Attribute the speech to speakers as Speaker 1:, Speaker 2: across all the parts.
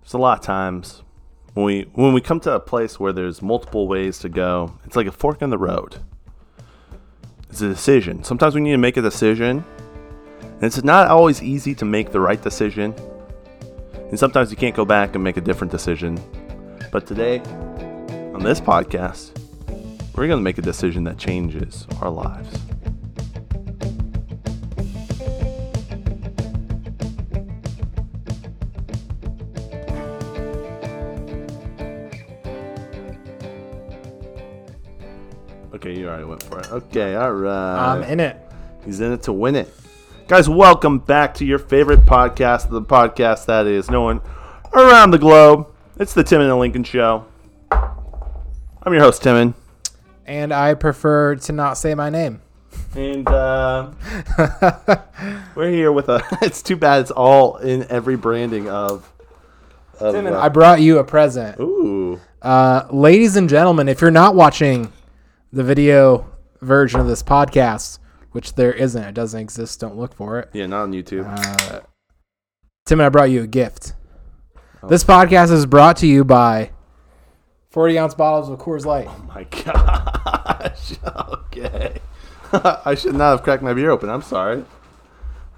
Speaker 1: There's a lot of times when we when we come to a place where there's multiple ways to go, it's like a fork in the road. It's a decision. Sometimes we need to make a decision, and it's not always easy to make the right decision. And sometimes you can't go back and make a different decision. But today, on this podcast, we're going to make a decision that changes our lives. Okay, you already went for it. Okay, all right.
Speaker 2: I'm in it.
Speaker 1: He's in it to win it. Guys, welcome back to your favorite podcast, the podcast that is known around the globe. It's the Tim and the Lincoln Show. I'm your host, Timon.
Speaker 2: And I prefer to not say my name.
Speaker 1: And uh, we're here with a. It's too bad it's all in every branding of. of
Speaker 2: Timon,
Speaker 1: uh,
Speaker 2: I brought you a present.
Speaker 1: ooh.
Speaker 2: Uh, ladies and gentlemen, if you're not watching the video version of this podcast, which there isn't, it doesn't exist, don't look for it.
Speaker 1: Yeah, not on YouTube.
Speaker 2: Uh, Timon, I brought you a gift. This podcast is brought to you by 40 ounce bottles of Coors Light.
Speaker 1: oh my gosh. okay. I should not have cracked my beer open. I'm sorry.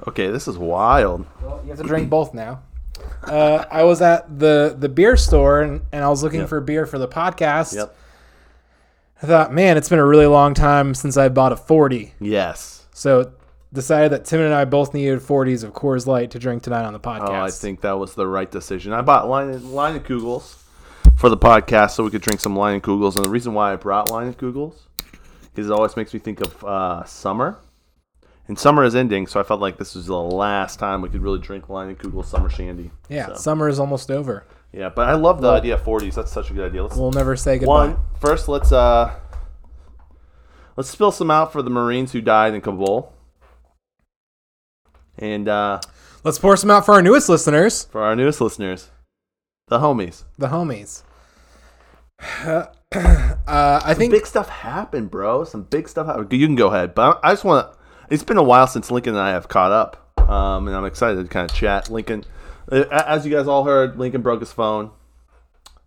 Speaker 1: Okay, this is wild.
Speaker 2: Well, you have to drink both now. Uh, I was at the, the beer store and, and I was looking
Speaker 1: Yep.
Speaker 2: for beer for the podcast.
Speaker 1: Yep.
Speaker 2: I thought, man, it's been a really long time since I bought a 40.
Speaker 1: Yes.
Speaker 2: So decided that Tim and I both needed 40s of Coors Light to drink tonight on the podcast.
Speaker 1: Oh, I think that was the right decision. I bought line line of Kugels for the podcast so we could drink some line of Kugels. And the reason why I brought line of Kugels is it always makes me think of uh, summer. And summer is ending, so I felt like this was the last time we could really drink line of Kugels summer shandy.
Speaker 2: Yeah,
Speaker 1: So,
Speaker 2: summer is almost over.
Speaker 1: yeah, but I love the idea of 40s. That's such a good idea. Let's
Speaker 2: We'll never say goodbye.
Speaker 1: one first. Let's uh, let's spill some out for the Marines who died in Kabul. And uh,
Speaker 2: Let's pour some out for our newest listeners,
Speaker 1: for our newest listeners, the homies.
Speaker 2: the homies. uh, I think
Speaker 1: big stuff happened, bro. Some big stuff happened. You can go ahead, but I just want to. It's been a while since Lincoln and I have caught up, um, and I'm excited to kind of chat. Lincoln, uh, as you guys all heard, Lincoln broke his phone.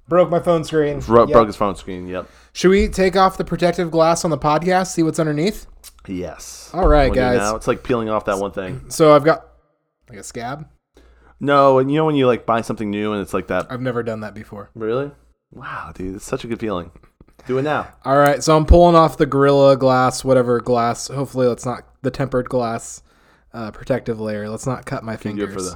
Speaker 2: broke my phone screen.
Speaker 1: Bro-
Speaker 2: Yep.
Speaker 1: Broke his phone screen. Yep.
Speaker 2: Should we take off the protective glass on the podcast? See what's underneath.
Speaker 1: Yes.
Speaker 2: All right,
Speaker 1: Wanna do
Speaker 2: guys.
Speaker 1: now? It's like peeling off that one thing.
Speaker 2: So I've got like a scab.
Speaker 1: No, and you know when you like buy something new and it's like that.
Speaker 2: I've never done that before.
Speaker 1: Really? Wow, dude, it's such a good feeling. Do it now.
Speaker 2: All right, so I'm pulling off the Gorilla Glass, whatever glass. Hopefully, let's not the tempered glass uh, protective layer. Let's not cut my
Speaker 1: Do it for
Speaker 2: fingers.
Speaker 1: the.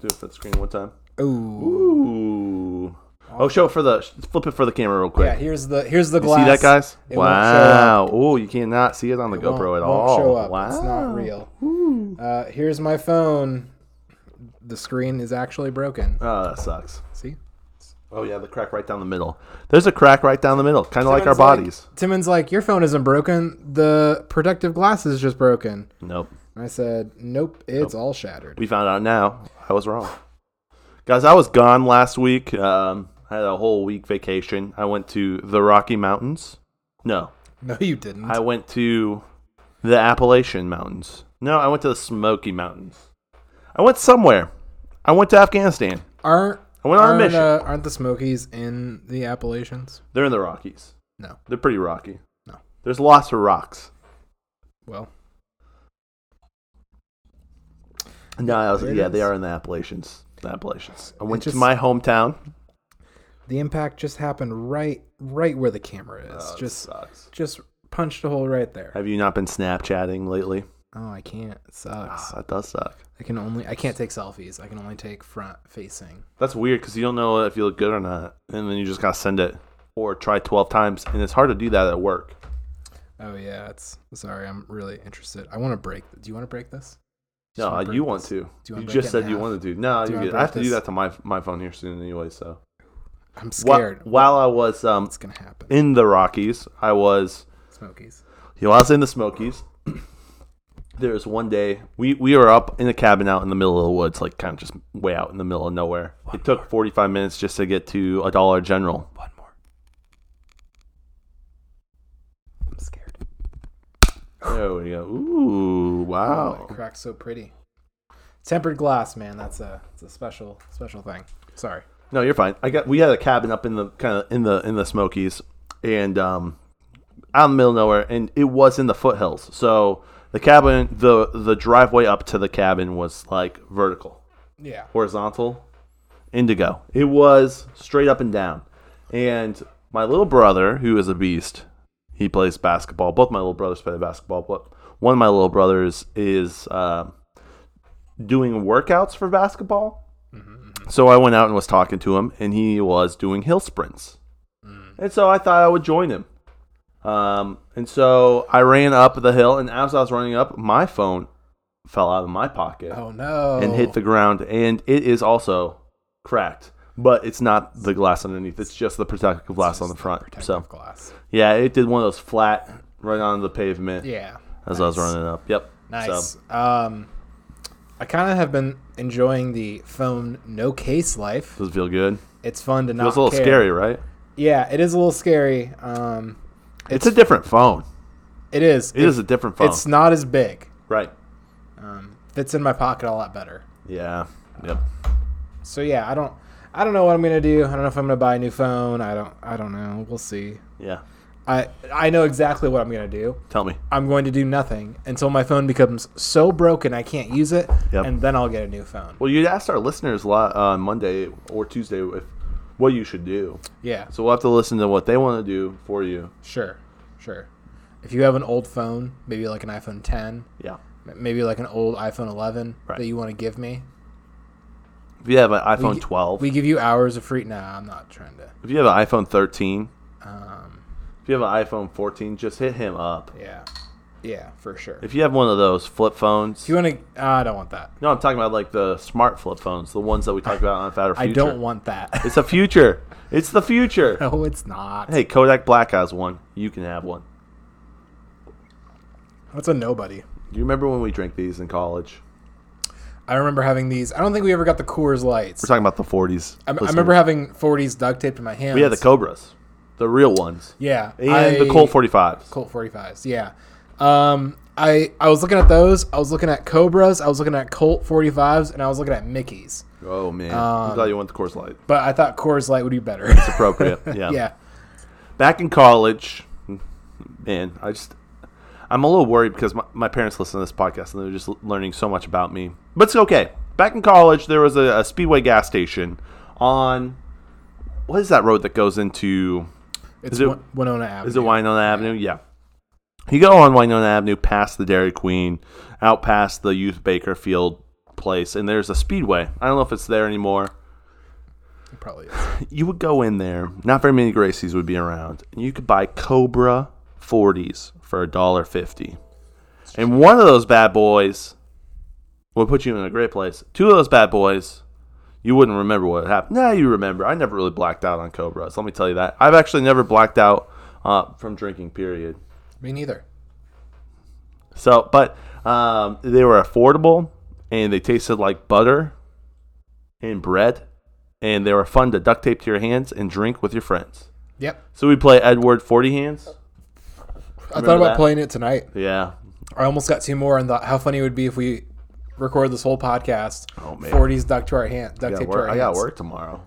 Speaker 1: Do it for the screen one time.
Speaker 2: Ooh,
Speaker 1: Ooh. Oh, show it for the flip it for the camera real quick.
Speaker 2: yeah. Here's the here's the
Speaker 1: You
Speaker 2: glass.
Speaker 1: see that, guys?
Speaker 2: It won't show
Speaker 1: wow. Oh, you cannot see it on the
Speaker 2: Won't-
Speaker 1: GoPro at
Speaker 2: won't
Speaker 1: all.
Speaker 2: show up.
Speaker 1: Wow.
Speaker 2: It's not real. Uh, here's my phone. The screen is actually broken.
Speaker 1: Oh, that sucks.
Speaker 2: See,
Speaker 1: Oh, yeah, the crack right down the middle. There's a crack right down the middle, kind of like our
Speaker 2: Timon's like-
Speaker 1: bodies.
Speaker 2: Timon's like, your phone isn't broken. The protective glass is just broken.
Speaker 1: Nope.
Speaker 2: And I said, nope, it's all shattered.
Speaker 1: We found out now. I was wrong. Guys, I was gone last week. Um, I had a whole week vacation. I went to the Rocky Mountains. No,
Speaker 2: No, you didn't.
Speaker 1: I went to the Appalachian Mountains. No, I went to the Smoky Mountains. I went somewhere. I went to Afghanistan.
Speaker 2: aren't
Speaker 1: I went on a
Speaker 2: aren't,
Speaker 1: mission.
Speaker 2: Uh, aren't the Smokies in the Appalachians?
Speaker 1: They're in the Rockies.
Speaker 2: No.
Speaker 1: They're pretty rocky.
Speaker 2: No.
Speaker 1: There's lots of rocks.
Speaker 2: Well,
Speaker 1: No, I was,
Speaker 2: There it
Speaker 1: yeah, they
Speaker 2: is.
Speaker 1: are in the Appalachians. The Appalachians. I went
Speaker 2: just-
Speaker 1: to my hometown.
Speaker 2: the impact just happened right right where the camera is.
Speaker 1: Oh, that
Speaker 2: just
Speaker 1: sucks.
Speaker 2: just punched a hole right there.
Speaker 1: Have you not been Snapchatting lately?
Speaker 2: Oh, I can't. It
Speaker 1: Ah,
Speaker 2: sucks.
Speaker 1: that does suck.
Speaker 2: I can only I can't take selfies. I can only take front facing.
Speaker 1: That's weird because you don't know if you look good or not, and then you just gotta send it or try twelve times, and it's hard to do that at work.
Speaker 2: Oh yeah, it's sorry. I'm really interested. I want to break. Do you want to break this? Just
Speaker 1: No,
Speaker 2: wanna
Speaker 1: you
Speaker 2: break
Speaker 1: want
Speaker 2: this.
Speaker 1: to.
Speaker 2: Do you
Speaker 1: You,
Speaker 2: wanna break
Speaker 1: just
Speaker 2: it in
Speaker 1: said you
Speaker 2: half?
Speaker 1: wanted to. No,
Speaker 2: Do you
Speaker 1: you
Speaker 2: wanna
Speaker 1: good. I have to
Speaker 2: break
Speaker 1: do
Speaker 2: this?
Speaker 1: that to my my phone here soon anyway. So
Speaker 2: I'm
Speaker 1: Wha-
Speaker 2: scared.
Speaker 1: while I was um
Speaker 2: What's gonna happen?
Speaker 1: in the Rockies, I was
Speaker 2: Smokies.
Speaker 1: Yeah, while I was in the Smokies, there was one day we, we were up in a cabin out in the middle of the woods, like kind of just way out in the middle of nowhere. it took 45 minutes just to get to a Dollar General.
Speaker 2: One more. I'm scared.
Speaker 1: There we go. Ooh,
Speaker 2: Oh,
Speaker 1: wow. Oh.
Speaker 2: it cracked so pretty. Tempered glass, man. That's a it's a special special thing. Sorry.
Speaker 1: No, you're fine. I got we had a cabin up in the kind of in the in the Smokies, and um, out in the middle of nowhere, and it was in the foothills. So the cabin, the the driveway up to the cabin was like vertical,
Speaker 2: Yeah.
Speaker 1: horizontal, indigo. It was straight up and down. And my little brother, who is a beast, he plays basketball. Both my little brothers play basketball, but one of my little brothers is um doing workouts for basketball. So I went out and was talking to him, and he was doing hill sprints. And so I thought I would join him. Um, and so I ran up the hill, and as I was running up, my phone fell out of my pocket
Speaker 2: Oh no.
Speaker 1: and hit the ground, and it is also cracked. But it's not the glass underneath; it's just the protective glass on the front.
Speaker 2: protective
Speaker 1: So
Speaker 2: glass.
Speaker 1: yeah, it did one of those flat right on the pavement
Speaker 2: Yeah.
Speaker 1: as I was running up. Yep.
Speaker 2: Nice.
Speaker 1: So,
Speaker 2: Um, I kind of have been enjoying the phone no case life.
Speaker 1: does it feel good?
Speaker 2: It's fun to not.
Speaker 1: It was a little
Speaker 2: care.
Speaker 1: scary, right?
Speaker 2: Yeah, it is a little scary. Um,
Speaker 1: It's, a different phone.
Speaker 2: it is.
Speaker 1: it is a different phone,
Speaker 2: It's not as big.
Speaker 1: right?
Speaker 2: Um, fits in my pocket a lot better.
Speaker 1: Yeah. Yep.
Speaker 2: So yeah, I don't. I don't know what I'm gonna do. I don't know if I'm gonna buy a new phone. I don't. I don't know. We'll see.
Speaker 1: Yeah.
Speaker 2: I I know exactly what I'm gonna do.
Speaker 1: Tell me.
Speaker 2: I'm going to do nothing until my phone becomes so broken I can't use it,
Speaker 1: Yep.
Speaker 2: and then I'll get a new phone.
Speaker 1: Well, you asked our listeners lot on Monday or Tuesday if what you should do.
Speaker 2: Yeah,
Speaker 1: So we'll have to listen to what they want to do for you.
Speaker 2: sure, sure. If you have an old phone, maybe like an iPhone 10,
Speaker 1: Yeah.
Speaker 2: m- maybe like an old iPhone 11
Speaker 1: Right.
Speaker 2: that you want to give me,
Speaker 1: If you have an iPhone
Speaker 2: gi-
Speaker 1: 12,
Speaker 2: we give you hours of free. Nah, I'm not trying to.
Speaker 1: if you have an iPhone 13,
Speaker 2: Um,
Speaker 1: if you have an iPhone 14, just hit him up.
Speaker 2: yeah, yeah, for sure. If
Speaker 1: If you have one of those flip phones,
Speaker 2: you want to, I don't want that.
Speaker 1: no, I'm talking about like the smart flip phones, the ones that we talk about on Fatter Future.
Speaker 2: I don't want Oh. that.
Speaker 1: It's a future. It's the future.
Speaker 2: no, it's not.
Speaker 1: Hey, Kodak Black has one. You can have one.
Speaker 2: That's a nobody.
Speaker 1: Do you remember when we drank these in college?
Speaker 2: I remember having these. I don't think we ever got the Coors Lights.
Speaker 1: We're talking about the 40s.
Speaker 2: I, I
Speaker 1: listeners.
Speaker 2: remember having 40s duct taped to my hands.
Speaker 1: we had the Cobras, the real ones.
Speaker 2: Yeah,
Speaker 1: And the Colt 45s.
Speaker 2: Colt 45s. Yeah. Um, I I was looking at those. I was looking at Cobras. I was looking at Colt 45s, and I was looking at Mickey's.
Speaker 1: Oh man,
Speaker 2: Um,
Speaker 1: I'm glad you went the course light.
Speaker 2: But I thought Coors Light would be better.
Speaker 1: Appropriate. Yeah.
Speaker 2: yeah.
Speaker 1: Back in college, man, I just I'm a little worried because my, my parents listen to this podcast and they're just learning so much about me. But it's okay. Back in college, there was a, a Speedway gas station on what is that road that goes into
Speaker 2: It's
Speaker 1: Is it-
Speaker 2: Win- Winona Avenue.
Speaker 1: Is it Winona Avenue? Yeah. You go on Winona Avenue past the Dairy Queen, out past the Youth Baker Field place, and there's a speedway. I don't know if it's there anymore.
Speaker 2: It probably is.
Speaker 1: You would go in there, not very many Gracies would be around, and you could buy Cobra 40s for $1.50. And one of those bad boys would put you in a great place. Two of those bad boys, you wouldn't remember what happened. Nah, you remember. I never really blacked out on Cobras. Let me tell you that. I've actually never blacked out uh, from drinking, period.
Speaker 2: Me neither.
Speaker 1: So, but um, they were affordable and they tasted like butter and bread, and they were fun to duct tape to your hands and drink with your friends.
Speaker 2: Yep.
Speaker 1: So we play Edward Forty Hands.
Speaker 2: I thought about
Speaker 1: that?
Speaker 2: playing it tonight.
Speaker 1: Yeah,
Speaker 2: I almost got two more and thought how funny it would be if we record this whole podcast.
Speaker 1: Oh, man.
Speaker 2: 40s duct to our hand, duct
Speaker 1: I got
Speaker 2: tape to our
Speaker 1: work, I
Speaker 2: hands.
Speaker 1: got work tomorrow.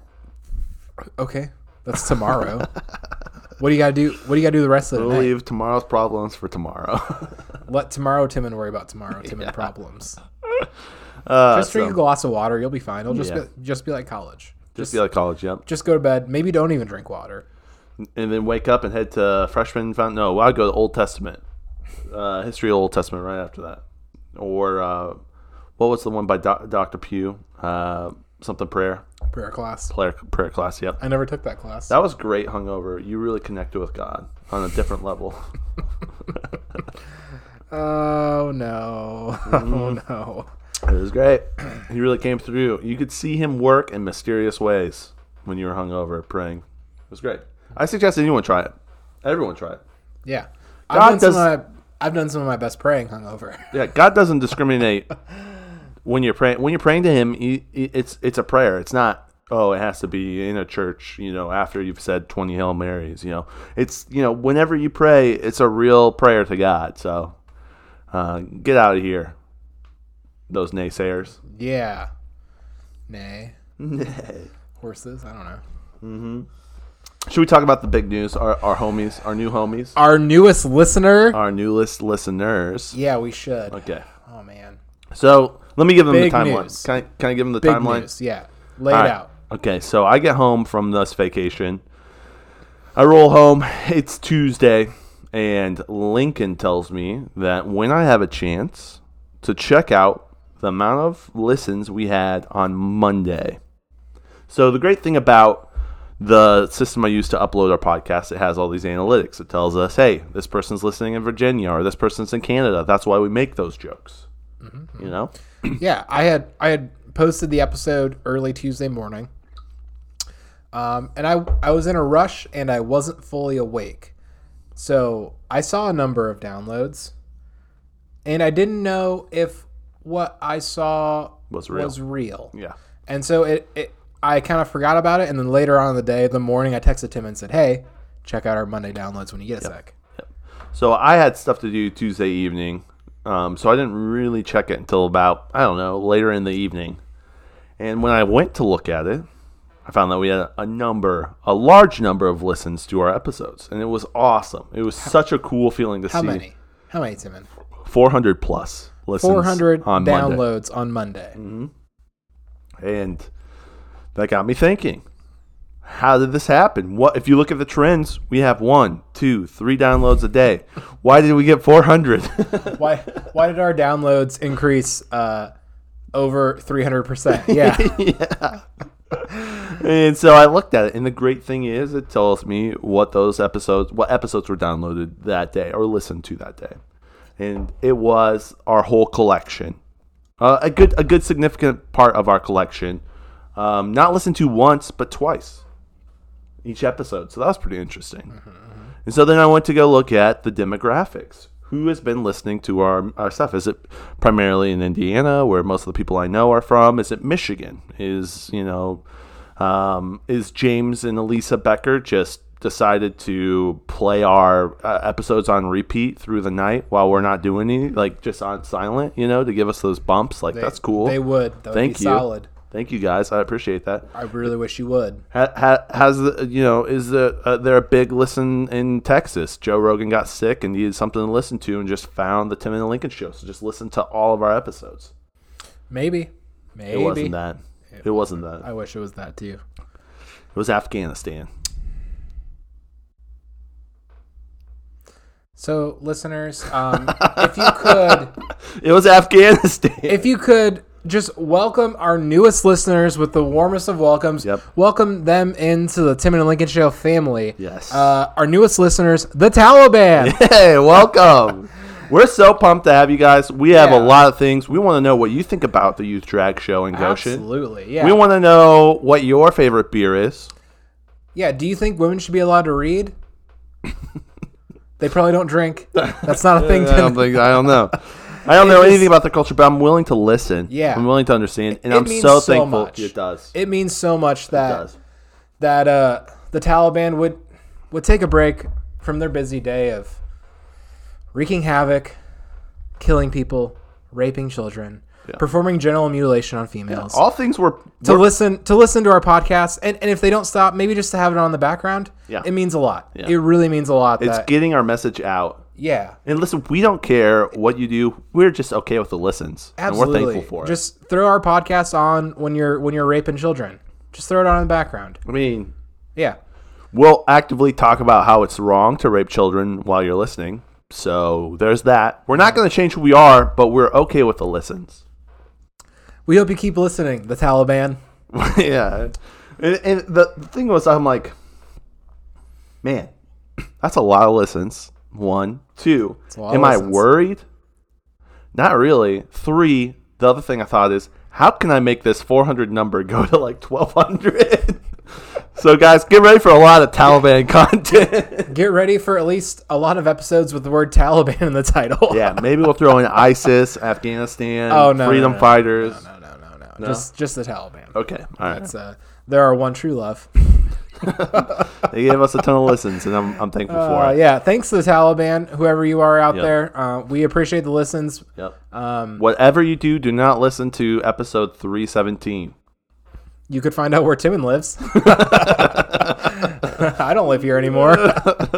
Speaker 2: Okay. That's tomorrow. what do you got to do? What do you got to do the rest of the
Speaker 1: We'll
Speaker 2: night?
Speaker 1: leave tomorrow's problems for tomorrow.
Speaker 2: Let tomorrow Timon worry about tomorrow Timon problems.
Speaker 1: uh,
Speaker 2: Just drink
Speaker 1: so,
Speaker 2: a glass of water, you'll be fine. It'll just
Speaker 1: Yeah.
Speaker 2: be, just be like college.
Speaker 1: just be like college, yep.
Speaker 2: Just go to bed. Maybe don't even drink water.
Speaker 1: And then wake up and head to freshman fountain. No, I'd go to Old Testament, uh, history of Old Testament right after that, or uh, what was the one by Doc Doctor Pugh? Uh, something prayer.
Speaker 2: Prayer class.
Speaker 1: prayer, prayer class. Yep.
Speaker 2: I never took that class.
Speaker 1: That was great hungover. You really connected with God on a different level.
Speaker 2: Oh no. Oh
Speaker 1: Mm-hmm.
Speaker 2: no.
Speaker 1: It was great. He really came through. You could see him work in mysterious ways when you were hungover praying. It was great. I suggest anyone try it. Everyone try it.
Speaker 2: Yeah.
Speaker 1: God
Speaker 2: I've done, some
Speaker 1: does-
Speaker 2: of my, I've done some of my best praying hungover.
Speaker 1: Yeah, God doesn't discriminate when you're praying. When you're praying to Him, he- he- it's it's a prayer. It's not oh, it has to be in a church. You know, after you've said twenty Hail Marys. You know, it's you know whenever you pray, it's a real prayer to God. So uh, get out of here. those naysayers.
Speaker 2: Yeah. Nay.
Speaker 1: Nay.
Speaker 2: Horses? I don't know.
Speaker 1: Should we talk about the big news? Our, our homies, our new homies,
Speaker 2: Our newest listener.
Speaker 1: our newest listeners.
Speaker 2: yeah, we should.
Speaker 1: Okay.
Speaker 2: Oh, man.
Speaker 1: So let me give them
Speaker 2: Big
Speaker 1: the timeline.
Speaker 2: news.
Speaker 1: Can I, can I give them the
Speaker 2: Big
Speaker 1: timeline?
Speaker 2: news. Yeah. Lay it
Speaker 1: All right.
Speaker 2: out.
Speaker 1: Okay, so I get home from this vacation. I roll home. It's Tuesday, and Lincoln tells me that when I have a chance to check out the amount of listens we had on Monday. So the great thing about the system I use to upload our podcast, it has all these analytics. It tells us, hey, this person's listening in Virginia or this person's in Canada. That's why we make those jokes. You know?
Speaker 2: yeah i had i had posted the episode early tuesday morning um, and i i was in a rush and i wasn't fully awake so i saw a number of downloads and i didn't know if what i saw
Speaker 1: Was real.
Speaker 2: was real
Speaker 1: Yeah.
Speaker 2: and so it, it i kind of forgot about it and then later on in the day the morning i texted tim and said hey check out our monday downloads when you get a sec
Speaker 1: So I had stuff to do Tuesday evening, um, so I didn't really check it until about I don't know later in the evening. And when I went to look at it, I found that we had a number, a large number of listens to our episodes, and it was awesome. It was such a cool feeling to
Speaker 2: how
Speaker 1: see.
Speaker 2: many how many tim
Speaker 1: Four hundred plus listens.
Speaker 2: 400
Speaker 1: on Monday, Mm.
Speaker 2: downloads on monday
Speaker 1: and that got me thinking. How did this happen? What if you look at the trends? We have one, two, three downloads a day. Why did we get four hundred?
Speaker 2: why why did our downloads increase uh, over 300%? Yeah.
Speaker 1: And so I looked at it, and the great thing is, it tells me what those episodes, what episodes were downloaded that day or listened to that day, and it was our whole collection, uh, a good, a good significant part of our collection, um, not listened to once but twice, each episode. So that was pretty interesting.
Speaker 2: Mm-hmm,
Speaker 1: And so then I went to go look at the demographics. Who has been listening to our, our stuff? Is it primarily in Indiana, where most of the people I know are from? Is it Michigan? Is you know, um, is James and Elisa Becker just decided to play our uh, episodes on repeat through the night while we're not doing any, like just on silent, you know, to give us those bumps? Like that's cool.
Speaker 2: They would. That would
Speaker 1: Thank
Speaker 2: be
Speaker 1: you.
Speaker 2: solid.
Speaker 1: Thank you guys. I appreciate that.
Speaker 2: I really wish you would.
Speaker 1: Ha- ha- has the, you know is the uh, there a big listen in Texas? Joe Rogan got sick and needed something to listen to, and just found the Tim and the Lincoln Show. So just listen to all of our episodes.
Speaker 2: Maybe. Maybe.
Speaker 1: It wasn't that. It wasn't that.
Speaker 2: I wish it was that too.
Speaker 1: It was Afghanistan.
Speaker 2: So, listeners, um, if you could
Speaker 1: It was Afghanistan.
Speaker 2: if you could just welcome our newest listeners with the warmest of welcomes.
Speaker 1: Yep.
Speaker 2: Welcome them into the Tim and Lincoln Show family.
Speaker 1: Yes.
Speaker 2: Uh, our newest listeners, the Taliban.
Speaker 1: Hey, welcome. We're so pumped to have you guys. We have
Speaker 2: Yeah.
Speaker 1: a lot of things. We want to know what you think about the youth drag show in Goshen.
Speaker 2: Absolutely. Yeah.
Speaker 1: We want to know what your favorite beer is.
Speaker 2: Yeah, do you think women should be allowed to read? they probably don't drink. That's not a thing.
Speaker 1: I don't
Speaker 2: To,
Speaker 1: think I don't know. I don't know
Speaker 2: just-
Speaker 1: anything about the culture, but I'm willing to listen.
Speaker 2: Yeah.
Speaker 1: I'm willing to understand, and
Speaker 2: It
Speaker 1: I'm
Speaker 2: means
Speaker 1: so
Speaker 2: so
Speaker 1: thankful.
Speaker 2: much.
Speaker 1: It does. It
Speaker 2: it means so much that
Speaker 1: does.
Speaker 2: that uh, the Taliban would would take a break from their busy day of wreaking havoc, killing people, raping children, performing genital mutilation on females.
Speaker 1: All things were.
Speaker 2: to listen to listen to our podcast, and, and if they don't stop, maybe just to have it on the background.
Speaker 1: Yeah.
Speaker 2: it means a lot. It really means a lot.
Speaker 1: It's
Speaker 2: that,
Speaker 1: getting our message out.
Speaker 2: yeah.
Speaker 1: And listen, we don't care what you do. We're just okay with the listens,
Speaker 2: Absolutely.
Speaker 1: and we're thankful for it.
Speaker 2: Just throw our podcast on when you're when you're raping children. Just throw it on in the background.
Speaker 1: I mean,
Speaker 2: Yeah.
Speaker 1: we'll actively talk about how it's wrong to rape children while you're listening. So there's that. We're not going to change who we are, but we're okay with the listens.
Speaker 2: We hope you keep listening, the Taliban.
Speaker 1: yeah. And, and the, the thing was, I'm like, man, that's a lot of listens. One, two.
Speaker 2: a lot of
Speaker 1: Am I
Speaker 2: listens.
Speaker 1: worried? Not really. Three. The other thing I thought is, how can I make this 400 number go to like 1200? so guys, get ready for a lot of Taliban content.
Speaker 2: Get ready for at least a lot of episodes with the word Taliban in the title.
Speaker 1: yeah, maybe we'll throw in ISIS, Afghanistan,
Speaker 2: Oh, no,
Speaker 1: freedom
Speaker 2: no, no,
Speaker 1: fighters.
Speaker 2: No, no, no, no. Just just the Taliban.
Speaker 1: Okay, all right.
Speaker 2: It's, uh, there are one true love.
Speaker 1: they gave us a ton of listens, and I'm, I'm thankful for
Speaker 2: Uh,
Speaker 1: it.
Speaker 2: yeah, thanks to the Taliban, whoever you are out
Speaker 1: Yep.
Speaker 2: there. Uh, we appreciate the listens.
Speaker 1: Yep.
Speaker 2: Um,
Speaker 1: Whatever you do, do not listen to episode 317.
Speaker 2: you could find out where Timon lives. I don't live here anymore.
Speaker 1: Uh,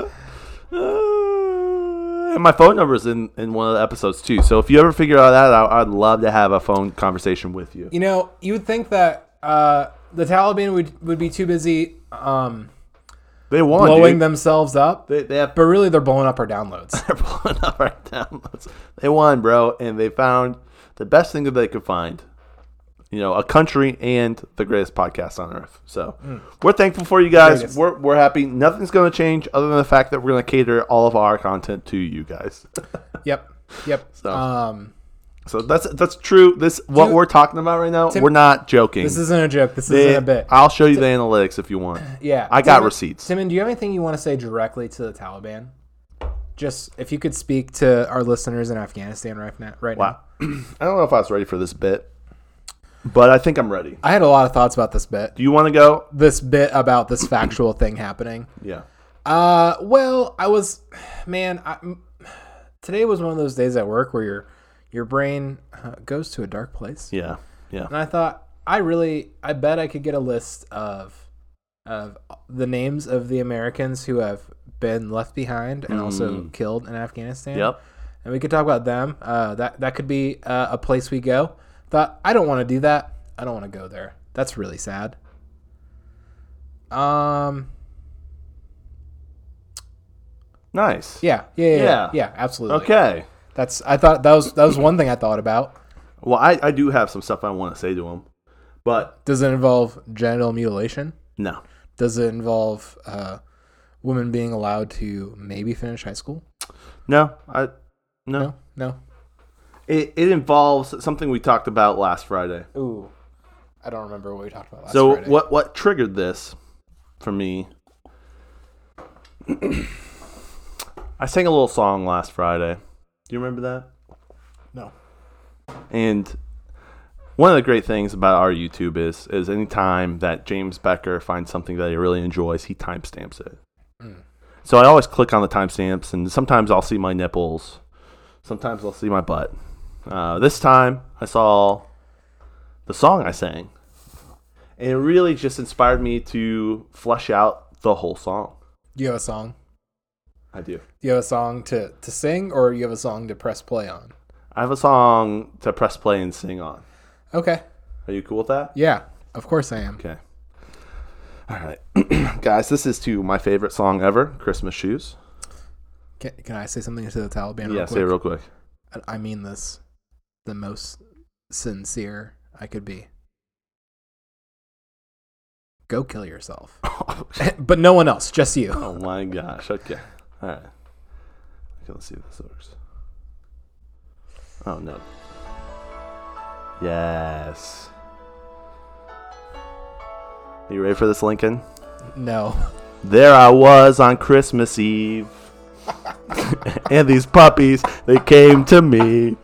Speaker 1: and my phone number is in, in one of the episodes, too. So if you ever figure all that out, I'd love to have a phone conversation with you.
Speaker 2: You know, you would think that uh, the Taliban would, would be too busy um,
Speaker 1: They won.
Speaker 2: blowing
Speaker 1: dude.
Speaker 2: themselves up,
Speaker 1: They, they have
Speaker 2: but really they're blowing up our downloads.
Speaker 1: they're blowing up our downloads. They won, bro, and they found the best thing that they could find. You know, a country and the greatest podcast on earth. So we're thankful for you guys.
Speaker 2: Mm. Greatest.
Speaker 1: We're, we're happy. Nothing's going to change other than the fact that we're going to cater all of our content to you guys.
Speaker 2: yep, yep. Um,
Speaker 1: so that's that's true. This what
Speaker 2: Dude,
Speaker 1: we're talking about right now. we're not joking.
Speaker 2: this isn't a joke. This
Speaker 1: They-
Speaker 2: isn't a bit.
Speaker 1: I'll show you the analytics if you want.
Speaker 2: Yeah,
Speaker 1: I got
Speaker 2: Timon-
Speaker 1: receipts.
Speaker 2: Timon, do you have anything you want to say directly to the Taliban? Just if you could speak to our listeners in Afghanistan right now. Right now,
Speaker 1: Wow. I don't know if I was ready for this bit, but I think I'm ready.
Speaker 2: I had a lot of thoughts about this bit.
Speaker 1: Do you want to go?
Speaker 2: This bit about this factual thing happening.
Speaker 1: Yeah.
Speaker 2: Uh, well, I was, man. I, m- today was one of those days at work where your your brain uh, goes to a dark place.
Speaker 1: Yeah. Yeah.
Speaker 2: And I thought, I really, I bet I could get a list of of the names of the Americans who have been left behind and also killed in Afghanistan.
Speaker 1: Mm. Yep.
Speaker 2: And we could talk about them. Uh, that that could be uh, a place we go. Thought I don't want to do that. I don't want to go there. That's really sad. Um.
Speaker 1: Nice.
Speaker 2: Yeah. Yeah. Yeah. Yeah.
Speaker 1: Yeah.
Speaker 2: yeah, absolutely.
Speaker 1: Okay.
Speaker 2: That's. I thought that was that was one thing I thought about.
Speaker 1: Well, I, I do have some stuff I want to say to him, but
Speaker 2: Does it involve genital mutilation?
Speaker 1: no.
Speaker 2: Does it involve uh, women being allowed to maybe finish high school?
Speaker 1: No. I no.
Speaker 2: No, no.
Speaker 1: It it involves something we talked about last Friday.
Speaker 2: Ooh, I don't remember what we talked about last.
Speaker 1: so
Speaker 2: Friday.
Speaker 1: what what triggered this for me? I sang a little song last Friday. Do you remember that?
Speaker 2: No.
Speaker 1: And one of the great things about our YouTube is is anytime that James Becker finds something that he really enjoys, he timestamps it. So I always click on the timestamps, and sometimes I'll see my nipples, sometimes I'll see my butt. Uh, this time I saw the song I sang, and it really just inspired me to flesh out the whole song.
Speaker 2: Do you have a song?
Speaker 1: I do.
Speaker 2: Do you have a song to to sing, or you have a song to press play on?
Speaker 1: I have a song to press play and sing on.
Speaker 2: Okay.
Speaker 1: Are you cool with that?
Speaker 2: Yeah. Of course I am.
Speaker 1: Okay. All right. Guys, this is to my favorite song ever, Christmas Shoes.
Speaker 2: Can, can I say something to the Taliban?
Speaker 1: yeah,
Speaker 2: Real
Speaker 1: say it
Speaker 2: quick?
Speaker 1: real quick.
Speaker 2: I I mean this the most sincere I could be. Go kill yourself. but no one else, just you.
Speaker 1: oh my gosh. Okay. All right. Okay, let's see if this works. Oh no. Yes. you ready for this, Lincoln?
Speaker 2: No.
Speaker 1: There I was on Christmas Eve. and these puppies, they came to me.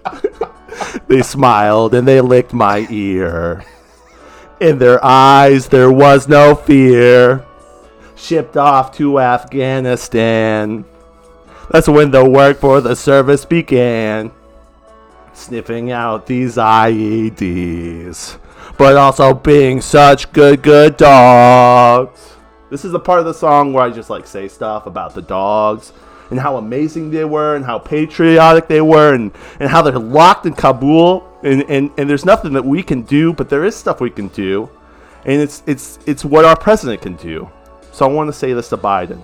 Speaker 1: they smiled and they licked my ear. In their eyes, there was no fear. Shipped off to Afghanistan. That's when the work for the service began. Sniffing out these IEDs, but also being such good, good dogs. This is the part of the song where I just like say stuff about the dogs and how amazing they were and how patriotic they were and, and how they're locked in Kabul and, and, and there's nothing that we can do, but there is stuff we can do. And it's it's it's what our president can do. So I want to say this to Biden.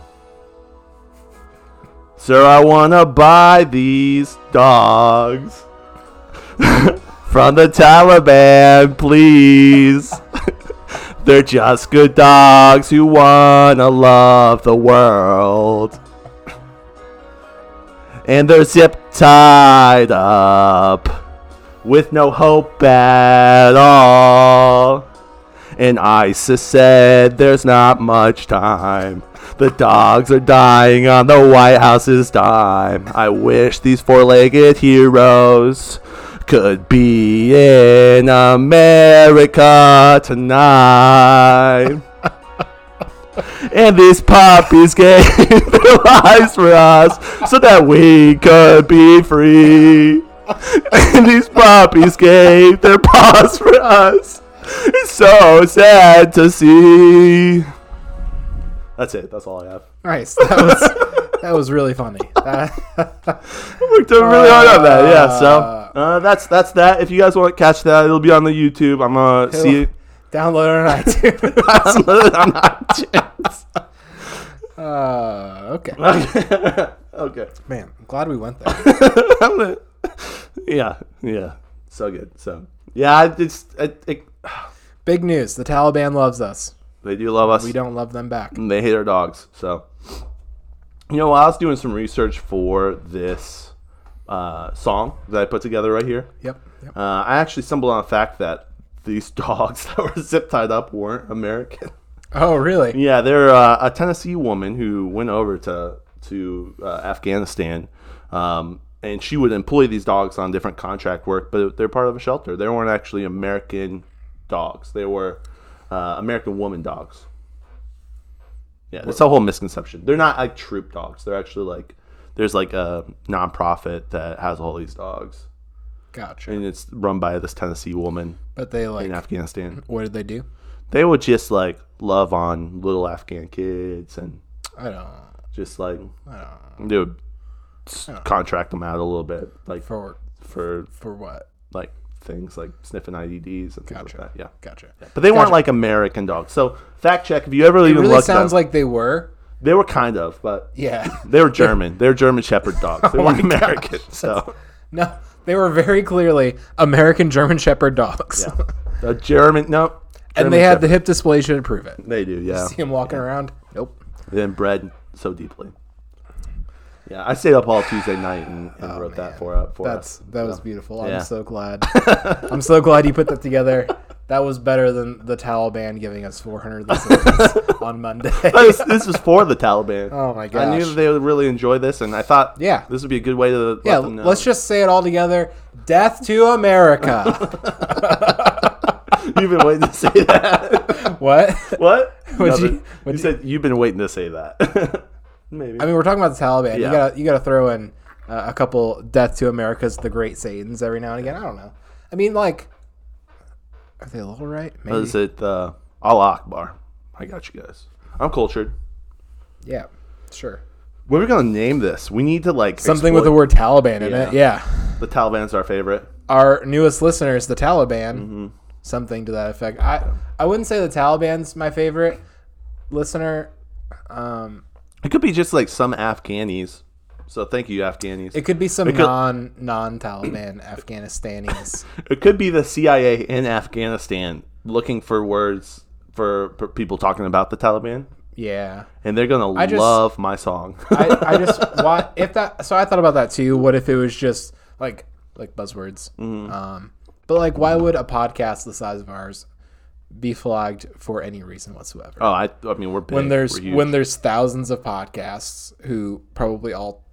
Speaker 1: Sir, I want to buy these dogs from the Taliban, please. They're just good dogs who wanna love the world. And they're zip tied up with no hope at all. And ISIS said there's not much time. The dogs are dying on the White House's dime. I wish these four legged heroes could be in America tonight. and these poppies gave their lives for us so that we could be free. And these poppies gave their paws for us. It's so sad to see. That's it. That's all I have.
Speaker 2: Nice. That was that was really funny. Uh, That-
Speaker 1: Worked out really hard on that. Yeah. So uh, that's that's that. If you guys want to catch that, it'll be on the YouTube. I'm gonna see it.
Speaker 2: download it on iTunes.
Speaker 1: I'm not-
Speaker 2: Uh, okay,
Speaker 1: okay.
Speaker 2: man. I'm glad we went there.
Speaker 1: I'm gonna- yeah, yeah, so good. So yeah, I just I, I,
Speaker 2: Big news: the Taliban loves us.
Speaker 1: they do love us.
Speaker 2: We don't love them back.
Speaker 1: and they hate our dogs. So you know, while I was doing some research for this uh, song that I put together right here,
Speaker 2: Yep. yep.
Speaker 1: uh, I actually stumbled on a fact that these dogs that were zip tied up weren't American.
Speaker 2: Oh, really?
Speaker 1: Yeah, they're uh, a Tennessee woman who went over to to uh, Afghanistan, um, and she would employ these dogs on different contract work, but they're part of a shelter. They weren't actually American dogs; they were uh, American woman dogs. Yeah, that's a whole misconception. They're not like troop dogs. They're actually like there's like a nonprofit that has all these dogs,
Speaker 2: Gotcha.
Speaker 1: and it's run by this Tennessee woman
Speaker 2: But they like.
Speaker 1: in Afghanistan.
Speaker 2: What did they do?
Speaker 1: They would just like love on little Afghan kids and
Speaker 2: I don't.
Speaker 1: just like
Speaker 2: I don't.
Speaker 1: they would s- contract them out a little bit, like for,
Speaker 2: For for what?
Speaker 1: like things like sniffing IEDs and things
Speaker 2: Gotcha.
Speaker 1: like that. Yeah,
Speaker 2: Gotcha.
Speaker 1: but they weren't like American dogs. So fact check if you ever
Speaker 2: It
Speaker 1: even
Speaker 2: really
Speaker 1: looked
Speaker 2: sounds
Speaker 1: sounds
Speaker 2: like they were.
Speaker 1: they were kind of, but
Speaker 2: Yeah. Oh
Speaker 1: they were German. They're German Shepherd dogs. They weren't American. so
Speaker 2: No, they were very clearly American German Shepherd dogs.
Speaker 1: yeah, a German no,
Speaker 2: and they had the hip dysplasia to prove it.
Speaker 1: the they do yeah.
Speaker 2: See him walking around? Nope.
Speaker 1: They're bred so deeply. Yeah, I stayed up all Tuesday night and, and wrote that for up for
Speaker 2: Oh, That's
Speaker 1: us.
Speaker 2: that was beautiful.
Speaker 1: Yeah.
Speaker 2: I'm so glad. I'm so glad you put that together. That was better than the Taliban giving us 400 listens on Monday.
Speaker 1: this, this is for the Taliban.
Speaker 2: Oh my
Speaker 1: I knew
Speaker 2: gosh.
Speaker 1: they would really enjoy this, and I thought,
Speaker 2: Yeah.
Speaker 1: this would be a good way to let
Speaker 2: yeah,
Speaker 1: them know.
Speaker 2: let's just say it all together. Death to America.
Speaker 1: You've been waiting to say that.
Speaker 2: what?
Speaker 1: what?
Speaker 2: Would you-
Speaker 1: Nothing. you
Speaker 2: would you-
Speaker 1: said you've been waiting to say that. Maybe.
Speaker 2: I mean, we're talking about the Taliban. You
Speaker 1: Yeah.
Speaker 2: got to you got to throw in uh, a couple death to America's the Great Satans every now and again. I don't know. I mean, like, are they all right? Maybe.
Speaker 1: was it uh, Al Akbar? I got you guys. I'm cultured.
Speaker 2: Yeah, sure.
Speaker 1: What are we gonna name this? We need to like
Speaker 2: Something with the word Taliban in it. Yeah.
Speaker 1: the Taliban's our favorite.
Speaker 2: Our newest listeners, the Taliban, something to that effect. I I wouldn't say the Taliban's my favorite listener. Um,
Speaker 1: It could be just like some Afghanis. So thank you, Afghanis.
Speaker 2: it could be some
Speaker 1: could-
Speaker 2: non non Taliban Afghanistanis.
Speaker 1: It could be the CIA in Afghanistan looking for words for, for people talking about the Taliban,
Speaker 2: Yeah.
Speaker 1: and they're gonna
Speaker 2: just-
Speaker 1: love my song.
Speaker 2: I, I just why if that so I thought about that too. What if it was just like like buzzwords? Um, but like, why would a podcast the size of ours be flagged for any reason whatsoever?
Speaker 1: oh, I, I mean, we're big.
Speaker 2: when there's
Speaker 1: we're huge.
Speaker 2: when there's thousands of podcasts who probably all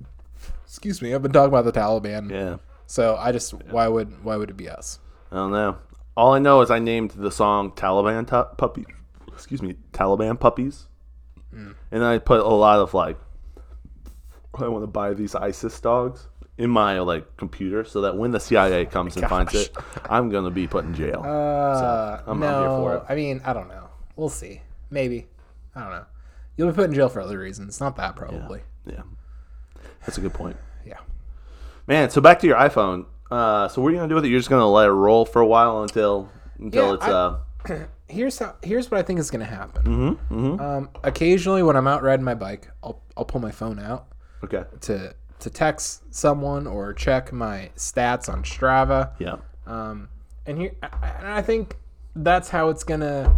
Speaker 2: excuse me, I've been talking about the Taliban.
Speaker 1: yeah,
Speaker 2: So I just why would why would it be us?
Speaker 1: I don't know. All I know is I named the song Taliban tu- puppy. Excuse me, Taliban puppies,
Speaker 2: Mm.
Speaker 1: and I put a lot of like, I want to buy these ISIS dogs in my like computer so that when the CIA comes and finds it, I'm gonna be put in jail.
Speaker 2: Uh,
Speaker 1: I'm-
Speaker 2: no,
Speaker 1: I'm here for it.
Speaker 2: I mean I don't know. We'll see. Maybe I don't know. You'll be put in jail for other reasons. Not that probably.
Speaker 1: yeah, that's a good point.
Speaker 2: yeah.
Speaker 1: Man, so back to your iPhone. Uh, so what are you gonna do with it? You're just gonna let it roll for a while until until
Speaker 2: Yeah,
Speaker 1: it's
Speaker 2: I-
Speaker 1: uh
Speaker 2: here's how here's what I think is gonna happen.
Speaker 1: Mm-hmm,
Speaker 2: Um, occasionally, when I'm out riding my bike, I'll I'll pull my phone out
Speaker 1: okay.
Speaker 2: to to text someone or check my stats on Strava.
Speaker 1: Yeah.
Speaker 2: Um, and here, I- I- and I think that's how it's gonna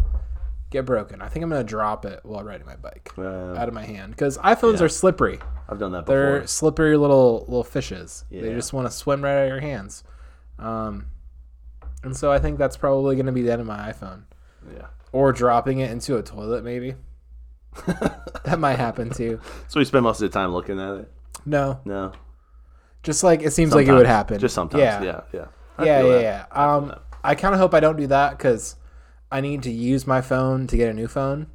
Speaker 2: get broken. I think I'm gonna drop it while riding my bike
Speaker 1: Uh,
Speaker 2: out of my hand because iPhones are slippery.
Speaker 1: I've done that
Speaker 2: They're
Speaker 1: before.
Speaker 2: slippery little little fishes. They
Speaker 1: Yeah.
Speaker 2: just want to swim right out of your hands. Um, and so I think that's probably gonna be the end of my iPhone
Speaker 1: Yeah.
Speaker 2: or dropping it into a toilet maybe that might happen too
Speaker 1: So you spend most of the time looking at it.
Speaker 2: no
Speaker 1: No.
Speaker 2: just like it seems like it would
Speaker 1: Sometimes.
Speaker 2: happen
Speaker 1: Just sometimes. Yeah. Yeah. Yeah. I
Speaker 2: yeah
Speaker 1: feel
Speaker 2: yeah,
Speaker 1: that.
Speaker 2: yeah. um i kind of hope i don't do that because i need to use my phone to get a new phone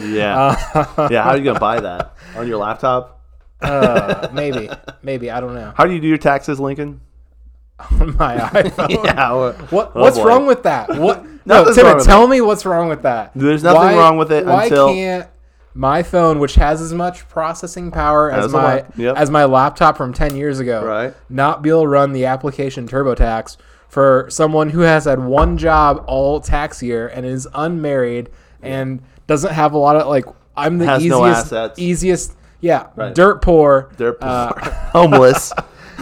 Speaker 1: Yeah. yeah. How are you going to buy that? On your laptop?
Speaker 2: Uh, maybe, maybe I don't know.
Speaker 1: How do you do your taxes, Lincoln?
Speaker 2: On my iPhone.
Speaker 1: Yeah.
Speaker 2: What
Speaker 1: Oh,
Speaker 2: what's
Speaker 1: boy.
Speaker 2: wrong with that? What? no,
Speaker 1: Nothing's wrong
Speaker 2: Tim,
Speaker 1: with
Speaker 2: tell me what's wrong with that.
Speaker 1: There's nothing wrong with it
Speaker 2: Why
Speaker 1: until-
Speaker 2: can't my phone, which has as much processing power as
Speaker 1: As a
Speaker 2: my
Speaker 1: lap- yep.
Speaker 2: as my laptop from ten years ago,
Speaker 1: Right.
Speaker 2: not be able to run the application TurboTax for someone who has had one job all tax year and is unmarried and doesn't have a lot of like I'm the
Speaker 1: Has
Speaker 2: easiest
Speaker 1: no assets.
Speaker 2: easiest yeah dirt poor uh,
Speaker 1: They're poor. homeless.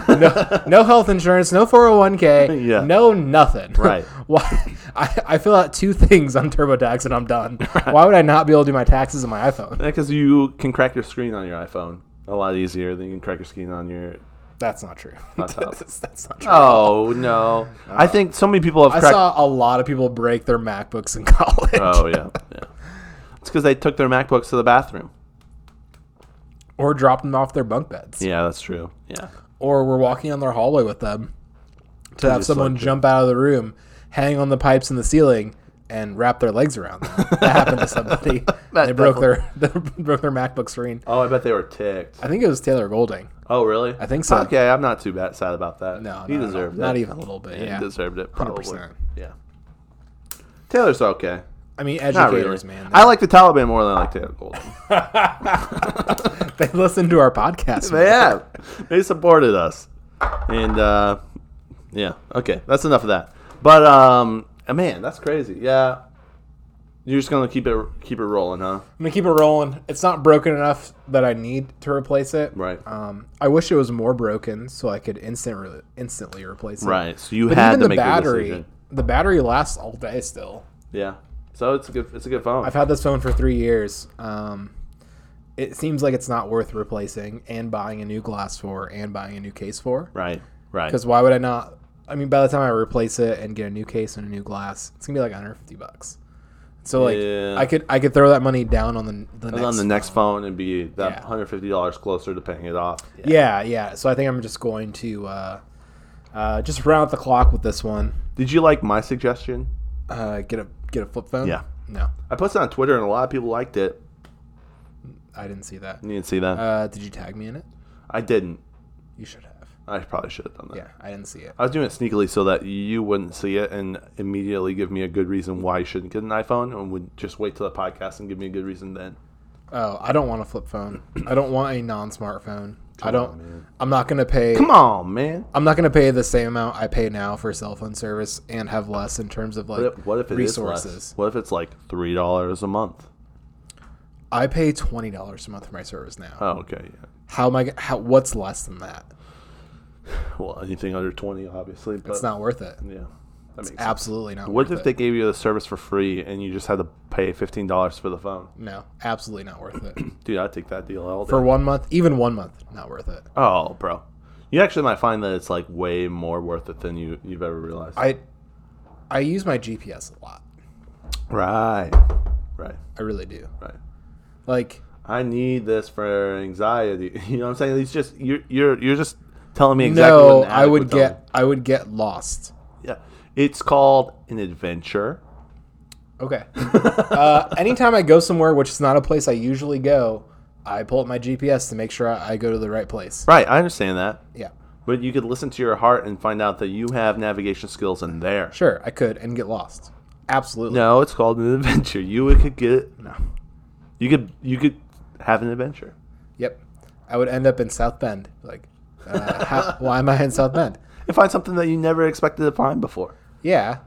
Speaker 2: no, no health insurance, no 401k,
Speaker 1: Yeah.
Speaker 2: no nothing.
Speaker 1: Right.
Speaker 2: Why? I, I fill out two things on TurboTax and I'm done. Why would I not be able to do my taxes on my iPhone?
Speaker 1: Because you can crack your screen on your iPhone a lot easier than you can crack your screen on your.
Speaker 2: That's not true.
Speaker 1: Laptop.
Speaker 2: that's, that's not true.
Speaker 1: Oh no! I think so many people have
Speaker 2: I
Speaker 1: cracked.
Speaker 2: saw a lot of people break their MacBooks in college,
Speaker 1: oh yeah, yeah. It's because they took their MacBooks to the bathroom.
Speaker 2: or dropped them off their bunk beds,
Speaker 1: Yeah, that's true. Yeah.
Speaker 2: or were walking on their hallway with them to have
Speaker 1: just
Speaker 2: someone
Speaker 1: like-
Speaker 2: jump out of the room, hang on the pipes in the ceiling. And wrap their legs around them. That happened to somebody. they broke their they broke their MacBook screen.
Speaker 1: Oh, I bet they were ticked.
Speaker 2: I think it was Taylor Golding.
Speaker 1: Oh really? I
Speaker 2: think so.
Speaker 1: Okay, I'm not too bad sad about that.
Speaker 2: No,
Speaker 1: he
Speaker 2: no, no,
Speaker 1: deserved it.
Speaker 2: not even a little bit. Yeah,
Speaker 1: He deserved it. Probably.
Speaker 2: 100%.
Speaker 1: Yeah. Taylor's okay.
Speaker 2: I mean,
Speaker 1: Not
Speaker 2: educators,
Speaker 1: really.
Speaker 2: man.
Speaker 1: I like the Taliban more than I like Taylor Golden.
Speaker 2: they listen to our podcast.
Speaker 1: They have. They supported us. And uh, yeah, okay, that's enough of that. But um, uh, man, that's crazy. Yeah, you're just gonna keep it keep it rolling, huh?
Speaker 2: I'm gonna keep it rolling. It's not broken enough that I need to replace it.
Speaker 1: Right.
Speaker 2: Um, I wish it was more broken so I could instant re- instantly replace it.
Speaker 1: Right. So you
Speaker 2: But
Speaker 1: had
Speaker 2: even
Speaker 1: to
Speaker 2: the
Speaker 1: make the
Speaker 2: battery,
Speaker 1: decision.
Speaker 2: the battery lasts all day still.
Speaker 1: Yeah. So it's a good it's a good phone.
Speaker 2: I've had this phone for three years. Um, it seems like it's not worth replacing and buying a new glass for and buying a new case for.
Speaker 1: right. Right.
Speaker 2: Because why would I not? I mean, by the time I replace it and get a new case and a new glass, it's gonna be like 150 bucks. So like,
Speaker 1: Yeah.
Speaker 2: I could I could throw that money down on the the
Speaker 1: And
Speaker 2: next.
Speaker 1: on the next phone and be that
Speaker 2: uh, Yeah.
Speaker 1: $150 closer to paying it off.
Speaker 2: yeah, yeah. So I think I'm just going to uh, uh, just round out the clock with this one.
Speaker 1: Did you like my suggestion?
Speaker 2: Uh, get a get a flip phone.
Speaker 1: Yeah.
Speaker 2: No,
Speaker 1: I posted on Twitter and a lot of people liked it.
Speaker 2: I didn't see that.
Speaker 1: You didn't see that?
Speaker 2: Uh, did you tag me in it?
Speaker 1: I didn't.
Speaker 2: You should have.
Speaker 1: I probably should have done that.
Speaker 2: Yeah, I didn't see it.
Speaker 1: I was doing it sneakily so that you wouldn't see it and immediately give me a good reason why you shouldn't get an iPhone and would just wait till the podcast and give me a good reason then.
Speaker 2: Oh, I don't want a flip phone. I don't want a non-smartphone. I don't. I'm not gonna pay.
Speaker 1: Come on, man.
Speaker 2: I'm not going to pay the same amount I pay now for cell phone service and have less in terms of like
Speaker 1: What if, what if it is less?
Speaker 2: resources.
Speaker 1: What if it's like three dollars a month?
Speaker 2: I pay twenty dollars a month for my service now.
Speaker 1: Oh, okay. Yeah.
Speaker 2: How am I? g- How, what's less than that?
Speaker 1: Well, anything under twenty, obviously. But
Speaker 2: It's not worth it.
Speaker 1: yeah, that makes sense.
Speaker 2: Absolutely not.
Speaker 1: What
Speaker 2: worth
Speaker 1: if
Speaker 2: it.
Speaker 1: they gave you the service for free and you just had to pay fifteen dollars for the phone?
Speaker 2: No, absolutely not worth it.
Speaker 1: Dude, I'd take that deal all day.
Speaker 2: For one month, even one month, not worth it.
Speaker 1: oh, bro, you actually might find that it's like way more worth it than you you've ever realized.
Speaker 2: I I use my GPS a lot.
Speaker 1: right, right,
Speaker 2: I really do.
Speaker 1: right.
Speaker 2: Like
Speaker 1: I need this for anxiety. You know what I'm saying? It's just you're you're you're just telling me exactly.
Speaker 2: no,
Speaker 1: what an
Speaker 2: I
Speaker 1: addict
Speaker 2: would
Speaker 1: tell
Speaker 2: get I would get lost.
Speaker 1: me. Yeah, it's called an adventure.
Speaker 2: Okay. uh, anytime I go somewhere, which is not a place I usually go, I pull up my GPS to make sure I, I go to the right place.
Speaker 1: Right, I understand that,
Speaker 2: Yeah,
Speaker 1: but you could listen to your heart and find out that you have navigation skills in there.
Speaker 2: sure, I could and get lost. Absolutely.
Speaker 1: No, it's called an adventure. You could get no. You could you could have an adventure.
Speaker 2: Yep. I would end up in South Bend. Like, uh, how, why am I in South Bend?
Speaker 1: And find something that you never expected to find before.
Speaker 2: Yeah,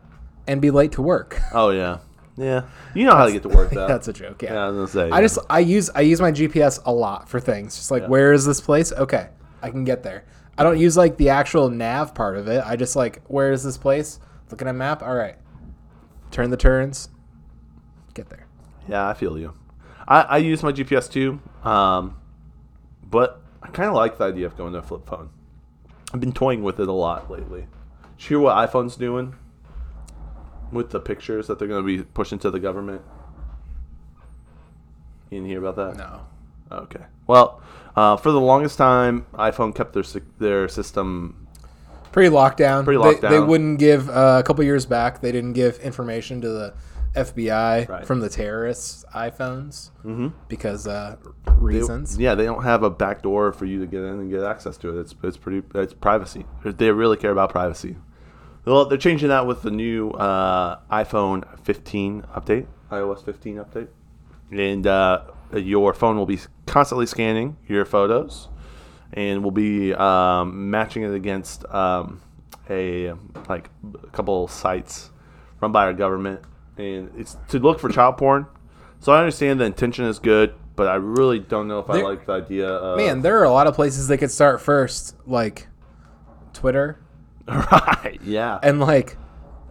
Speaker 2: and be late to work.
Speaker 1: Oh yeah, yeah. You know how to get to work though.
Speaker 2: That's a joke. Yeah.
Speaker 1: yeah, I was gonna say.
Speaker 2: I just I use I use my GPS a lot for things. Just like, where is this place? Okay, I can get there. I don't use like the actual nav part of it. I just like, where is this place? Look at a map. All right, turn the turns, get there.
Speaker 1: Yeah, I feel you. I, I use my GPS too, um, but I kind of like the idea of going to a flip phone. I've been toying with it a lot lately. Did you hear what iPhone's doing with the pictures that they're going to be pushing to the government? You didn't hear about that?
Speaker 2: No,
Speaker 1: Okay. Well, uh, for the longest time, iPhone kept their sy- their system.
Speaker 2: pretty locked down.
Speaker 1: Pretty
Speaker 2: They-
Speaker 1: locked
Speaker 2: they,
Speaker 1: down.
Speaker 2: wouldn't give uh, a couple years back. They didn't give information to the
Speaker 1: Right.
Speaker 2: FBI
Speaker 1: Mm-hmm.
Speaker 2: from the terrorists' iPhones because uh,
Speaker 1: They-
Speaker 2: reasons.
Speaker 1: yeah, they don't have a back door for you to get in and get access to it. It's it's pretty it's privacy. They really care about privacy. Well, they're changing that with the new uh, iPhone 15 update, iOS 15 update, and uh, your phone will be constantly scanning your photos, and will be um, matching it against um, a like a couple sites run by our government, and it's to look for child porn. So I understand the intention is good, but I really don't know if I
Speaker 2: There-
Speaker 1: like the idea. Of,
Speaker 2: Man, there are a lot of places they could start first, like Twitter
Speaker 1: right? Yeah,
Speaker 2: and like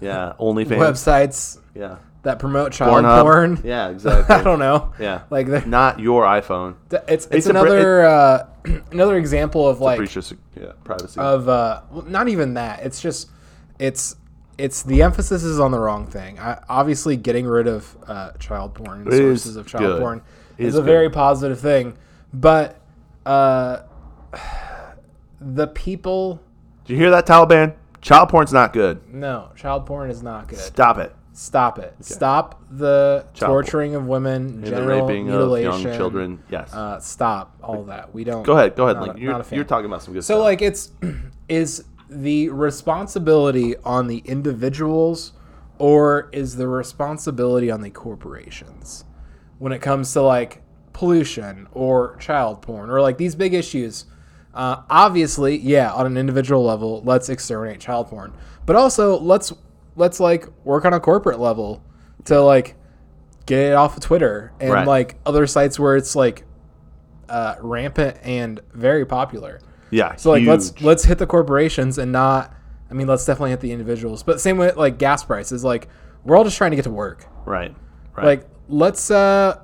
Speaker 1: yeah. OnlyFans.
Speaker 2: websites
Speaker 1: yeah,
Speaker 2: that promote child
Speaker 1: Pornhub.
Speaker 2: porn.
Speaker 1: Yeah,
Speaker 2: I
Speaker 1: exactly.
Speaker 2: don't know.
Speaker 1: yeah,
Speaker 2: Like they're-
Speaker 1: not your iPhone.
Speaker 2: th- it's it's,
Speaker 1: It's a br-
Speaker 2: another uh, another example of like
Speaker 1: Breaches, yeah, privacy.
Speaker 2: of uh, well, not even that. It's just it's it's the emphasis is on the wrong thing. I, obviously, getting rid of uh, child porn and
Speaker 1: It
Speaker 2: sources
Speaker 1: is
Speaker 2: of child
Speaker 1: good.
Speaker 2: porn
Speaker 1: It
Speaker 2: is
Speaker 1: is
Speaker 2: a very positive thing, but uh, the people
Speaker 1: Did you hear that, Taliban? Child porn's not good.
Speaker 2: no child porn is not good.
Speaker 1: Stop it.
Speaker 2: Stop it. Stop the
Speaker 1: Child porn.
Speaker 2: torturing of women,
Speaker 1: And the
Speaker 2: general
Speaker 1: raping
Speaker 2: mutilation,
Speaker 1: of young children. Yes.
Speaker 2: Uh, stop all that. We don't.
Speaker 1: go ahead. Go ahead.
Speaker 2: not a-
Speaker 1: Link.
Speaker 2: not
Speaker 1: You're,
Speaker 2: a fan.
Speaker 1: you're talking about some good
Speaker 2: So
Speaker 1: stuff.
Speaker 2: like it's is the responsibility on the individuals or is the responsibility on the corporations when it comes to like pollution or child porn or like these big issues? Uh, obviously, yeah, on an individual level, let's exterminate child porn, but also let's let's like work on a corporate level to like get it off of Twitter and
Speaker 1: Right.
Speaker 2: like other sites where it's like uh, rampant and very popular.
Speaker 1: yeah.
Speaker 2: So like let's
Speaker 1: huge.
Speaker 2: let's hit the corporations and not I mean let's definitely hit the individuals. But same with like gas prices, like we're all just trying to get to work.
Speaker 1: right. Right.
Speaker 2: Like let's uh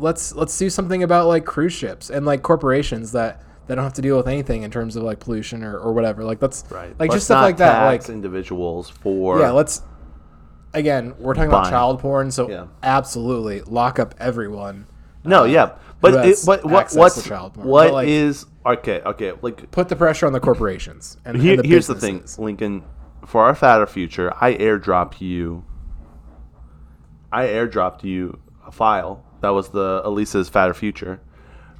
Speaker 2: let's let's do something about like cruise ships and like corporations that that don't have to deal with anything in terms of like pollution or, or whatever. Like that's
Speaker 1: right.
Speaker 2: like
Speaker 1: Let's
Speaker 2: just stuff
Speaker 1: not
Speaker 2: like that. Like
Speaker 1: tax individuals for
Speaker 2: yeah, let's. Again, we're talking
Speaker 1: Fine.
Speaker 2: about child porn, so
Speaker 1: Yeah.
Speaker 2: absolutely lock up everyone.
Speaker 1: no, yeah, but it,
Speaker 2: has
Speaker 1: but what
Speaker 2: access to
Speaker 1: what's
Speaker 2: child porn.
Speaker 1: what
Speaker 2: But, like-
Speaker 1: is- okay okay like
Speaker 2: Put the pressure on the corporations. And, and
Speaker 1: here, here's the thing,
Speaker 2: businesses.
Speaker 1: Lincoln. For our fatter future, I airdropped you. I airdropped you a file that was the Elisa's fatter future.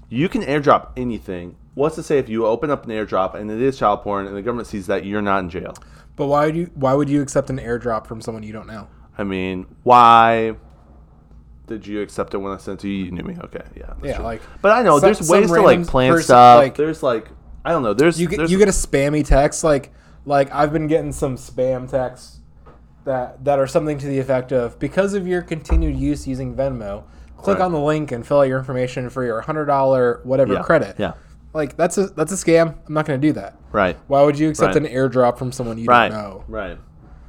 Speaker 1: You can airdrop anything. What's to say if you open up an airdrop and it is child porn and the government sees that you're not in jail?
Speaker 2: But why would you? Why would you accept an airdrop from someone you don't know?
Speaker 1: I mean, why did you accept it when I sent it to you? You knew me, okay? Yeah, that's
Speaker 2: Yeah,
Speaker 1: true.
Speaker 2: like,
Speaker 1: but I know
Speaker 2: some-
Speaker 1: there's
Speaker 2: some
Speaker 1: ways to
Speaker 2: random
Speaker 1: like plan
Speaker 2: person,
Speaker 1: stuff.
Speaker 2: like-
Speaker 1: there's like I don't know. There's
Speaker 2: You get
Speaker 1: there's,
Speaker 2: you get a spammy text like like I've been getting some spam texts that that are something to the effect of because of your continued use using Venmo, click
Speaker 1: Right.
Speaker 2: on the link and fill out your information for your hundred dollar whatever
Speaker 1: yeah,
Speaker 2: credit.
Speaker 1: Yeah,
Speaker 2: like that's a that's a scam. I'm not going to do that.
Speaker 1: right.
Speaker 2: Why would you accept
Speaker 1: Right.
Speaker 2: an airdrop from someone you
Speaker 1: Right.
Speaker 2: don't know?
Speaker 1: Right.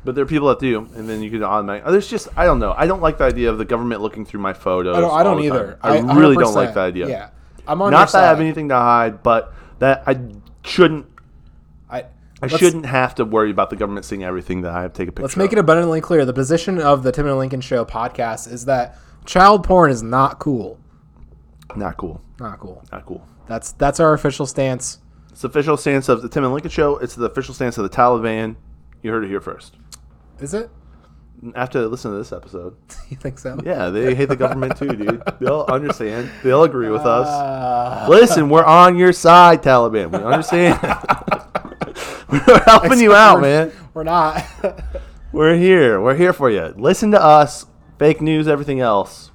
Speaker 1: But there are people that do, and then you can automatic. There's just I don't know. I don't like the idea of the government looking through my photos.
Speaker 2: I don't, I
Speaker 1: all
Speaker 2: don't
Speaker 1: the
Speaker 2: either.
Speaker 1: time. I, really don't like the idea.
Speaker 2: Yeah, I'm on your
Speaker 1: Not that I have
Speaker 2: side.
Speaker 1: anything to hide, but that I shouldn't.
Speaker 2: I,
Speaker 1: I
Speaker 2: let's-
Speaker 1: shouldn't have to worry about the government seeing everything that I take a picture.
Speaker 2: Let's make it abundantly clear. The position of the Tim and Lincoln Show podcast is that child porn is not cool.
Speaker 1: it not cool.
Speaker 2: Not cool.
Speaker 1: Not cool.
Speaker 2: That's that's our official stance.
Speaker 1: It's the official stance of the Tim and Lincoln show. It's the official stance of the Taliban. You heard it here first.
Speaker 2: Is it?
Speaker 1: After listening to this episode,
Speaker 2: You think so?
Speaker 1: yeah, they hate the government too, dude. They'll understand. They'll agree with us.
Speaker 2: Uh,
Speaker 1: Listen, we're on your side, Taliban. We understand. we're helping you out, man.
Speaker 2: We're not.
Speaker 1: We're here. We're here for you. Listen to us. Fake news, everything else.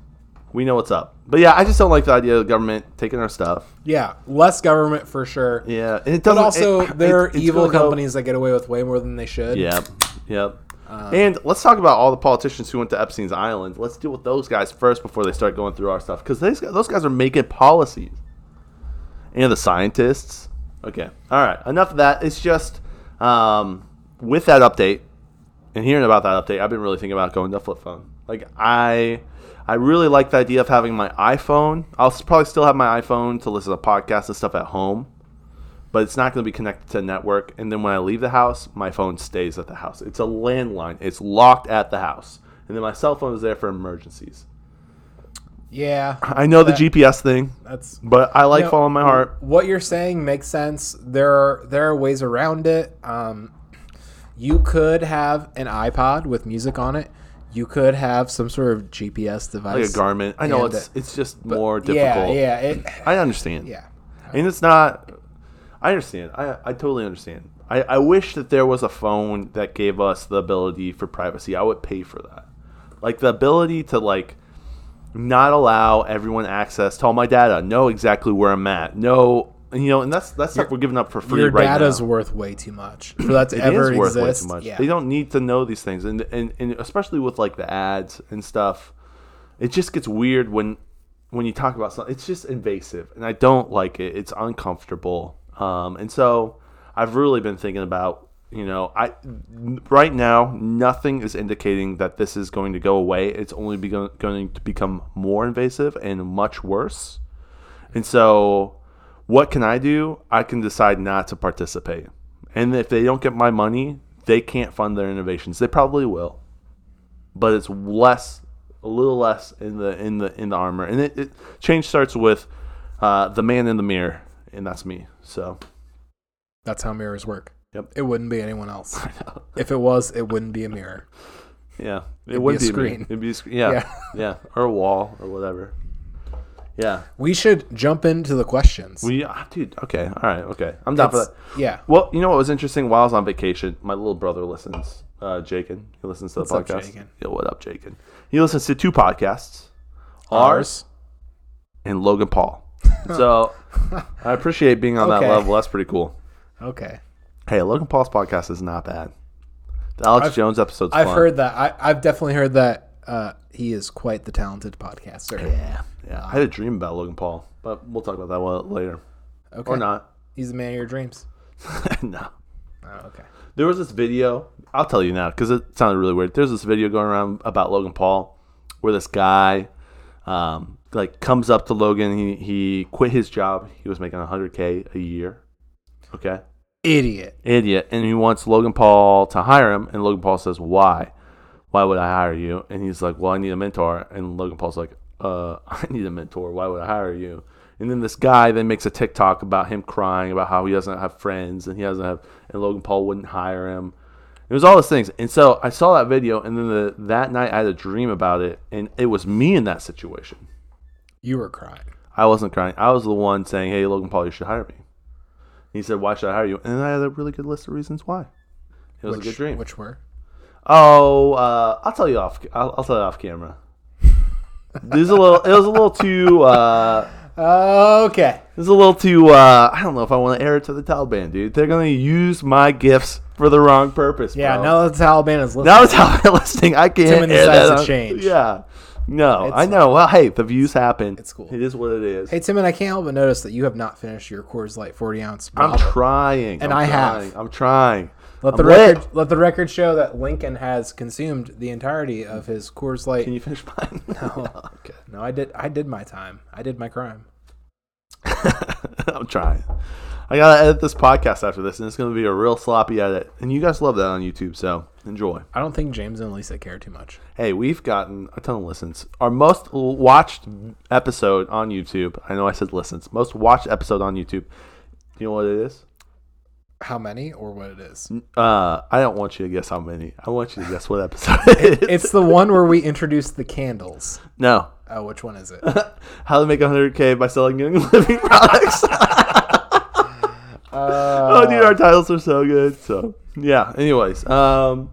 Speaker 1: We know what's up. But yeah, I just don't like the idea of the government taking our stuff.
Speaker 2: yeah, less government for sure.
Speaker 1: Yeah, and it
Speaker 2: But
Speaker 1: doesn't.
Speaker 2: also,
Speaker 1: it-
Speaker 2: there are
Speaker 1: it- it's
Speaker 2: evil
Speaker 1: gonna go-
Speaker 2: companies that get away with way more than they should.
Speaker 1: Yep. Yep. and let's talk about all the politicians who went to Epstein's Island. Let's deal with those guys first before they start going through our stuff because those guys are making policies. And the scientists. Okay. All right. Enough of that. It's just um, with that update and hearing about that update, I've been really thinking about going to flip phone. Like I, I really like the idea of having my iPhone. I'll s- probably still have my iPhone to listen to podcasts and stuff at home but it's not going to be connected to a network. And then when I leave the house, my phone stays at the house. It's a landline. It's locked at the house. And then my cell phone is there for emergencies.
Speaker 2: Yeah.
Speaker 1: I know the GPS thing,
Speaker 2: That's
Speaker 1: but I like
Speaker 2: No.
Speaker 1: following my heart.
Speaker 2: what you're saying makes sense. There are there are ways around it. Um, you could have an iPod with music on it. You could have some sort of GPS device.
Speaker 1: like a garment. I know
Speaker 2: And,
Speaker 1: it's
Speaker 2: uh,
Speaker 1: it's just more
Speaker 2: Yeah,
Speaker 1: difficult.
Speaker 2: yeah, it,
Speaker 1: I understand.
Speaker 2: yeah.
Speaker 1: And it's not. I understand. I, I totally understand. I, I wish that there was a phone that gave us the ability for privacy. I would pay for that. Like the ability to like not allow everyone access to all my data, know exactly where I'm at, know you know, and that's that's stuff we're giving up for free
Speaker 2: Your
Speaker 1: right
Speaker 2: data's
Speaker 1: now.
Speaker 2: worth way too much for that to
Speaker 1: It
Speaker 2: ever
Speaker 1: is worth way
Speaker 2: exist.
Speaker 1: too much.
Speaker 2: Yeah.
Speaker 1: They don't need to know these things, and, and and especially with like the ads and stuff, it just gets weird when when you talk about something. It's just invasive, and I don't like it. It's uncomfortable, um, and so I've really been thinking about you know I n- right now nothing is indicating that this is going to go away. It's only begun, going to become more invasive and much worse, and so what can I do? I can decide not to participate. And if they don't get my money, they can't fund their innovations. They probably will. But it's less a little less in the in the in the armor. And it, it change starts with uh, the man in the mirror, and that's me. So
Speaker 2: That's how mirrors work.
Speaker 1: Yep.
Speaker 2: It wouldn't be anyone else. if it was, it wouldn't be a mirror.
Speaker 1: yeah. It
Speaker 2: be a
Speaker 1: would be, me.
Speaker 2: screen.
Speaker 1: It'd be a screen. Yeah.
Speaker 2: Yeah.
Speaker 1: yeah. Or a wall or whatever. Yeah.
Speaker 2: We should jump into the questions.
Speaker 1: We ah, dude, okay. All right, okay. I'm down for
Speaker 2: It's-
Speaker 1: that.
Speaker 2: yeah.
Speaker 1: Well, you know what was interesting? While I was on vacation, my little brother listens, uh, Jacob. He listens to the
Speaker 2: up,
Speaker 1: podcast.
Speaker 2: Jacob?
Speaker 1: Yo, what up, Jacob? He listens to two podcasts, ours
Speaker 2: Ours.
Speaker 1: and Logan Paul. So I appreciate being on
Speaker 2: Okay.
Speaker 1: that level. That's pretty cool.
Speaker 2: Okay.
Speaker 1: Hey, Logan Paul's podcast is not bad. The Alex Jones episode's
Speaker 2: I've
Speaker 1: fun.
Speaker 2: heard that. I, I've definitely heard that uh, he is quite the talented podcaster.
Speaker 1: Yeah, yeah. I had a dream about Logan Paul, but we'll talk about that one later,
Speaker 2: Okay.
Speaker 1: or not.
Speaker 2: He's the man of your dreams.
Speaker 1: no.
Speaker 2: Oh, okay.
Speaker 1: There was this video. I'll tell you now because it sounded really weird. There's this video going around about Logan Paul, where this guy, um, like comes up to Logan. He he quit his job. He was making 100k a year. Okay,
Speaker 2: Idiot.
Speaker 1: idiot. And he wants Logan Paul to hire him. And Logan Paul says, "Why? Why would I hire you?" And he's like, "Well, I need a mentor." And Logan Paul's like, "Uh, I need a mentor. Why would I hire you?" And then this guy then makes a TikTok about him crying about how he doesn't have friends and he doesn't have, and Logan Paul wouldn't hire him. It was all those things. And so I saw that video, and then the, that night I had a dream about it, and it was me in that situation.
Speaker 2: You were crying.
Speaker 1: I wasn't crying. I was the one saying, "Hey, Logan Paul, you should hire me." He said, "Why should I hire you?" And then I had a really good list of reasons why. It was
Speaker 2: which,
Speaker 1: a good dream.
Speaker 2: Which were?
Speaker 1: Oh, uh, I'll tell you off. I'll, I'll tell you off camera. This is a little. It was a little too. Uh,
Speaker 2: Oh, Okay.
Speaker 1: it was a little too. Uh, I don't know if I want to air it to the Taliban, dude. They're gonna use my gifts for the wrong purpose.
Speaker 2: Yeah.
Speaker 1: bro.
Speaker 2: Now that the Taliban is listening,
Speaker 1: That was how I'm listening. I can't.
Speaker 2: Too many
Speaker 1: air
Speaker 2: sides
Speaker 1: that
Speaker 2: to
Speaker 1: on-
Speaker 2: change.
Speaker 1: Yeah. No, I know. Well, hey, the views happen.
Speaker 2: It's cool.
Speaker 1: It is what it is.
Speaker 2: hey Tim, and I can't help but notice that you have not finished your Coors Light 40 ounce.
Speaker 1: I'm
Speaker 2: bottle.
Speaker 1: trying.
Speaker 2: And
Speaker 1: I'm
Speaker 2: I have.
Speaker 1: trying. I'm trying.
Speaker 2: Let
Speaker 1: I'm
Speaker 2: the
Speaker 1: lit.
Speaker 2: record let the record show that Lincoln has consumed the entirety of his Coors Light.
Speaker 1: Can you finish mine? No. okay.
Speaker 2: no, I did I did my time. I did my crime.
Speaker 1: I'm trying. I gotta edit this podcast after this, and it's gonna be a real sloppy edit. And you guys love that on YouTube, so enjoy.
Speaker 2: I don't think James and Lisa care too much.
Speaker 1: Hey, we've gotten a ton of listens. Our most l- watched episode on YouTube. I know I said listens. Most watched episode on YouTube. You know what it is?
Speaker 2: How many or what it is?
Speaker 1: Uh, I don't want you to guess how many. I want you to guess what episode it is.
Speaker 2: It's the one where we introduced the candles.
Speaker 1: No.
Speaker 2: Oh, which one is it?
Speaker 1: How to make 100K by selling Young Living products.
Speaker 2: Uh,
Speaker 1: oh, dude, our titles are so good. So yeah. Anyways, um,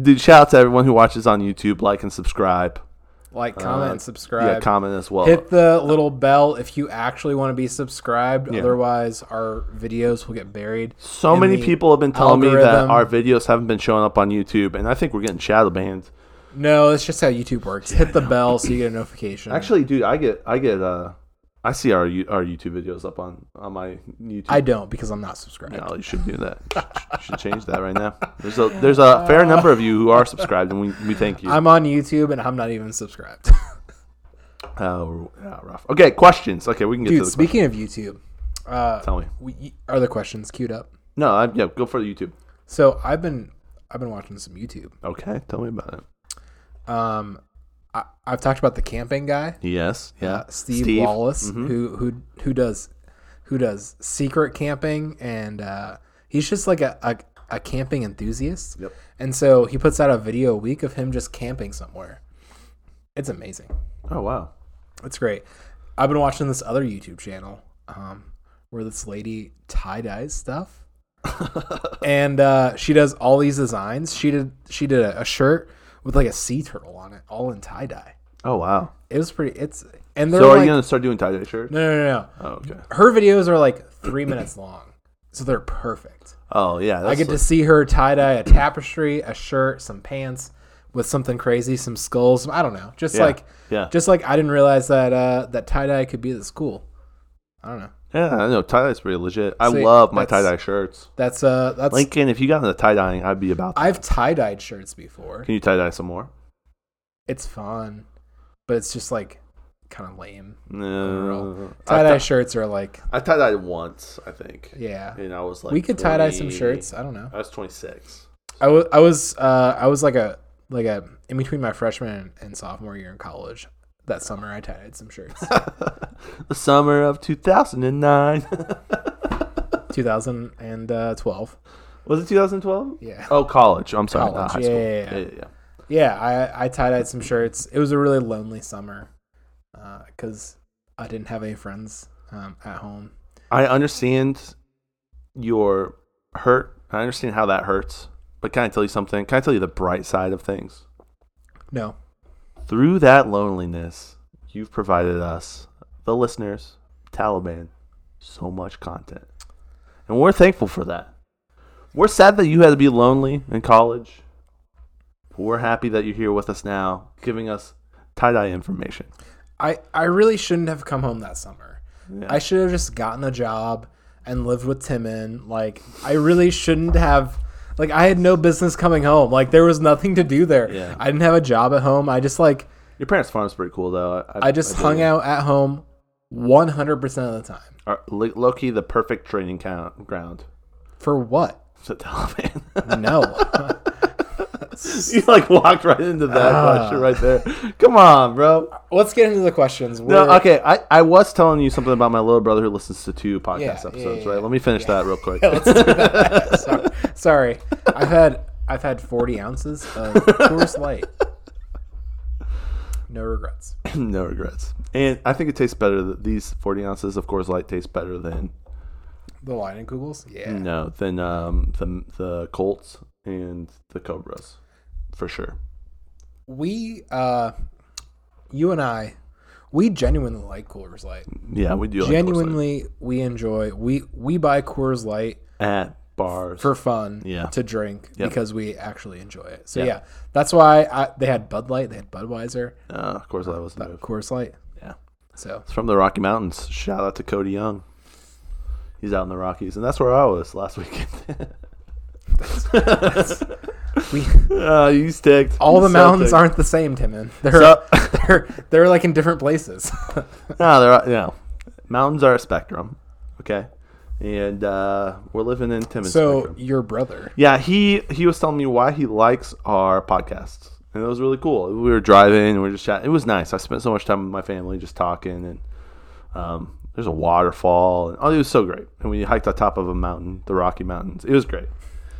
Speaker 1: dude, shout out to everyone who watches on YouTube. Like and subscribe. Uh,
Speaker 2: like, comment, and
Speaker 1: Yeah,
Speaker 2: subscribe.
Speaker 1: comment as well.
Speaker 2: Hit the little bell if you actually want to be subscribed. Otherwise, our videos will get buried.
Speaker 1: so
Speaker 2: in
Speaker 1: many
Speaker 2: the
Speaker 1: people have been telling me that
Speaker 2: algorithm.
Speaker 1: our videos haven't been showing up on YouTube, and I think we're getting shadow banned.
Speaker 2: No, that's just how YouTube works. Hit the bell so you get a notification.
Speaker 1: Actually, dude, I get, I get, uh, I see our you- our YouTube videos up on on my YouTube.
Speaker 2: I don't because I'm not subscribed.
Speaker 1: no, you should do that. You should- you should change that right now. There's a there's a fair number of you who are subscribed, and we, we thank you.
Speaker 2: I'm on YouTube and I'm not even subscribed.
Speaker 1: Oh, yeah, rough. Okay, questions. Okay, we can get to
Speaker 2: Dude,
Speaker 1: the
Speaker 2: speaking of YouTube, uh,
Speaker 1: Tell me.
Speaker 2: we, are the questions queued up?
Speaker 1: No, I, yeah, go for the YouTube.
Speaker 2: So I've been I've been watching some YouTube.
Speaker 1: Okay, tell me about it.
Speaker 2: Um, I, I've talked about the camping guy,
Speaker 1: Yes, yeah. Mm-hmm.
Speaker 2: Steve, Wallace, who who who does who does secret camping, and uh, he's just like a, a a camping enthusiast.
Speaker 1: Yep.
Speaker 2: And so he puts out a video a week of him just camping somewhere. It's amazing.
Speaker 1: Oh wow.
Speaker 2: It's great. I've been watching this other YouTube channel um, where this lady tie dyes stuff, and uh, she does all these designs. She did she did a, a shirt with like a sea turtle on it, all in tie dye.
Speaker 1: Oh wow.
Speaker 2: It was pretty. It's and they're
Speaker 1: So are
Speaker 2: like
Speaker 1: you gonna start doing tie dye shirts?
Speaker 2: no no no no.
Speaker 1: Oh, okay.
Speaker 2: Her videos are like three minutes long, so they're perfect.
Speaker 1: Oh yeah. That's
Speaker 2: I get to see her tie dye a tapestry, a shirt, some pants with something crazy, some skulls. I don't know. Just like
Speaker 1: yeah.
Speaker 2: just like I didn't realize that uh, that tie dye could be this cool. I don't know.
Speaker 1: yeah. I know tie dye's pretty legit. I
Speaker 2: See,
Speaker 1: love my tie
Speaker 2: that's-
Speaker 1: dye shirts.
Speaker 2: That's uh that's
Speaker 1: Lincoln, if you got into tie dyeing, I'd be about. That.
Speaker 2: I've tie dyed shirts before.
Speaker 1: Can you tie dye some more?
Speaker 2: It's fun, but it's just like kind of lame.
Speaker 1: No.
Speaker 2: Tie dye
Speaker 1: I,
Speaker 2: shirts are like
Speaker 1: I tie dyed once, I think.
Speaker 2: yeah.
Speaker 1: And I was like,
Speaker 2: we could tie dye some
Speaker 1: 20
Speaker 2: shirts. I don't know.
Speaker 1: I was 26.
Speaker 2: I was I was uh, I was like a like a in between my freshman and sophomore year in college. That summer, I tie dyed some shirts.
Speaker 1: The summer of 2009.
Speaker 2: 2012.
Speaker 1: was it 2012?
Speaker 2: Yeah.
Speaker 1: Oh, college. I'm sorry. not
Speaker 2: College,
Speaker 1: high school.
Speaker 2: yeah, yeah, yeah.
Speaker 1: yeah, yeah.
Speaker 2: Yeah, I, I tie dyed some shirts. It was a really lonely summer because I didn't have any friends um, at home.
Speaker 1: I understand your hurt. I understand how that hurts. But can I tell you something? Can I tell you the bright side of things?
Speaker 2: No.
Speaker 1: Through that loneliness, you've provided us, the listeners, Taliban, so much content. And we're thankful for that. We're sad that you had to be lonely in college. But we're happy that you're here with us now, giving us tie dye information.
Speaker 2: I, I really shouldn't have come home that summer. I should have just gotten a job and lived with Timon. Like, I really shouldn't have. Like, I had no business coming home. Like, there was nothing to do there.
Speaker 1: Yeah.
Speaker 2: I didn't have a job at home. I just, like,
Speaker 1: Your parents' farm's pretty cool, though.
Speaker 2: I just hung out at home 100% of the time.
Speaker 1: out. Loki, the perfect training count, ground.
Speaker 2: For what?
Speaker 1: So Taliban.
Speaker 2: No.
Speaker 1: you like walked right into that
Speaker 2: Ah.
Speaker 1: question right there. Come on, bro.
Speaker 2: Let's get into the questions.
Speaker 1: No,
Speaker 2: We're-
Speaker 1: okay. I, I was telling you something about my little brother who listens to two podcast
Speaker 2: Yeah, yeah,
Speaker 1: episodes,
Speaker 2: yeah,
Speaker 1: right?
Speaker 2: yeah.
Speaker 1: Let me finish that real quick.
Speaker 2: sorry, sorry. I've had I've had forty ounces of Coors Light. No regrets.
Speaker 1: no regrets. And I think it tastes better. Than, these 40 ounces, of course, light tastes better than
Speaker 2: The line and Googles, yeah.
Speaker 1: no than um the the Colts and the Cobras, for sure.
Speaker 2: We, uh, you and I, we genuinely like Coors Light.
Speaker 1: Yeah, we do like Coors Light.
Speaker 2: Genuinely, we enjoy. We we buy Coors Light
Speaker 1: at bars.
Speaker 2: for fun,
Speaker 1: Yeah.
Speaker 2: to drink because we actually enjoy it. So yeah,
Speaker 1: Yeah.
Speaker 2: that's why I, they had Bud Light, they had Budweiser,
Speaker 1: uh, of course, that was the move.
Speaker 2: Coors Light.
Speaker 1: Yeah.
Speaker 2: So
Speaker 1: It's from the Rocky Mountains. Shout out to Cody Young. He's out in the Rockies, and that's where I was last weekend.
Speaker 2: we.
Speaker 1: uh, you sticked.
Speaker 2: all
Speaker 1: You so
Speaker 2: the mountains
Speaker 1: ticked.
Speaker 2: aren't the same, Timon. They're,
Speaker 1: So-
Speaker 2: they're they're like in different places.
Speaker 1: No, they're all- no. Mountains are a spectrum. Okay, and uh, we're living in Timmins.
Speaker 2: so
Speaker 1: spectrum.
Speaker 2: your brother,
Speaker 1: yeah, he he was telling me why he likes our podcasts, and it was really cool. We were driving and we were just chatting. It was nice. I spent so much time with my family just talking, and um, there's a waterfall. And, oh, it was so great. And we hiked on top of a mountain, the Rocky Mountains. It was great.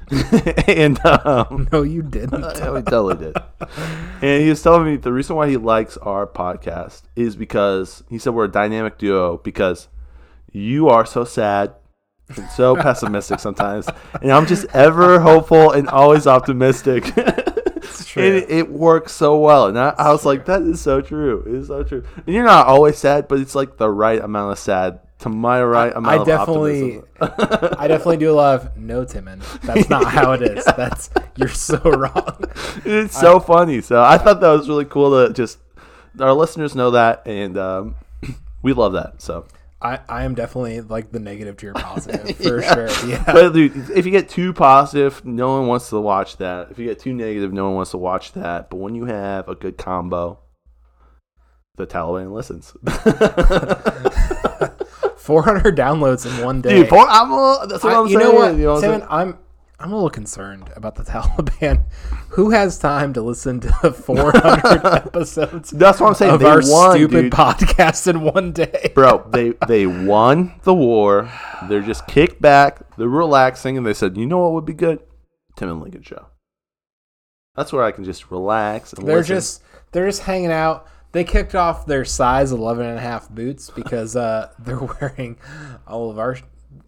Speaker 1: and um,
Speaker 2: no, you didn't.
Speaker 1: yeah, we totally did. And he was telling me the reason why he likes our podcast is because he said we're a dynamic duo because you are so sad and so pessimistic sometimes, and I'm just ever hopeful and always optimistic. It's
Speaker 2: true.
Speaker 1: And it, it works so well. And I, I was like, that is so true. It is so true. And you're not always sad, but it's like the right amount of sad to my right amount
Speaker 2: I
Speaker 1: of
Speaker 2: definitely,
Speaker 1: optimism.
Speaker 2: I definitely do love no, Timon. That's not how it is. That's you're so wrong.
Speaker 1: it's so funny. So I thought that was really cool to just our listeners know that, and um, we love that. So,
Speaker 2: I, I am definitely like the negative to your positive for sure. Yeah,
Speaker 1: but dude, if you get too positive, no one wants to watch that. If you get too negative, no one wants to watch that. But when you have a good combo, the Taliban listens.
Speaker 2: four hundred downloads in one day.
Speaker 1: Dude, for- I'm a- that's what
Speaker 2: I-
Speaker 1: I, am
Speaker 2: you
Speaker 1: saying.
Speaker 2: know what,
Speaker 1: You know what I'm
Speaker 2: Timon?
Speaker 1: saying?
Speaker 2: I'm I'm a little concerned about the Taliban. Who has time to listen to four hundred episodes?
Speaker 1: That's what I'm saying.
Speaker 2: of
Speaker 1: They
Speaker 2: our
Speaker 1: won,
Speaker 2: stupid
Speaker 1: dude.
Speaker 2: podcast in one day.
Speaker 1: Bro, they they won the war. They're just kicked back. They're relaxing, and they said, "You know what would be good? Tim and Lincoln show. That's where I can just relax and
Speaker 2: They're
Speaker 1: listen.
Speaker 2: just they're just hanging out. They kicked off their size 11 and a half boots because uh, they're wearing all of our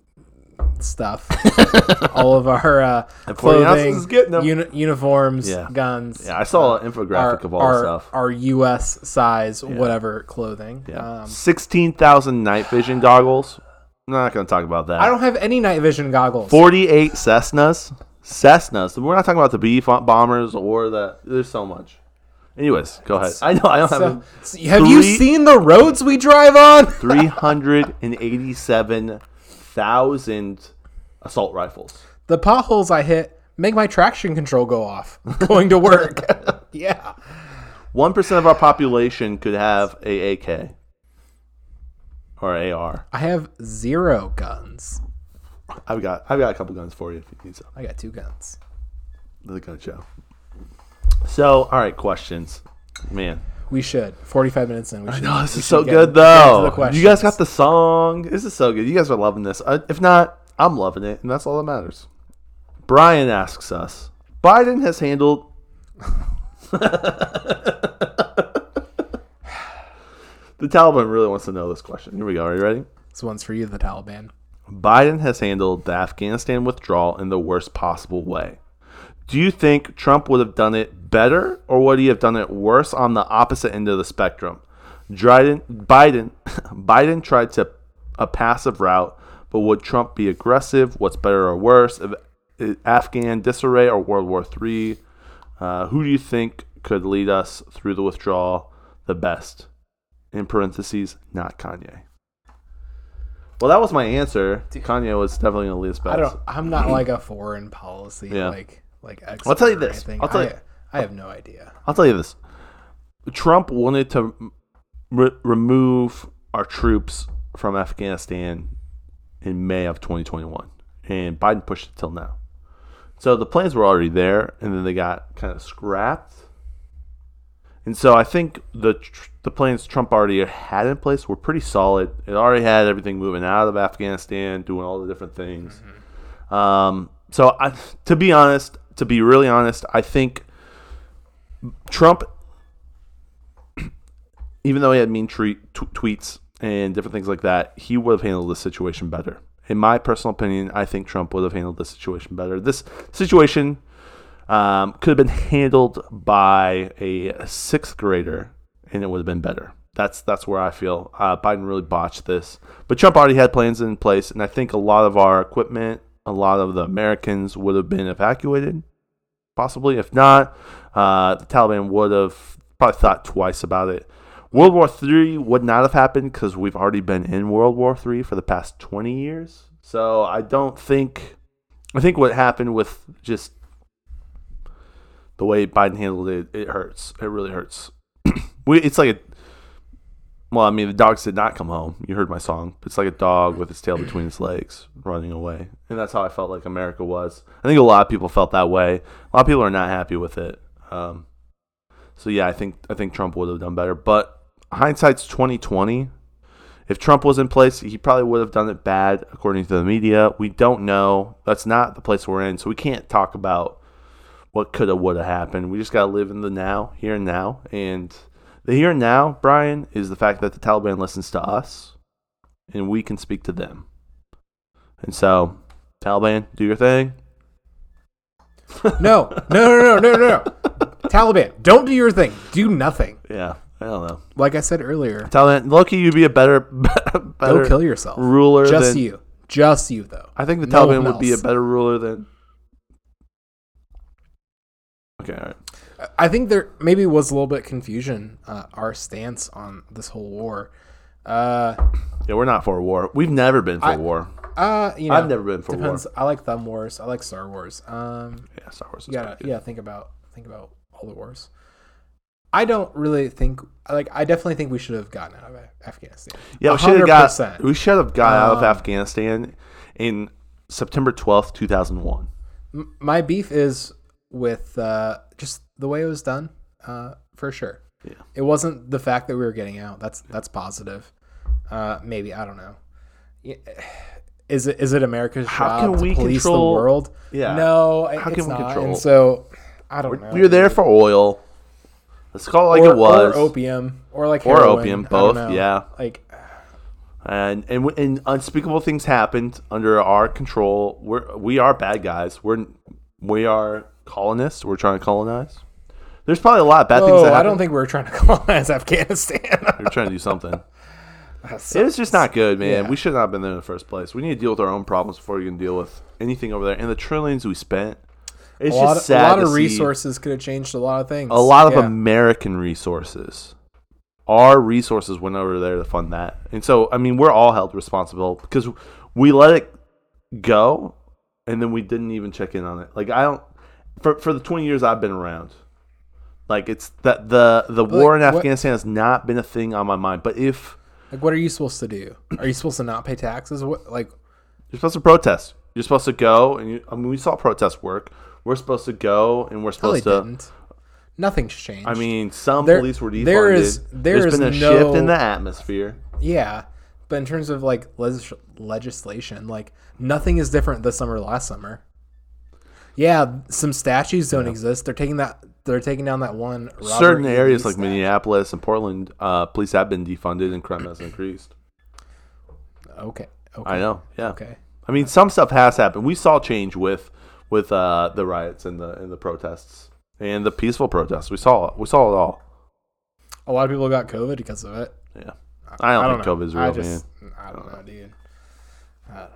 Speaker 2: stuff, all of our uh,
Speaker 1: And 40 ounces
Speaker 2: clothing,
Speaker 1: is getting 'em.
Speaker 2: uni- uniforms,
Speaker 1: Yeah.
Speaker 2: guns.
Speaker 1: yeah. I saw an infographic of all the
Speaker 2: our,
Speaker 1: stuff.
Speaker 2: our U.S. size, whatever clothing.
Speaker 1: yeah,
Speaker 2: Um,
Speaker 1: sixteen thousand night vision goggles. I'm not going to talk about that.
Speaker 2: I don't have any night vision goggles.
Speaker 1: Forty-eight Cessnas. Cessnas. We're not talking about the B fo- bombers or the. There's so much. Anyways, go ahead. I know I don't
Speaker 2: So-
Speaker 1: have
Speaker 2: so have you
Speaker 1: three-
Speaker 2: seen the roads we drive on?
Speaker 1: three hundred and eighty-seven thousand assault rifles.
Speaker 2: The potholes I hit make my traction control go off going to work. yeah.
Speaker 1: One percent of our population could have a AK or AR.
Speaker 2: I have zero guns.
Speaker 1: I've got I've got a couple guns for you if you need some.
Speaker 2: I got two guns.
Speaker 1: The gun show. So, all right, questions. Man,
Speaker 2: We should. 45 minutes in. We should.
Speaker 1: no, Oh, this
Speaker 2: we
Speaker 1: is
Speaker 2: should
Speaker 1: so
Speaker 2: get-
Speaker 1: good
Speaker 2: get
Speaker 1: though.
Speaker 2: into the
Speaker 1: you guys got
Speaker 2: questions.
Speaker 1: the song. This is so good. You guys are loving this. Uh, if not, I'm loving it, and that's all that matters. Brian asks us. Biden has handled. the Taliban really wants to know this question. Here we go. Are you ready?
Speaker 2: This one's for you, the Taliban.
Speaker 1: Biden has handled the Afghanistan withdrawal in the worst possible way. Do you think Trump would have done it better, or would he have done it worse on the opposite end of the spectrum? Dryden, Biden, Biden tried to a passive route, but would Trump be aggressive? What's better or worse? If- if Afghan disarray or World War III? Uh, who do you think could lead us through the withdrawal the best? In parentheses, not Kanye. Well, that was my answer. Kanye was definitely going to lead us best.
Speaker 2: I don't. I'm not like a foreign policy
Speaker 1: Yeah.
Speaker 2: like like. Expert
Speaker 1: I'll tell you
Speaker 2: or
Speaker 1: this.
Speaker 2: anything.
Speaker 1: I'll tell
Speaker 2: I-
Speaker 1: you-
Speaker 2: I have no idea.
Speaker 1: I'll tell you this: Trump wanted to re- remove our troops from Afghanistan in May of 2021, and Biden pushed it till now. So the plans were already there, and then they got kind of scrapped. And so I think the tr- the plans Trump already had in place were pretty solid. It already had everything moving out of Afghanistan, doing all the different things. Um, so I, to be honest, to be really honest, I think Trump, even though he had mean treat, t- tweets and different things like that, he would have handled the situation better. In my personal opinion, I think Trump would have handled this situation better. This situation um, could have been handled by a sixth grader, and it would have been better. That's that's where I feel uh, Biden really botched this. But Trump already had plans in place, and I think a lot of our equipment, a lot of the Americans would have been evacuated possibly. If not, uh, the Taliban would have probably thought twice about it. World War Three would not have happened because we've already been in World War Three for the past twenty years. So I don't think. I think what happened with just the way Biden handled it, it hurts. It really hurts. we, it's like a. Well, I mean, the dogs did not come home. You heard my song. It's like a dog with its tail between its legs running away. And that's how I felt like America was. I think a lot of people felt that way. A lot of people are not happy with it. Um, so yeah, I think I think Trump would have done better. But hindsight's twenty twenty. If Trump was in place, he probably would have done it bad, according to the media. We don't know. That's not the place we're in, so we can't talk about what could have, would have happened. We just gotta live in the now, here and now. And the here and now, Brian, is the fact that the Taliban listens to us, and we can speak to them. And so, Taliban, do your thing.
Speaker 2: No, no, no, no, no, no. Taliban, don't do your thing. Do nothing.
Speaker 1: Yeah, I don't know.
Speaker 2: Like I said earlier,
Speaker 1: Taliban, Loki, you'd be a better,
Speaker 2: go
Speaker 1: better
Speaker 2: kill yourself.
Speaker 1: ruler
Speaker 2: Just
Speaker 1: than
Speaker 2: you. Just you, though.
Speaker 1: I think the
Speaker 2: No
Speaker 1: Taliban
Speaker 2: one
Speaker 1: would be a
Speaker 2: else.
Speaker 1: better ruler than. Okay, all right.
Speaker 2: I think there maybe was a little bit confusion uh, our stance on this whole war. Uh,
Speaker 1: Yeah, we're not for a war. We've never been for
Speaker 2: I-
Speaker 1: a war.
Speaker 2: uh, you know,
Speaker 1: I've never been for a war.
Speaker 2: depends. I like Thumb Wars. I like Star Wars. Um,
Speaker 1: Yeah, Star Wars. Is
Speaker 2: you gotta
Speaker 1: pretty good.
Speaker 2: yeah think about think about all the wars. I don't really think like I definitely think we should have gotten out of Af- Afghanistan.
Speaker 1: Yeah, we should have got
Speaker 2: 100%.
Speaker 1: we should have got
Speaker 2: Um,
Speaker 1: out of Afghanistan in September twelfth, two thousand one.
Speaker 2: M- my beef is with uh, just the way it was done, uh, for sure.
Speaker 1: Yeah.
Speaker 2: It wasn't the fact that we were getting out. That's that's positive. Uh, maybe I don't know. Yeah, is it is it America's
Speaker 1: How
Speaker 2: job
Speaker 1: can
Speaker 2: to
Speaker 1: we
Speaker 2: police
Speaker 1: control-
Speaker 2: the world?
Speaker 1: Yeah.
Speaker 2: No, it-
Speaker 1: How can
Speaker 2: it's
Speaker 1: we
Speaker 2: not.
Speaker 1: control-
Speaker 2: And so I don't know.
Speaker 1: We were there for oil. Let's call it like
Speaker 2: or,
Speaker 1: it was.
Speaker 2: or opium or like
Speaker 1: Or
Speaker 2: heroin.
Speaker 1: opium,
Speaker 2: I don't
Speaker 1: both,
Speaker 2: know.
Speaker 1: yeah.
Speaker 2: Like
Speaker 1: and and w- and unspeakable things happened under our control. We're we are bad guys. We're we are colonists. We're trying to colonize. There's probably a lot of bad things
Speaker 2: oh,
Speaker 1: that
Speaker 2: I
Speaker 1: happened.
Speaker 2: don't think we were trying to colonize Afghanistan.
Speaker 1: We're trying to do something.
Speaker 2: That's-
Speaker 1: It was just not good, man.
Speaker 2: Yeah.
Speaker 1: We should not have been there in the first place. We need to deal with our own problems before we can deal with anything over there. And the trillions we spent. It's
Speaker 2: a
Speaker 1: just
Speaker 2: lot, of, a
Speaker 1: sad
Speaker 2: lot
Speaker 1: to
Speaker 2: of
Speaker 1: see.
Speaker 2: resources could have changed a lot of things.
Speaker 1: a lot of
Speaker 2: yeah.
Speaker 1: American resources. Our resources went over there to fund that. And so, I mean, we're all held responsible because we let it go and then we didn't even check in on it. Like, I don't, for, for the 20 years I've been around, like, it's that the, the war in
Speaker 2: what-
Speaker 1: Afghanistan has not been a thing on my mind. But if
Speaker 2: Like, what are you supposed to do? Are you supposed to not pay taxes? What, like,
Speaker 1: you're supposed to protest, you're supposed to go and you, I mean, we saw protests work. We're supposed to go and we're
Speaker 2: probably
Speaker 1: supposed to.
Speaker 2: didn't. Nothing's changed.
Speaker 1: I mean, some
Speaker 2: There-
Speaker 1: police were defunded.
Speaker 2: there is- there
Speaker 1: There's
Speaker 2: is
Speaker 1: been a
Speaker 2: no-
Speaker 1: shift in the atmosphere.
Speaker 2: yeah, but in terms of like legis- legislation, like nothing is different this summer. or Last summer, yeah, some statues don't exist. They're taking that. They're taking down that one. Robert
Speaker 1: certain
Speaker 2: E. Lee
Speaker 1: areas like
Speaker 2: statue.
Speaker 1: Minneapolis and Portland, uh, police have been defunded and crime has increased.
Speaker 2: Okay. Okay.
Speaker 1: I know. Yeah.
Speaker 2: okay.
Speaker 1: I mean, some stuff has happened. We saw change with with uh, the riots and the and the protests and the peaceful protests. We saw it. We saw it all.
Speaker 2: A lot of people got COVID because of it.
Speaker 1: Yeah. I don't,
Speaker 2: I don't
Speaker 1: think
Speaker 2: know.
Speaker 1: COVID's
Speaker 2: I
Speaker 1: real, man.
Speaker 2: just, I don't know, dude. I don't know.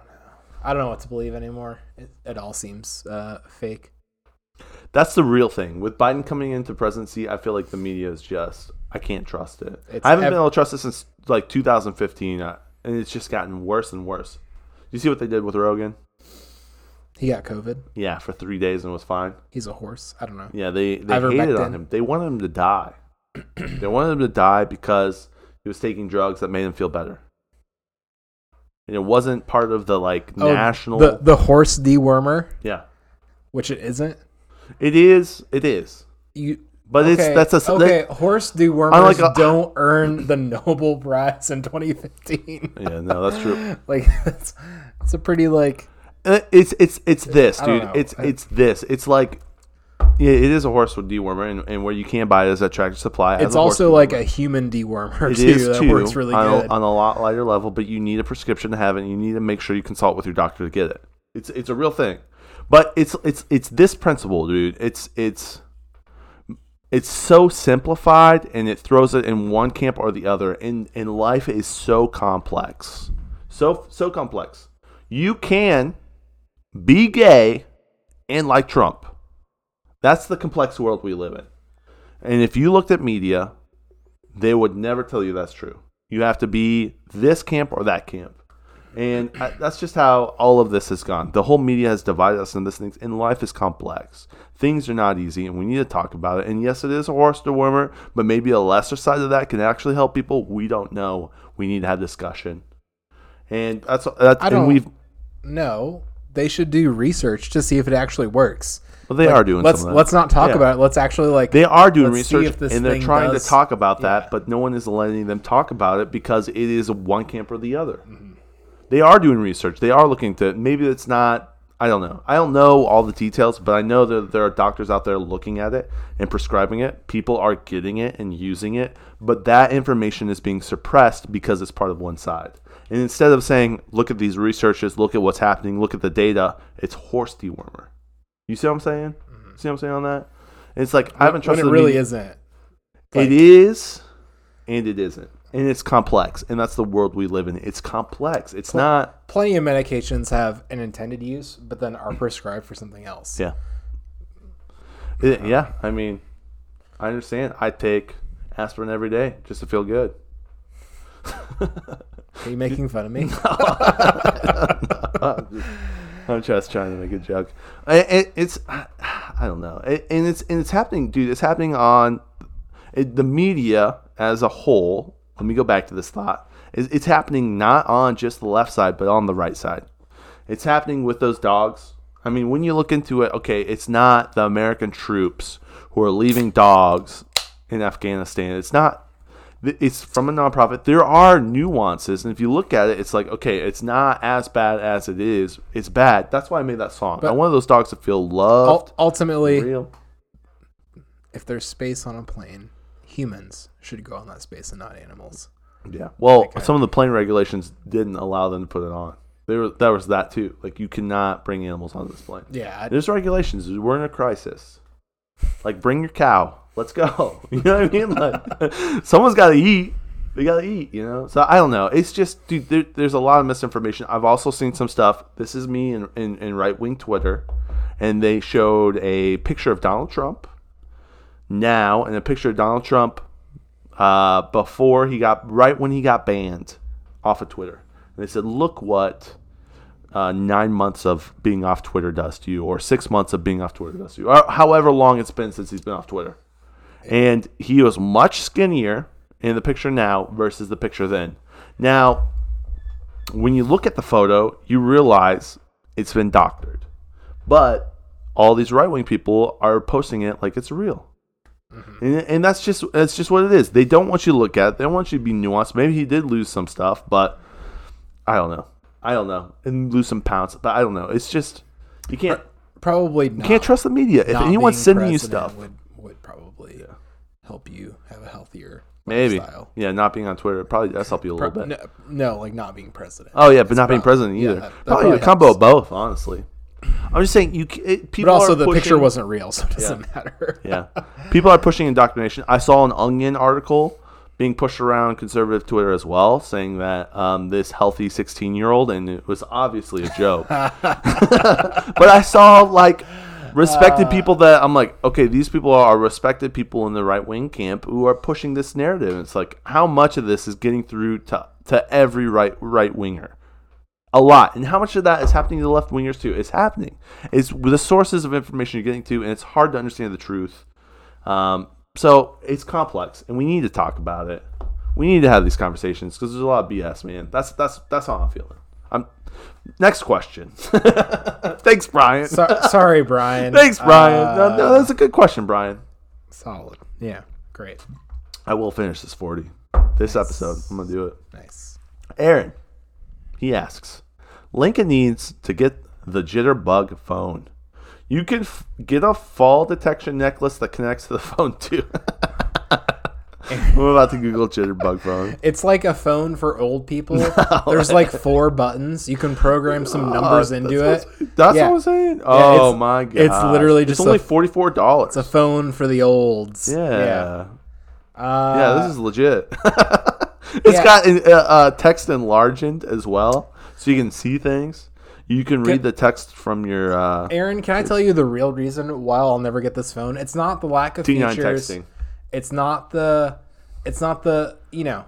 Speaker 2: I don't know what to believe anymore. It, it all seems uh, fake.
Speaker 1: That's the real thing. With Biden coming into presidency, I feel like the media is just I can't trust it.
Speaker 2: It's
Speaker 1: I haven't
Speaker 2: ev-
Speaker 1: been able to trust it since like 2015, uh, and it's just gotten worse and worse. You see what they did with Rogan?
Speaker 2: He got COVID.
Speaker 1: Yeah, for three days and was fine.
Speaker 2: He's a horse. I don't know.
Speaker 1: Yeah, they they hated
Speaker 2: Ivermectin.
Speaker 1: on him. They wanted him to die. they wanted him to die because he was taking drugs that made him feel better. And it wasn't part of the like
Speaker 2: Oh,
Speaker 1: national.
Speaker 2: The the horse dewormer,
Speaker 1: yeah,
Speaker 2: which it isn't.
Speaker 1: it is. It is.
Speaker 2: You.
Speaker 1: But
Speaker 2: okay,
Speaker 1: it's that's a
Speaker 2: okay.
Speaker 1: that-
Speaker 2: horse dewormers
Speaker 1: I'm like a-
Speaker 2: don't earn the Nobel Prize in 2015.
Speaker 1: yeah. No, that's true.
Speaker 2: like that's that's a pretty like
Speaker 1: Uh, It's it's it's this,
Speaker 2: I don't
Speaker 1: dude.
Speaker 2: know.
Speaker 1: It's
Speaker 2: I-
Speaker 1: it's this. It's like. Yeah, it is a horse with dewormer, and, and where you can buy it is at Tractor Supply. as
Speaker 2: it's
Speaker 1: a horse
Speaker 2: also like
Speaker 1: dewormer.
Speaker 2: a human dewormer
Speaker 1: It
Speaker 2: too.
Speaker 1: is
Speaker 2: that
Speaker 1: too
Speaker 2: works really
Speaker 1: on,
Speaker 2: good.
Speaker 1: A, on a lot lighter level, but you need a prescription to have it. And you need to make sure you consult with your doctor to get it. It's it's a real thing, but it's it's it's this principle, dude. It's it's it's so simplified, and it throws it in one camp or the other. And and life is so complex, so so complex. You can be gay and like Trump. That's the complex world we live in. And if you looked at media, they would never tell you that's true. You have to be this camp or that camp. And I, that's just how all of this has gone. The whole media has divided us in this things, and life is complex. Things are not easy, and we need to talk about it. And yes, it is a horse dewormer, but maybe a lesser side of that can actually help people. We don't know. We need to have discussion. And that's, that's
Speaker 2: I
Speaker 1: and
Speaker 2: don't-
Speaker 1: we've
Speaker 2: no, they should do research to see if it actually works.
Speaker 1: well, they are doing
Speaker 2: let's
Speaker 1: some of that.
Speaker 2: let's not talk
Speaker 1: Yeah.
Speaker 2: about it. Let's actually like
Speaker 1: They are doing
Speaker 2: Let's see
Speaker 1: research
Speaker 2: if this
Speaker 1: and they're
Speaker 2: thing
Speaker 1: trying
Speaker 2: does-
Speaker 1: to talk about that,
Speaker 2: yeah.
Speaker 1: but no one is letting them talk about it because it is one camp or the other. They are doing research. They are looking to maybe it's not I don't know. I don't know all the details, but I know that there are doctors out there looking at it and prescribing it. People are getting it and using it, but that information is being suppressed because it's part of one side. And instead of saying, look at these researches, look at what's happening, look at the data, it's horse dewormer. You see what I'm saying? See what I'm saying on that? It's like I haven't
Speaker 2: Mm-hmm. when
Speaker 1: trusted
Speaker 2: it
Speaker 1: the
Speaker 2: really
Speaker 1: media-
Speaker 2: isn't.
Speaker 1: it is, and it isn't, and it's complex, and that's the world we live in. It's complex. It's not.
Speaker 2: Plenty of medications have an intended use, but then are prescribed for something else.
Speaker 1: Yeah. It- yeah. I mean, I understand. I take aspirin every day just to feel good.
Speaker 2: Are you making fun of me?
Speaker 1: I'm just trying to make a joke. I- It, it's, I don't know, It- and it's and it's happening, dude. It's happening on it, the media as a whole. Let me go back to this thought. It's, it's happening not on just the left side, but on the right side. It's happening with those dogs. I mean, when you look into it, okay, it's not the American troops who are leaving dogs in Afghanistan. It's not th- it's from a nonprofit. There are nuances, and if you look at it, it's like okay, it's not as bad as it is. It's bad. That's why I made that song. I wanted those dogs to feel loved,
Speaker 2: Ul- ultimately,
Speaker 1: real.
Speaker 2: if there's space on a plane, humans should go on that space and not animals.
Speaker 1: Yeah. Well, some of the plane regulations didn't allow them to put it on. They were that was that too. Like you cannot bring animals on this plane.
Speaker 2: Yeah, I,
Speaker 1: There's regulations. We're in a crisis. Like bring your cow. Let's go. You know what I mean? Like someone's got to eat. They got to eat. You know. So I don't know. It's just dude. There, there's a lot of misinformation. I've also seen some stuff. This is me in in, in right wing Twitter, and they showed a picture of Donald Trump now and a picture of Donald Trump uh, before he got right when he got banned off of Twitter. And they said, look what uh, nine months of being off Twitter does to you, or six months of being off Twitter does to you, or however long it's been since he's been off Twitter. And he was much skinnier in the picture now versus the picture then. Now, when you look at the photo, you realize it's been doctored. But all these right wing people are posting it like it's real. And, and that's just that's just what it is. They don't want you to look at it. They don't want you to be nuanced. Maybe he did lose some stuff, but I don't know. I don't know. And lose some pounds, but I don't know. It's just you can't
Speaker 2: probably not.
Speaker 1: can't trust the media. If
Speaker 2: not
Speaker 1: anyone's
Speaker 2: being
Speaker 1: sending you
Speaker 2: president
Speaker 1: stuff,
Speaker 2: would would probably help you have a healthier
Speaker 1: maybe
Speaker 2: lifestyle.
Speaker 1: yeah, not being on Twitter probably does help you a little bit.
Speaker 2: No, no, like not being president.
Speaker 1: Oh yeah, but not being president either.
Speaker 2: that- that
Speaker 1: probably,
Speaker 2: probably
Speaker 1: a combo of both, honestly. I'm just saying you c- it, people
Speaker 2: but also
Speaker 1: are
Speaker 2: the
Speaker 1: pushing-
Speaker 2: picture wasn't real, so it doesn't matter.
Speaker 1: yeah. People are pushing indoctrination. I saw an Onion article being pushed around conservative Twitter as well, saying that um, this healthy 16 year old, and it was obviously a joke. but I saw like respected people that I'm like, okay, these people are respected people in the right wing camp who are pushing this narrative. It's like, how much of this is getting through to, to every right right winger? a lot. And how much of that is happening to the left wingers too? It's happening. It's the sources of information you're getting to, and it's hard to understand the truth. Um, so it's complex, and we need to talk about it. We need to have these conversations because there's a lot of BS, man. That's that's that's how I'm feeling. I'm next question. Thanks, Brian.
Speaker 2: So- sorry, Brian.
Speaker 1: Thanks, Brian.
Speaker 2: Uh,
Speaker 1: no, no, that's a good question, Brian.
Speaker 2: solid. Yeah, great.
Speaker 1: I will finish this 40. This episode, I'm gonna do it.
Speaker 2: Nice.
Speaker 1: Aaron, he asks, Lincoln needs to get the jitterbug phone. You can f- get a fall detection necklace that connects to the phone too. I'm about to Google jitterbug phone.
Speaker 2: It's like a phone for old people. There's like four buttons. You can program some numbers into
Speaker 1: Oh, Uh, That's what I'm saying. That's
Speaker 2: it. Yeah.
Speaker 1: what I'm saying.
Speaker 2: Yeah,
Speaker 1: Oh
Speaker 2: it's-
Speaker 1: my god!
Speaker 2: it's literally just
Speaker 1: it's only
Speaker 2: a-
Speaker 1: forty four dollars.
Speaker 2: It's a phone for the olds.
Speaker 1: yeah. yeah,
Speaker 2: Uh,
Speaker 1: This is legit. It's
Speaker 2: yeah.
Speaker 1: got uh, uh, text enlarged as well, so you can see things. You can read the text from your uh,
Speaker 2: Aaron, can I tell you the real reason why I'll never get this phone? It's not the lack of
Speaker 1: T9
Speaker 2: features.
Speaker 1: texting.
Speaker 2: It's not the. It's not the. You know.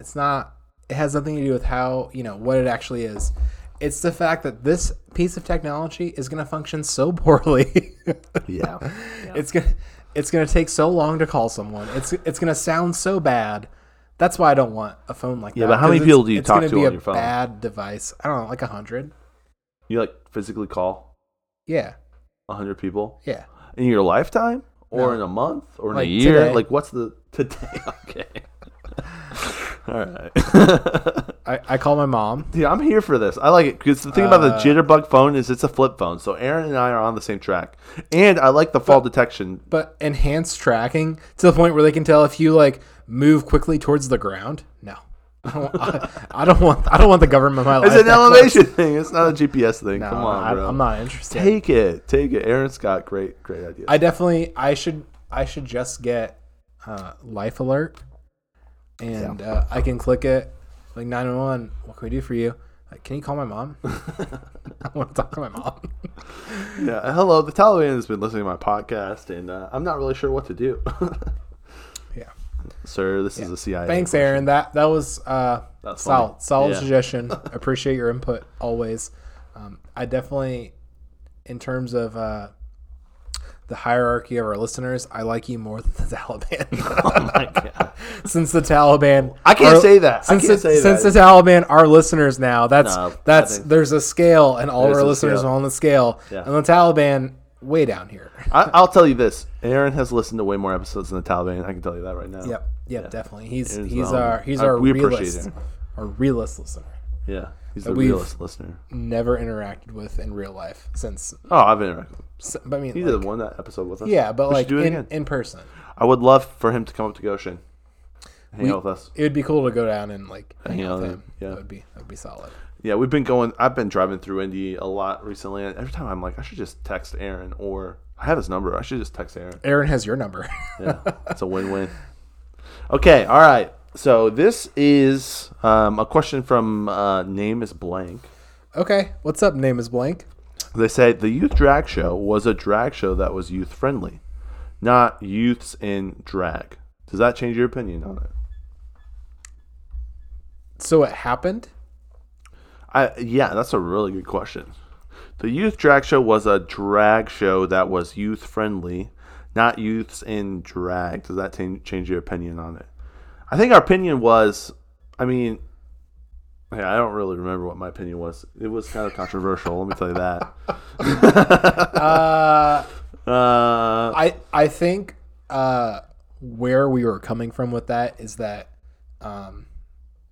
Speaker 2: It's not. It has nothing to do with how you know what it actually is. It's the fact that this piece of technology is going to function so poorly.
Speaker 1: Yeah.
Speaker 2: It's gonna. It's gonna take so long to call someone. It's it's gonna sound so bad. That's why I don't want a phone like that.
Speaker 1: but how
Speaker 2: 'cause
Speaker 1: many
Speaker 2: it's-
Speaker 1: people do you
Speaker 2: it's
Speaker 1: talk
Speaker 2: gonna
Speaker 1: to
Speaker 2: be
Speaker 1: on
Speaker 2: a
Speaker 1: your phone?
Speaker 2: Bad device. I don't know, like a hundred.
Speaker 1: You like physically call
Speaker 2: Yeah,
Speaker 1: 100 people
Speaker 2: yeah.
Speaker 1: in your lifetime or in a month or in
Speaker 2: Like
Speaker 1: a year?
Speaker 2: today.
Speaker 1: Like what's the today? Okay. All right.
Speaker 2: I, I call my mom.
Speaker 1: Dude, I'm here for this. I like it because the thing about
Speaker 2: Uh.
Speaker 1: the jitterbug phone is it's a flip phone. So Aaron and I are on the same track. And I like the fall detection.
Speaker 2: But enhanced tracking to the point where they can tell if you like move quickly towards the ground. No, I don't, I, I don't want. I don't want the government in my life.
Speaker 1: It's an
Speaker 2: that close.
Speaker 1: elevation thing. It's not a GPS thing.
Speaker 2: No,
Speaker 1: Come on,
Speaker 2: I,
Speaker 1: bro.
Speaker 2: I'm not interested.
Speaker 1: Take it. Take it. Aaron's got great, great ideas.
Speaker 2: I definitely. I should. I should just get uh, life alert, and uh, I can click it. Like nine one one. What can we do for you? Like, can you call my mom? I want to talk to my mom.
Speaker 1: yeah. Hello. The Taliban has been listening to my podcast, and uh, I'm not really sure what to do.
Speaker 2: yeah.
Speaker 1: Sir, this is a CIA.
Speaker 2: Thanks, Aaron. That that was uh,
Speaker 1: That's
Speaker 2: solid.
Speaker 1: funny.
Speaker 2: Solid
Speaker 1: Yeah.
Speaker 2: suggestion. Appreciate your input always. Um, I definitely, in terms of uh, the hierarchy of our listeners, I like you more than the Taliban.
Speaker 1: Oh my god.
Speaker 2: since the Taliban,
Speaker 1: I can't
Speaker 2: our-
Speaker 1: say that. I
Speaker 2: Since
Speaker 1: can't
Speaker 2: the,
Speaker 1: say
Speaker 2: since
Speaker 1: that.
Speaker 2: the Taliban are listeners now, that's
Speaker 1: No, I
Speaker 2: that's
Speaker 1: think-
Speaker 2: there's a scale, and all of
Speaker 1: There's
Speaker 2: our
Speaker 1: a
Speaker 2: listeners
Speaker 1: scale.
Speaker 2: are on the scale,
Speaker 1: Yeah.
Speaker 2: and the Taliban way down here.
Speaker 1: I, I'll tell you this: Aaron has listened to way more episodes than the Taliban. I can tell you that right now.
Speaker 2: Yep. yeah, definitely. He's
Speaker 1: It is,
Speaker 2: he's
Speaker 1: um,
Speaker 2: our he's
Speaker 1: I-
Speaker 2: our
Speaker 1: we appreciate
Speaker 2: realist,
Speaker 1: it.
Speaker 2: our realist listener.
Speaker 1: Yeah, he's the
Speaker 2: Uh, we've-
Speaker 1: realest listener.
Speaker 2: Never interacted with in real life since.
Speaker 1: Oh, I've interacted.
Speaker 2: s- but I mean,
Speaker 1: He
Speaker 2: like-
Speaker 1: did one that episode with us.
Speaker 2: yeah, but
Speaker 1: We should
Speaker 2: like
Speaker 1: do it
Speaker 2: in,
Speaker 1: again.
Speaker 2: in person,
Speaker 1: I would love for him to come up to Goshen, hang
Speaker 2: We-
Speaker 1: out with us.
Speaker 2: it would be cool to go down and like hang
Speaker 1: Hang
Speaker 2: out
Speaker 1: out
Speaker 2: with
Speaker 1: and-
Speaker 2: him.
Speaker 1: yeah.
Speaker 2: that would be that would be solid.
Speaker 1: Yeah, we've been going. I've been driving through Indy a lot recently, and every time I'm like, I should just text Aaron, or I have his number. I should just text Aaron.
Speaker 2: Aaron has your number.
Speaker 1: Yeah, it's a win-win. Okay, all right. So this is um, a question from uh, Name Is Blank.
Speaker 2: okay, what's up? Name is blank.
Speaker 1: They say the youth drag show was a drag show that was youth friendly, not youths in drag. Does that change your opinion on it?
Speaker 2: So it happened.
Speaker 1: I yeah, that's a really good question. The youth drag show was a drag show that was youth friendly, not youths in drag. Does that tan- change your opinion on it? I think our opinion was, I mean, yeah, I don't really remember what my opinion was. It was kind of controversial. let me tell you that.
Speaker 2: Uh,
Speaker 1: Uh,
Speaker 2: I I think uh, where we were coming from with that is that, um,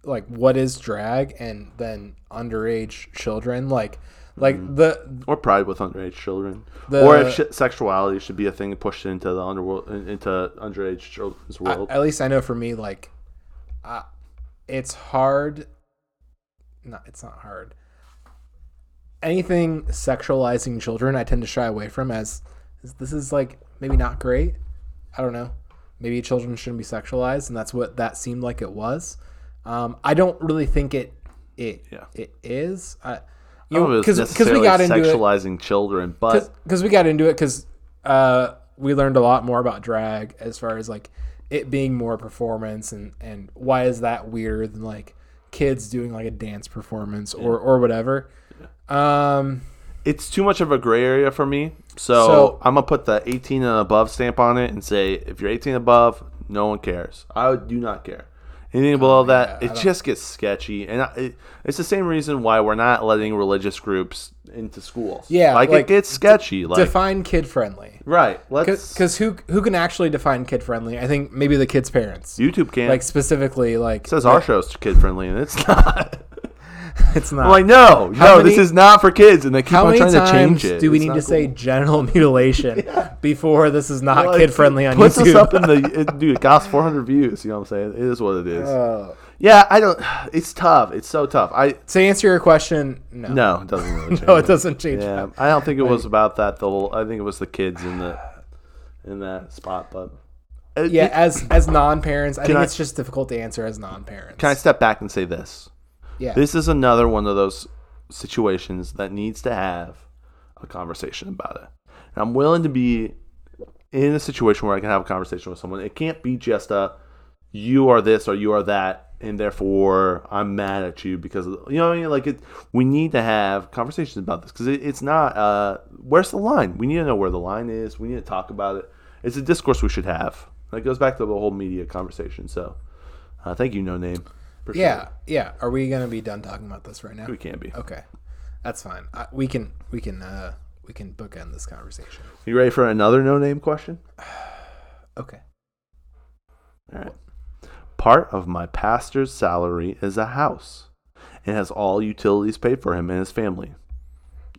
Speaker 2: like, what is drag, and then underage children, like, like
Speaker 1: Mm-hmm.
Speaker 2: the
Speaker 1: or pride with underage children,
Speaker 2: The-
Speaker 1: or if sh- sexuality should be a thing pushed into the underworld, in- into underage children's world.
Speaker 2: at least I know for me, like, uh, it's hard. No, it's not hard. Anything sexualizing children, I tend to shy away from as as this is like maybe not great. I don't know. Maybe children shouldn't be sexualized, and that's what that seemed like it was. Um, I don't really think it it
Speaker 1: Yeah.
Speaker 2: it is. I,
Speaker 1: I
Speaker 2: you
Speaker 1: don't know if it's
Speaker 2: because
Speaker 1: necessarily
Speaker 2: we got into it
Speaker 1: sexualizing children, but
Speaker 2: because we got into it because uh, we learned a lot more about drag as far as like it being more performance and and why is that weirder than like kids doing like a dance performance or or whatever um
Speaker 1: it's too much of a gray area for me. So,
Speaker 2: So-
Speaker 1: I'm gonna put the 18 and above stamp on it and say if you're 18 and above, no one cares. I do not care. Anything
Speaker 2: Oh,
Speaker 1: below that, it just gets sketchy, and I, it, it's the same reason why we're not letting religious groups into schools.
Speaker 2: Yeah,
Speaker 1: like,
Speaker 2: like,
Speaker 1: it gets sketchy. like
Speaker 2: define kid friendly
Speaker 1: right, let's
Speaker 2: because who who can actually define kid friendly i think maybe the kids parents
Speaker 1: YouTube can't
Speaker 2: like specifically like
Speaker 1: says our show's kid friendly, and it's not.
Speaker 2: it's not
Speaker 1: I'm like no,
Speaker 2: Uh, How
Speaker 1: no,
Speaker 2: many-
Speaker 1: this is not for kids, and they keep
Speaker 2: how
Speaker 1: on
Speaker 2: many
Speaker 1: trying to
Speaker 2: times
Speaker 1: change it.
Speaker 2: do we
Speaker 1: It's
Speaker 2: need to
Speaker 1: not
Speaker 2: say
Speaker 1: cool.
Speaker 2: genital mutilation before this is not
Speaker 1: Like,
Speaker 2: kid friendly on
Speaker 1: puts
Speaker 2: YouTube?
Speaker 1: us up in the it, dude. It got us 400 views. You know what I'm saying? It is what it is.
Speaker 2: Oh.
Speaker 1: Yeah, I don't. It's tough. It's so tough. I
Speaker 2: to answer your question, no.
Speaker 1: no, it doesn't really change.
Speaker 2: No, it doesn't change.
Speaker 1: Yeah, I don't think it was about that. The whole. I think it was the kids in the in that spot. But uh, it-
Speaker 2: Yeah,
Speaker 1: it-
Speaker 2: as as non parents, I think
Speaker 1: I-
Speaker 2: it's just difficult to answer as non parents.
Speaker 1: can I step back and say this?
Speaker 2: Yeah.
Speaker 1: This is another one of those situations that needs to have a conversation about it. And I'm willing to be in a situation where I can have a conversation with someone. It can't be just a you are this or you are that and therefore I'm mad at you because of- you know what I mean like it we need to have conversations about this because it, it's not uh where's the line we need to know where the line is we need to talk about it it's a discourse we should have that goes back to the whole media conversation so uh, thank you no name Appreciate it.
Speaker 2: yeah, yeah. Are we gonna be done talking about this right now?
Speaker 1: we can't be
Speaker 2: Okay, that's fine. I, we can we can uh we can bookend this conversation.
Speaker 1: You ready for another no name question?
Speaker 2: Okay.
Speaker 1: All right. Part of my pastor's salary is a house and has all utilities paid for him and his family.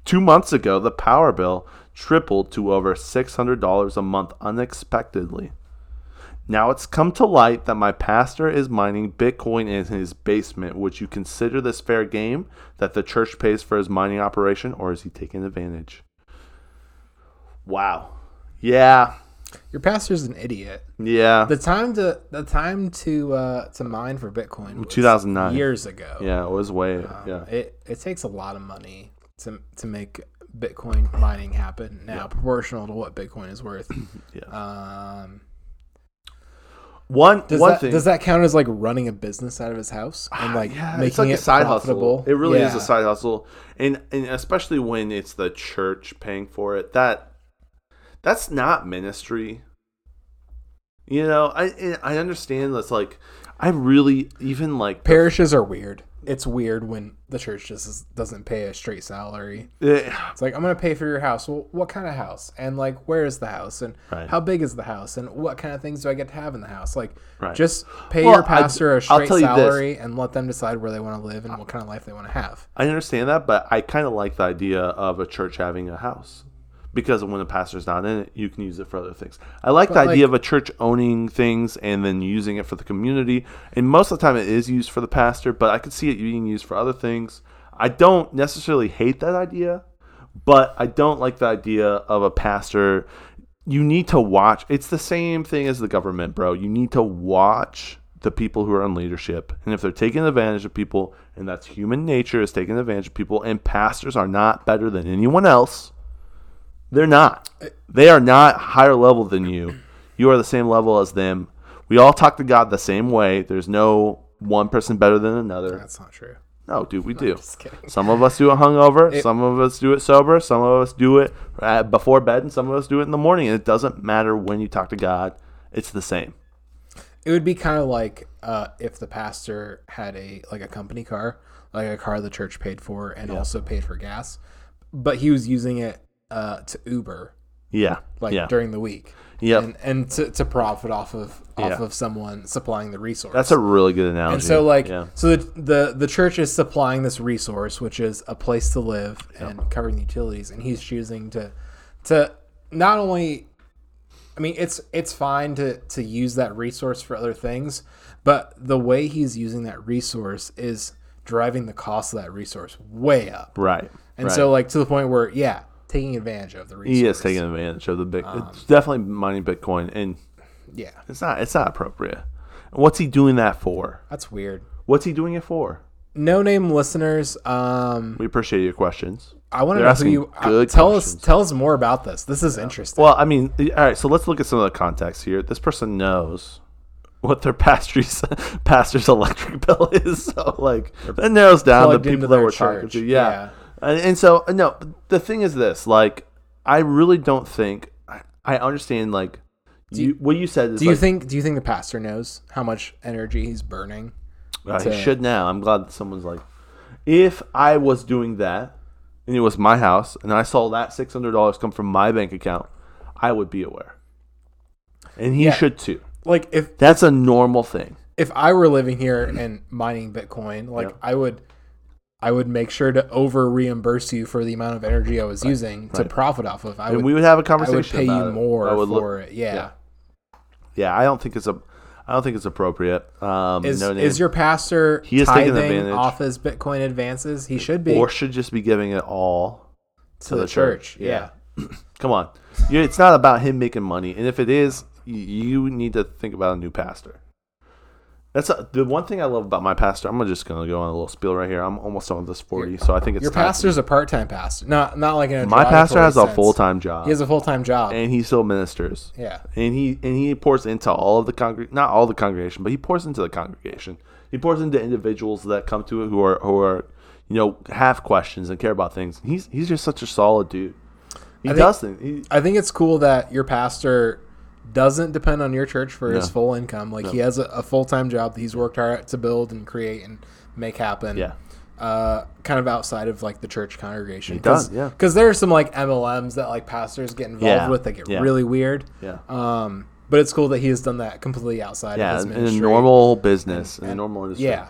Speaker 1: Two months ago, the power bill tripled to over $600 a month unexpectedly. Now it's come to light that my pastor is mining Bitcoin in his basement. Would you consider this fair game that the church pays for his mining operation, or is he taking advantage? Wow. Yeah.
Speaker 2: Your pastor's an idiot.
Speaker 1: Yeah.
Speaker 2: The time to the time to uh to mine for Bitcoin was
Speaker 1: 2009.
Speaker 2: years ago.
Speaker 1: Yeah, it was way.
Speaker 2: Um,
Speaker 1: yeah.
Speaker 2: It it takes a lot of money to to make Bitcoin mining happen now, proportional to what Bitcoin is worth.
Speaker 1: Yeah.
Speaker 2: Um,
Speaker 1: One
Speaker 2: Does
Speaker 1: one
Speaker 2: that,
Speaker 1: thing. Ah,
Speaker 2: does that count as like running a business out of his house and like
Speaker 1: yeah,
Speaker 2: making
Speaker 1: it's like
Speaker 2: it
Speaker 1: a side
Speaker 2: profitable?
Speaker 1: hustle. It really is
Speaker 2: Yeah.
Speaker 1: a side hustle, and and especially when it's the church paying for it. That that's not ministry. You know, I and I understand that's like I really even like
Speaker 2: Parishes are weird. it's weird when the church just is, doesn't pay a straight salary.
Speaker 1: Yeah.
Speaker 2: It's like I'm gonna pay for your house. Well, what kind of house? And like, where is the house? And
Speaker 1: Right.
Speaker 2: how big is the house? And what kind of things do I get to have in the house? Like,
Speaker 1: Right.
Speaker 2: just pay
Speaker 1: Well,
Speaker 2: your
Speaker 1: I-
Speaker 2: pastor
Speaker 1: I'll
Speaker 2: a straight
Speaker 1: tell you this.
Speaker 2: salary and let them decide where they want to live and what kind of life they want to have.
Speaker 1: I understand that, but I kind of like the idea of a church having a house because when the pastor's not in it, you can use it for other things. I like the idea of a church owning things and then using it for the community. And most of the time, it is used for the pastor, but I could see it being used for other things. I don't necessarily hate that idea, but I don't like the idea of a pastor. You need to watch. It's the same thing as the government, bro. You need to watch the people who are in leadership. And if they're taking advantage of people, and that's human nature is taking advantage of people, and pastors are not better than anyone else, they're not. They are not higher level than you. You are the same level as them. We all talk to God the same way. There's no one person better than another.
Speaker 2: That's not true.
Speaker 1: No, dude, we do.
Speaker 2: Just kidding.
Speaker 1: Some of us do it hungover. some of us do it sober. Some of us do it uh before bed, and some of us do it in the morning. And it doesn't matter when you talk to God; it's the same.
Speaker 2: It would be kind of like uh, if the pastor had a like a company car, like a car the church paid for and also paid for gas, but he was using it uh, to Uber
Speaker 1: Yeah,
Speaker 2: like
Speaker 1: yeah.
Speaker 2: during the week.
Speaker 1: Yep.
Speaker 2: and, and to, to profit off of off
Speaker 1: Yeah.
Speaker 2: of someone supplying the resource.
Speaker 1: That's a really good analogy.
Speaker 2: and so like
Speaker 1: yeah,
Speaker 2: so the, the the church is supplying this resource, which is a place to live and covering the utilities, and he's choosing to to not only. I mean, it's it's fine to to use that resource for other things, but the way he's using that resource is driving the cost of that resource way up.
Speaker 1: right.
Speaker 2: And
Speaker 1: right.
Speaker 2: so, like to the point where, yeah, taking advantage of the resource.
Speaker 1: he is taking advantage of the big.
Speaker 2: Um,
Speaker 1: it's definitely mining Bitcoin, and
Speaker 2: Yeah,
Speaker 1: it's not. It's not appropriate. And what's he doing that for?
Speaker 2: that's weird.
Speaker 1: What's he doing it for?
Speaker 2: no name listeners um
Speaker 1: We appreciate your questions.
Speaker 2: i want to
Speaker 1: They're
Speaker 2: know who
Speaker 1: asking
Speaker 2: you uh,
Speaker 1: good
Speaker 2: tell
Speaker 1: questions.
Speaker 2: us tell us more about this this is interesting
Speaker 1: Well, I mean, all right. So let's look at some of the context here. This person knows what their pastor's pastor's electric bill is. So like that narrows down the
Speaker 2: plugged into
Speaker 1: people that
Speaker 2: their
Speaker 1: we're talking
Speaker 2: church.
Speaker 1: to. Yeah.
Speaker 2: Yeah.
Speaker 1: And, and so uh, no, the thing is this. Like, I really don't think I, I understand. Like, you, what you said is
Speaker 2: do you
Speaker 1: like,
Speaker 2: think do you think the pastor knows how much energy he's burning
Speaker 1: Uh, he should now. I'm glad that someone's like, if I was doing that and it was my house and I saw that $600 come from my bank account, I would be aware. And he should too.
Speaker 2: like if
Speaker 1: That's a normal thing.
Speaker 2: if i were living here and mining bitcoin like i would i would make sure to over reimburse you for the amount of energy i was using to profit off of i
Speaker 1: And
Speaker 2: would,
Speaker 1: we would have a
Speaker 2: I
Speaker 1: conversation.
Speaker 2: would pay
Speaker 1: about
Speaker 2: you
Speaker 1: it.
Speaker 2: more
Speaker 1: I would look-
Speaker 2: for it yeah,
Speaker 1: yeah. yeah, I don't think it's a. I don't think it's appropriate. Um,
Speaker 2: Is,
Speaker 1: no name.
Speaker 2: is your pastor
Speaker 1: He is taking
Speaker 2: tithing
Speaker 1: advantage.
Speaker 2: off his Bitcoin advances? He should be
Speaker 1: or should just be giving it all
Speaker 2: to
Speaker 1: the
Speaker 2: the church.
Speaker 1: church, yeah.
Speaker 2: Yeah.
Speaker 1: Come on. You- It's not about him making money. And if it is, y- you need to think about a new pastor. That's a, the one thing I love about my pastor. I'm just going to go on a little spiel right here. I'm almost on this 40, so I think it's
Speaker 2: Your
Speaker 1: time.
Speaker 2: pastor's a part-time pastor, not not like an.
Speaker 1: my pastor has a
Speaker 2: derogatory sense.
Speaker 1: full time job,
Speaker 2: He has a full-time job.
Speaker 1: and he still ministers.
Speaker 2: yeah,
Speaker 1: And he and he pours into all of the congreg not all the congregation, but he pours into the congregation. He pours into individuals that come to it who are who are you know have questions and care about things. He's he's just such a solid dude. He
Speaker 2: think-
Speaker 1: does things. He,
Speaker 2: I think it's cool that your pastor doesn't depend on your church for his full income. Like he has a, a full-time job that he's worked hard to build and create and make happen.
Speaker 1: yeah.
Speaker 2: Uh, kind of outside of like the church congregation. He
Speaker 1: does, yeah.
Speaker 2: Because there are some like MLMs that like pastors get involved
Speaker 1: Yeah,
Speaker 2: with that get
Speaker 1: yeah.
Speaker 2: really weird.
Speaker 1: Yeah.
Speaker 2: Um, but it's cool that he has done that completely outside of
Speaker 1: Yeah,
Speaker 2: his
Speaker 1: in a
Speaker 2: ministry.
Speaker 1: normal business, in a normal industry.
Speaker 2: yeah.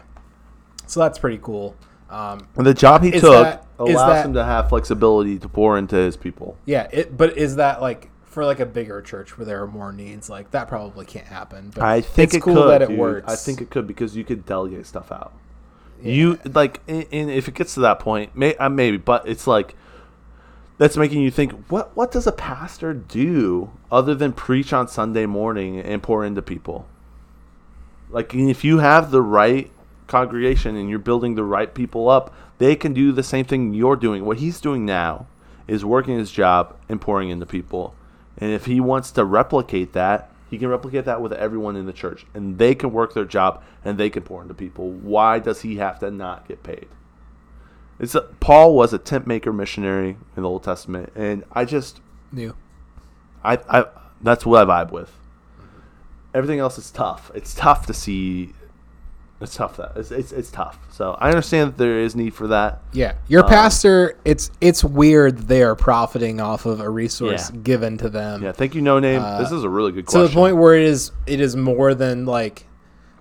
Speaker 2: So that's pretty cool. Um,
Speaker 1: And the job he
Speaker 2: Is
Speaker 1: took
Speaker 2: that- is
Speaker 1: allows
Speaker 2: that-
Speaker 1: him to have flexibility to pour into his people.
Speaker 2: Yeah, it, but is that like for like a bigger church where there are more needs? Like that probably can't happen. But
Speaker 1: I think
Speaker 2: it's
Speaker 1: it
Speaker 2: cool
Speaker 1: could,
Speaker 2: that it
Speaker 1: dude.
Speaker 2: works.
Speaker 1: I think it could because you could delegate stuff out. You like, and, and if it gets to that point, may, uh, maybe, but it's like that's making you think. What what does a pastor do other than preach on Sunday morning and pour into people? Like, and if you have the right congregation and you're building the right people up, they can do the same thing you're doing. What he's doing now is working his job and pouring into people. And if he wants to replicate that, he can replicate that with everyone in the church. And they can work their job and they can pour into people. Why does he have to not get paid? It's a, Paul was a tent maker missionary in the Old Testament, and I just
Speaker 2: new.
Speaker 1: I, I that's what I vibe with. Everything else is tough. It's tough to see It's tough. That it's, it's it's tough. So I understand that there is need for that.
Speaker 2: Yeah, your
Speaker 1: Um,
Speaker 2: pastor. It's it's weird that they are profiting off of a resource
Speaker 1: Yeah.
Speaker 2: given to them
Speaker 1: Yeah. Thank you, no name. this is a really good
Speaker 2: Uh, to
Speaker 1: question.
Speaker 2: the point where it is it is more than like.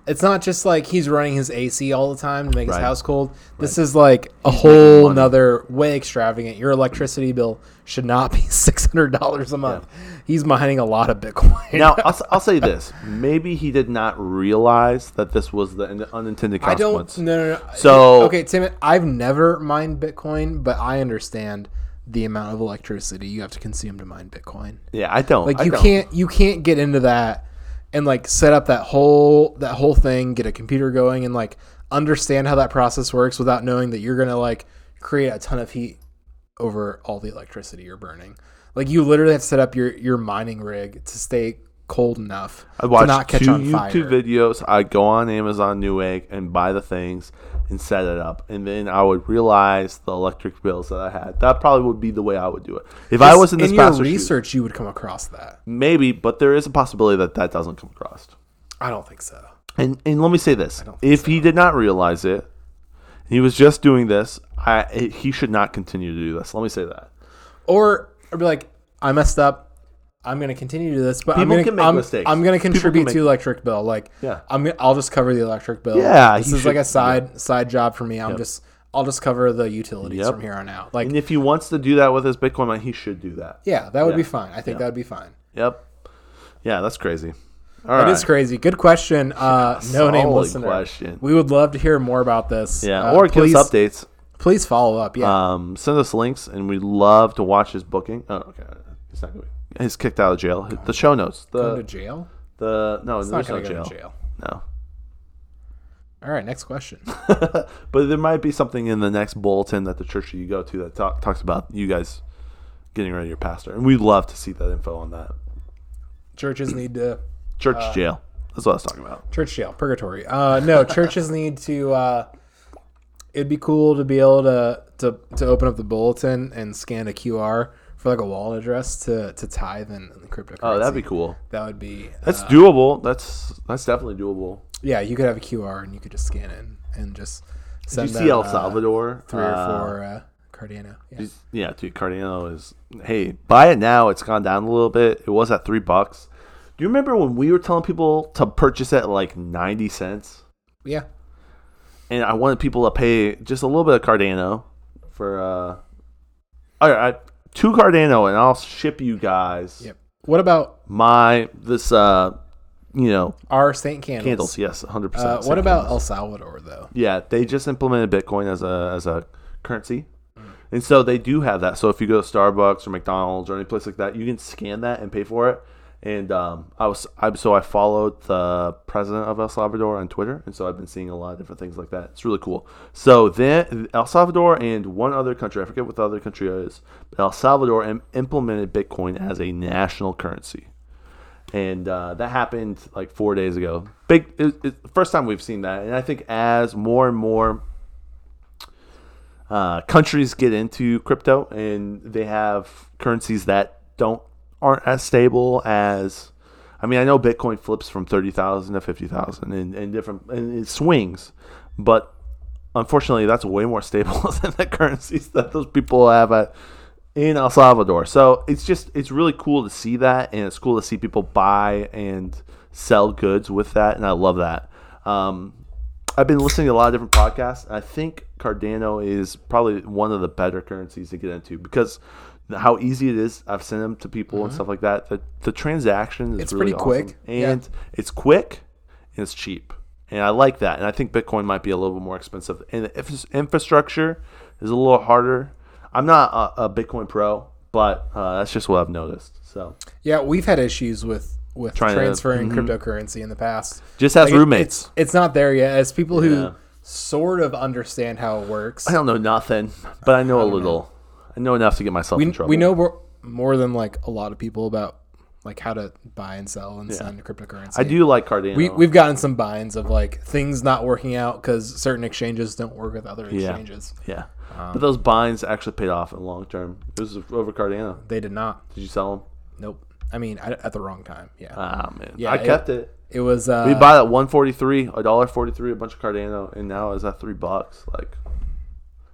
Speaker 2: It's not just like he's running his AC all the time to make
Speaker 1: Right.
Speaker 2: his house cold. This is like a whole nother way extravagant. Your electricity bill should not be six hundred dollars a month. He's mining a lot of Bitcoin.
Speaker 1: now I'll, s- I'll say this: maybe he did not realize that this was the un- unintended
Speaker 2: I don't.
Speaker 1: consequence.
Speaker 2: No, no, no.
Speaker 1: So-
Speaker 2: okay, Tim, I've never mined Bitcoin, but I understand the amount of electricity you have to consume to mine Bitcoin.
Speaker 1: Yeah, I don't.
Speaker 2: Like
Speaker 1: I
Speaker 2: you
Speaker 1: don't.
Speaker 2: can't you can't get into that and like set up that whole that whole thing, get a computer going, and like understand how that process works without knowing that you're gonna like create a ton of heat over all the electricity you're burning. Like you literally have to set up your your mining rig to stay cold enough
Speaker 1: I watched
Speaker 2: to not catch
Speaker 1: two
Speaker 2: on
Speaker 1: YouTube
Speaker 2: fire.
Speaker 1: videos. I'd go on Amazon Newegg and buy the things and set it up, and then I would realize the electric bills that I had. That probably would be the way I would do it if I was in this
Speaker 2: in your
Speaker 1: pastor's shoes,
Speaker 2: research, you would come across that.
Speaker 1: Maybe, but there is a possibility that that doesn't come across.
Speaker 2: I don't think so.
Speaker 1: And and let me say this: if he did not realize it, he was just doing this. I it, he should not continue to do this. Let me say that.
Speaker 2: Or I'd be like, I messed up. I'm gonna continue to do this, but I'm
Speaker 1: People
Speaker 2: gonna
Speaker 1: can make
Speaker 2: I'm,
Speaker 1: mistakes.
Speaker 2: I'm gonna
Speaker 1: People can
Speaker 2: contribute
Speaker 1: make-
Speaker 2: to electric bill. Like,
Speaker 1: Yeah.
Speaker 2: I'm gonna, I'll just cover the electric bill.
Speaker 1: Yeah,
Speaker 2: this
Speaker 1: you
Speaker 2: is like
Speaker 1: should-
Speaker 2: a side side job for me. I'm just I'll just cover the utilities
Speaker 1: Yep.
Speaker 2: from here on out. Like,
Speaker 1: And if he wants to do that with his Bitcoin, money, he should do that.
Speaker 2: yeah, that would be fine. I think that would be fine.
Speaker 1: Yep. Yeah, that's crazy. All right.
Speaker 2: That is crazy. Good question. Uh, no name
Speaker 1: solid
Speaker 2: listener.
Speaker 1: question.
Speaker 2: We would love to hear more about this.
Speaker 1: Yeah,
Speaker 2: Uh,
Speaker 1: or
Speaker 2: please
Speaker 1: give us updates.
Speaker 2: please follow up. Yeah,
Speaker 1: Um, send us links, and we'd love to watch his booking. Oh, okay, he's not going. to He's kicked out of jail. The show notes.
Speaker 2: Go
Speaker 1: The
Speaker 2: to jail.
Speaker 1: the no,
Speaker 2: It's not
Speaker 1: there's no
Speaker 2: gonna go
Speaker 1: jail.
Speaker 2: to jail.
Speaker 1: No,
Speaker 2: All right, next question.
Speaker 1: but there might be something in the next bulletin that the church that you go to that talk, talks about you guys getting rid of your pastor, and we'd love to see that info on that
Speaker 2: Churches need to
Speaker 1: church
Speaker 2: Uh,
Speaker 1: jail. That's what I was talking about.
Speaker 2: church jail purgatory uh no churches need to uh it'd be cool to be able to to to open up the bulletin and scan a qr for like a wallet address to to tithe in, in the cryptocurrency
Speaker 1: Oh, that'd be cool.
Speaker 2: that would be uh,
Speaker 1: That's doable. That's that's definitely doable.
Speaker 2: yeah you could have a qr and you could just scan it and, and just
Speaker 1: Do you
Speaker 2: send
Speaker 1: see El
Speaker 2: them, uh,
Speaker 1: Salvador?
Speaker 2: three
Speaker 1: Uh,
Speaker 2: or four uh cardano yeah.
Speaker 1: Yeah, dude, Cardano is. Hey, buy it now. It's gone down a little bit. It was at three bucks. Do you remember when we were telling people to purchase at like ninety cents,
Speaker 2: yeah
Speaker 1: and I wanted people to pay just a little bit of Cardano for uh, all right, two Cardano, and I'll ship you guys
Speaker 2: yep what about
Speaker 1: my this uh, you know,
Speaker 2: our saint candles,
Speaker 1: candles. Yes, hundred
Speaker 2: Uh,
Speaker 1: percent.
Speaker 2: what about el salvador though
Speaker 1: Yeah, they just implemented Bitcoin as a as a currency. And so they do have that. So if you go to Starbucks or McDonald's or any place like that, you can scan that and pay for it. And um, I was I so I followed the president of El Salvador on Twitter, and so I've been seeing a lot of different things like that. It's really cool. So then El Salvador and one other country, I forget what the other country is, but El Salvador im- implemented Bitcoin as a national currency and uh, that happened like four days ago. Big it, it, first time we've seen that, and I think as more and more uh, countries get into crypto and they have currencies that don't aren't as stable as, I mean, I know Bitcoin flips from thirty thousand to fifty thousand and, and different and it swings, but unfortunately, that's way more stable than the currencies that those people have at, in El Salvador. So it's just it's really cool to see that, and it's cool to see people buy and sell goods with that, and I love that. Um, I've been listening to a lot of different podcasts. and I think Cardano is probably one of the better currencies to get into because how easy it is. I've sent them to people and stuff like that. The, the transaction is
Speaker 2: Mm-hmm. It's
Speaker 1: really
Speaker 2: pretty quick,
Speaker 1: awesome.
Speaker 2: yeah.
Speaker 1: and it's quick and it's cheap. And I like that. And I think Bitcoin might be a little bit more expensive. And the infras- infrastructure is a little harder. I'm not a, a Bitcoin pro, but uh, that's just what I've noticed. So
Speaker 2: Yeah, we've had issues with with
Speaker 1: Trying to- mm-hmm.
Speaker 2: transferring cryptocurrency in the past.
Speaker 1: Just as
Speaker 2: it-
Speaker 1: roommates.
Speaker 2: it's, it's not there yet. As people
Speaker 1: Yeah.
Speaker 2: who sort of understand how it works,
Speaker 1: I don't know nothing, but I know a little. I know enough to get myself in
Speaker 2: we,
Speaker 1: trouble.
Speaker 2: we know more, more than like a lot of people about like how to buy and sell and send cryptocurrency.
Speaker 1: I do like Cardano.
Speaker 2: We, we've gotten some binds of like things not working out because certain exchanges don't work with other exchanges.
Speaker 1: yeah.
Speaker 2: Um,
Speaker 1: but those binds actually paid off in the long term. It was over Cardano.
Speaker 2: They did not.
Speaker 1: Did you sell them?
Speaker 2: Nope. I mean, I, at the wrong time. Yeah.
Speaker 1: Ah man,
Speaker 2: Yeah,
Speaker 1: I
Speaker 2: it-
Speaker 1: kept it.
Speaker 2: it was. Uh,
Speaker 1: We bought at one forty three, a dollar forty three, a bunch of Cardano, and now it's at three bucks. Like,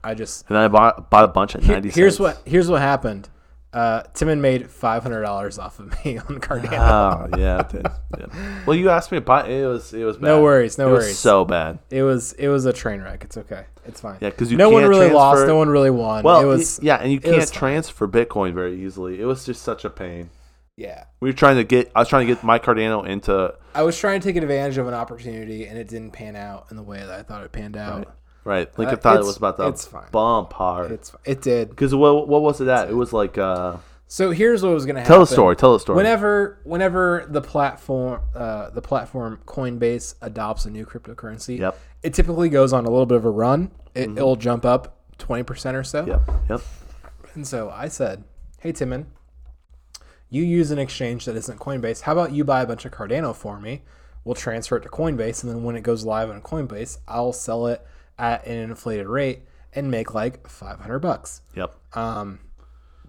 Speaker 2: I just.
Speaker 1: and I bought bought a bunch at
Speaker 2: Here-
Speaker 1: ninety.
Speaker 2: here's
Speaker 1: cents.
Speaker 2: what. Here's what happened. Uh, Timon made five hundred dollars off of me on Cardano.
Speaker 1: Oh yeah, it did. Yeah. Well, you asked me about it. Was it was bad.
Speaker 2: No worries, no
Speaker 1: It was
Speaker 2: worries.
Speaker 1: so bad.
Speaker 2: It was. It was a train wreck. It's okay. It's fine.
Speaker 1: Yeah, 'cause you
Speaker 2: no one
Speaker 1: can't
Speaker 2: really lost.
Speaker 1: transfer-
Speaker 2: No one really won.
Speaker 1: Well,
Speaker 2: it was.
Speaker 1: yeah, and you
Speaker 2: was
Speaker 1: can't
Speaker 2: fine.
Speaker 1: transfer Bitcoin very easily. It was just such a pain.
Speaker 2: yeah.
Speaker 1: We were trying to get. I was trying to get my Cardano into
Speaker 2: I was trying to take advantage of an opportunity, and it didn't pan out in the way that I thought it panned out.
Speaker 1: right. Lincoln
Speaker 2: Uh,
Speaker 1: thought it
Speaker 2: it's-
Speaker 1: was about to
Speaker 2: it's fine.
Speaker 1: bump hard.
Speaker 2: It's it did.
Speaker 1: Because what what was it at? It was like uh,
Speaker 2: So here's what was going to happen.
Speaker 1: tell a story. Tell a story.
Speaker 2: Whenever whenever the platform uh, the platform Coinbase adopts a new cryptocurrency,
Speaker 1: Yep. Mm-hmm.
Speaker 2: it typically goes on a little bit of a run. It, It'll jump up twenty percent or so.
Speaker 1: yep. Yep.
Speaker 2: And so I said, "Hey Timon, you use an exchange that isn't Coinbase. How about you buy a bunch of Cardano for me? We'll transfer it to Coinbase, and then when it goes live on Coinbase, I'll sell it at an inflated rate and make like five hundred bucks."
Speaker 1: Yep.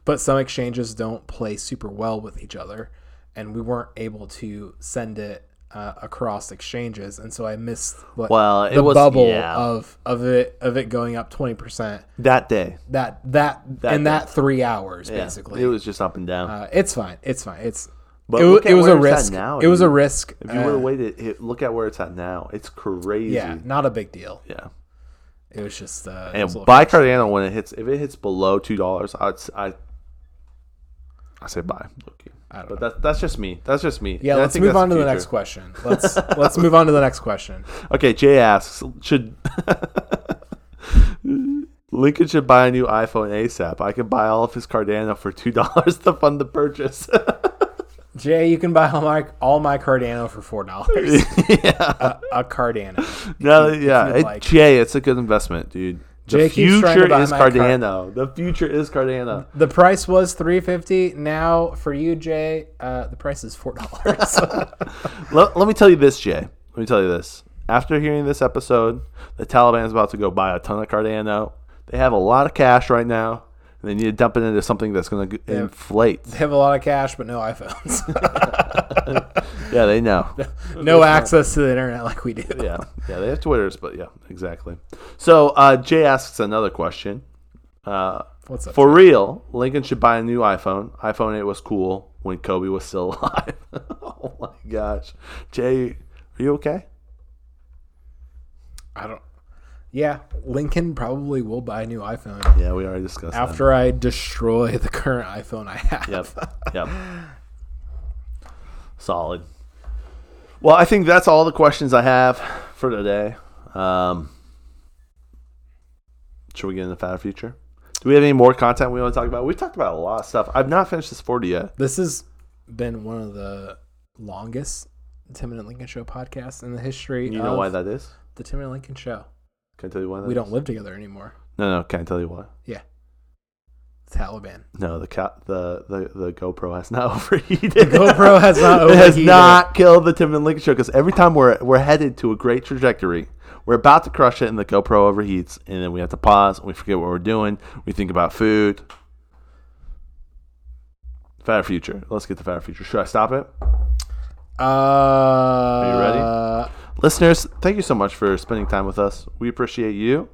Speaker 2: but some exchanges don't play super well with each other and we weren't able to send it uh, across exchanges and so i missed what,
Speaker 1: Well, it
Speaker 2: the
Speaker 1: was-
Speaker 2: bubble
Speaker 1: yeah.
Speaker 2: of of it of it going up 20%
Speaker 1: that day.
Speaker 2: that that, in
Speaker 1: day.
Speaker 2: that 3 hours
Speaker 1: Yeah.
Speaker 2: basically
Speaker 1: It was just up and down.
Speaker 2: uh, it's fine it's fine it's
Speaker 1: But
Speaker 2: it, wa-
Speaker 1: look at
Speaker 2: it was a
Speaker 1: where it's at
Speaker 2: risk
Speaker 1: now,
Speaker 2: it was a
Speaker 1: dude.
Speaker 2: risk
Speaker 1: if you
Speaker 2: uh,
Speaker 1: would have waited, it, look at where it's at now. It's crazy.
Speaker 2: yeah not a big deal
Speaker 1: Yeah.
Speaker 2: it was just uh, it was a
Speaker 1: And
Speaker 2: little-
Speaker 1: buy Cardano when it hits. If it hits below two dollars, I'd s- I I say buy. Okay.
Speaker 2: I don't
Speaker 1: but that, that's just me. That's just me.
Speaker 2: yeah
Speaker 1: And I
Speaker 2: let's
Speaker 1: think
Speaker 2: move
Speaker 1: that's
Speaker 2: on to the
Speaker 1: future.
Speaker 2: next question let's let's move on to the next question
Speaker 1: Okay, Jay asks, should Lincoln should buy a new iPhone ASAP? I can buy all of his Cardano for two dollars to fund the purchase.
Speaker 2: Jay, you can buy all my all my Cardano for four dollars. a, a Cardano.
Speaker 1: no, yeah,
Speaker 2: you'd
Speaker 1: it-
Speaker 2: like.
Speaker 1: Jay, it's a good investment, dude. The
Speaker 2: Jay keeps trying to
Speaker 1: future
Speaker 2: buy
Speaker 1: is
Speaker 2: my car-
Speaker 1: Cardano. The future is Cardano.
Speaker 2: The price was three fifty. Now for you, Jay, uh, the price is four dollars.
Speaker 1: let, let me tell you this, Jay. Let me tell you this. After hearing this episode, the Taliban's about to go buy a ton of Cardano. They have a lot of cash right now, and they need to dump it into something that's going to inflate.
Speaker 2: they have a lot of cash, but no iPhones,
Speaker 1: Yeah, they know.
Speaker 2: no access to the internet like we do.
Speaker 1: yeah, yeah, they have Twitters, but yeah, exactly. So uh, Jay asks another question. Uh,
Speaker 2: What's up?
Speaker 1: for real, Lincoln should buy a new iPhone. iPhone 8 was cool when Kobe was still alive. oh my gosh, Jay, are you okay?
Speaker 2: I don't. Yeah, Lincoln probably will buy a new iPhone
Speaker 1: Yeah, we already discussed that.
Speaker 2: after I destroy the current iPhone I have.
Speaker 1: Yep, yep. Solid. Well, I think that's all the questions I have for today. Um, should we get in the fatter future? Do we have any more content we want to talk about? We've talked about a lot of stuff. I've not finished this 40 yet.
Speaker 2: This has been one of the longest Tim and Lincoln Show podcasts in the history.
Speaker 1: You know
Speaker 2: of
Speaker 1: why that is?
Speaker 2: the Tim and Lincoln Show.
Speaker 1: Can I tell you why? that
Speaker 2: We
Speaker 1: is?
Speaker 2: don't live together anymore.
Speaker 1: No, no. Can I tell you why?
Speaker 2: Yeah. Taliban.
Speaker 1: No, the cat, the, the the GoPro has not overheated. The
Speaker 2: GoPro has not
Speaker 1: it has
Speaker 2: overheated.
Speaker 1: not killed the Tim and Lincoln show because every time we're we're headed to a great trajectory, we're about to crush it, and the GoPro overheats, and then we have to pause. and We forget what we're doing. We think about food. Fatter future. Let's get the fatter future. Should I stop it?
Speaker 2: Uh, Are
Speaker 1: ready? Listeners, thank you so much for spending time with us. We appreciate you.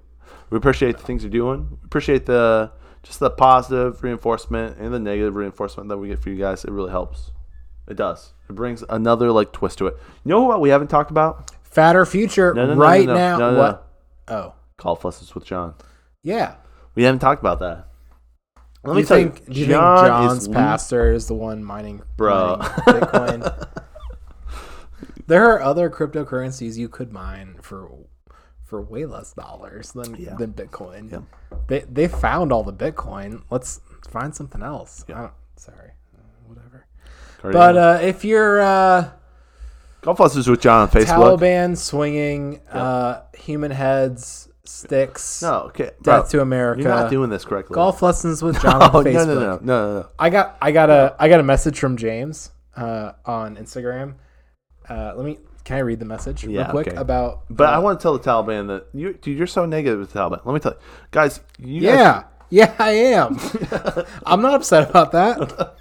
Speaker 1: We appreciate the things you're doing. We appreciate the just the positive reinforcement and the negative reinforcement that we get for you guys. It really helps. It does. It brings another like twist to it. You know what we haven't talked about?
Speaker 2: Fatter Future
Speaker 1: No, no, no,
Speaker 2: right
Speaker 1: no, no,
Speaker 2: now.
Speaker 1: no, no,
Speaker 2: what? Oh,
Speaker 1: Call Fusses with John.
Speaker 2: yeah.
Speaker 1: We haven't talked about that. Let
Speaker 2: do you think, do you think John's
Speaker 1: is
Speaker 2: pastor is the one mining,
Speaker 1: Bro.
Speaker 2: mining Bitcoin? there are other cryptocurrencies you could mine for for way less dollars than than Bitcoin. They they found all the Bitcoin. Let's find something else. I don't, sorry, Uh, whatever.
Speaker 1: Cardano.
Speaker 2: But uh, if you're uh,
Speaker 1: Call Fusses with John on Facebook.
Speaker 2: Taliban swinging uh, human heads, sticks,
Speaker 1: No, okay. Bro,
Speaker 2: death to America.
Speaker 1: You're not doing this correctly.
Speaker 2: golf lessons with John
Speaker 1: Oh,
Speaker 2: on
Speaker 1: no,
Speaker 2: Facebook.
Speaker 1: no, no, no, no, no.
Speaker 2: I got I got a I got a message from James uh, on Instagram. Uh, let me can I read the message real
Speaker 1: Yeah,
Speaker 2: quick
Speaker 1: okay.
Speaker 2: about
Speaker 1: But I want to tell the Taliban that you, dude, you're so negative with the Taliban. Let me tell you, guys. You guys-
Speaker 2: yeah yeah I am. I'm not upset about that.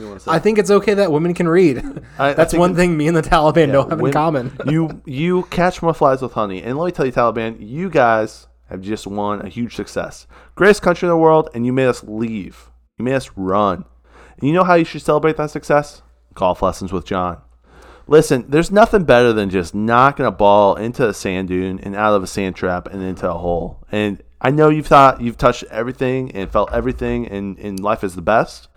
Speaker 1: you want to say?
Speaker 2: I think it's okay that women can read.
Speaker 1: I- I
Speaker 2: That's
Speaker 1: think
Speaker 2: one
Speaker 1: it-
Speaker 2: thing me and the Taliban don't have in
Speaker 1: When-
Speaker 2: common.
Speaker 1: you you catch more flies with honey. And let me tell you, Taliban, you guys have just won a huge success. Greatest country in the world, and you made us leave. You made us run. And you know how you should celebrate that success? Golf lessons with John. Listen, there's nothing better than just knocking a ball into a sand dune and out of a sand trap and into a hole. And I know you've thought you've touched everything and felt everything and, and life is the best.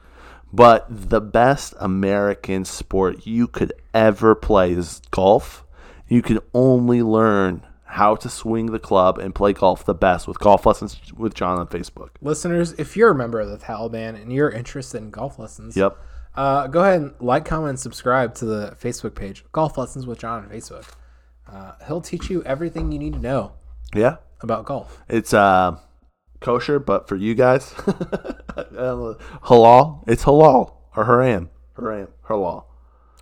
Speaker 1: But the best American sport you could ever play is golf. You can only learn how to swing the club and play golf the best with golf lessons with John on Facebook.
Speaker 2: Listeners, if you're a member of the Taliban and you're interested in golf lessons,
Speaker 1: Yep.
Speaker 2: uh, go ahead and like, comment, and subscribe to the Facebook page, Golf Lessons with John on Facebook. Uh, he'll teach you everything you need to know
Speaker 1: Yeah.
Speaker 2: about golf.
Speaker 1: It's uh, kosher, but for you guys, Uh, halal. It's halal or haram. Haram. Halal.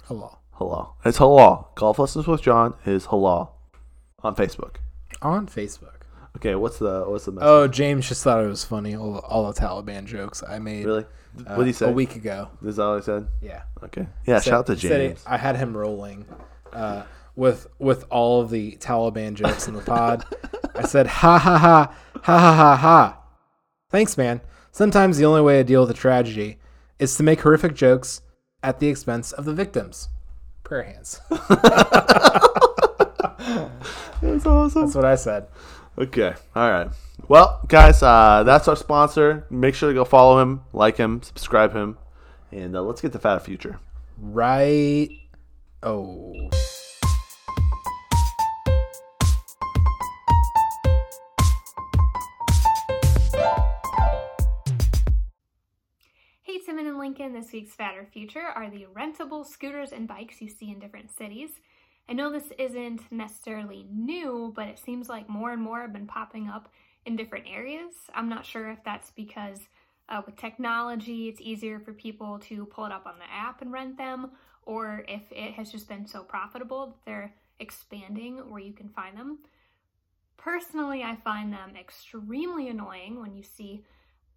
Speaker 2: Hello.
Speaker 1: Halal. It's halal. Golf lessons with John is halal on Facebook.
Speaker 2: On Facebook.
Speaker 1: Okay. What's the what's the message?
Speaker 2: Oh, James just thought it was funny, all, all the Taliban jokes I made
Speaker 1: really?
Speaker 2: uh,
Speaker 1: what did he say?
Speaker 2: a week ago.
Speaker 1: Is that all he said?
Speaker 2: Yeah.
Speaker 1: Okay. Yeah, shout out to
Speaker 2: He said he-
Speaker 1: James.
Speaker 2: I had him rolling uh, with with all of the Taliban jokes in the pod. I said, ha ha ha, ha ha ha ha. Thanks, man. Sometimes the only way to deal with a tragedy is to make horrific jokes at the expense of the victims. Prayer hands.
Speaker 1: That's awesome.
Speaker 2: That's what I said.
Speaker 1: Okay. All right. Well, guys, uh, that's our sponsor. Make sure to go follow him, like him, subscribe him, and uh, let's get to Fat Future.
Speaker 2: Right. Oh.
Speaker 3: Hey, Timon and Lincoln, this week's Fatter Future are the rentable scooters and bikes you see in different cities. I know this isn't necessarily new, but it seems like more and more have been popping up in different areas. I'm not sure if that's because uh, with technology it's easier for people to pull it up on the app and rent them, or if it has just been so profitable that they're expanding where you can find them. Personally, I find them extremely annoying when you see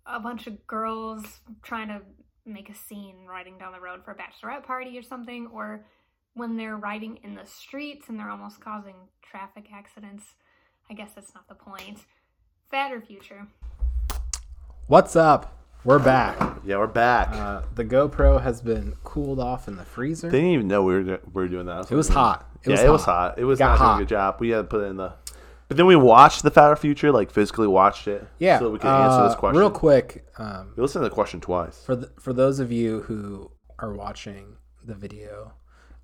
Speaker 3: a bunch of girls trying to make a scene riding down the road for a bachelorette party or something, or when they're riding in the streets and they're almost causing traffic accidents. I guess that's not the point. Fatter future.
Speaker 2: What's up? We're back.
Speaker 1: Yeah, we're back.
Speaker 2: Uh, the GoPro has been cooled off in the freezer.
Speaker 1: they didn't even know we were, do- we were doing that.
Speaker 2: it was hot.
Speaker 1: yeah, it was hot. It was
Speaker 2: Got
Speaker 1: not
Speaker 2: hot.
Speaker 1: doing a good job. We had to put it in the. But then we watched the Fatter Future, like physically watched it.
Speaker 2: Yeah.
Speaker 1: So that we could answer this
Speaker 2: uh,
Speaker 1: question.
Speaker 2: Real quick, um,
Speaker 1: We listened to the question twice.
Speaker 2: for th for those of you who are watching the video,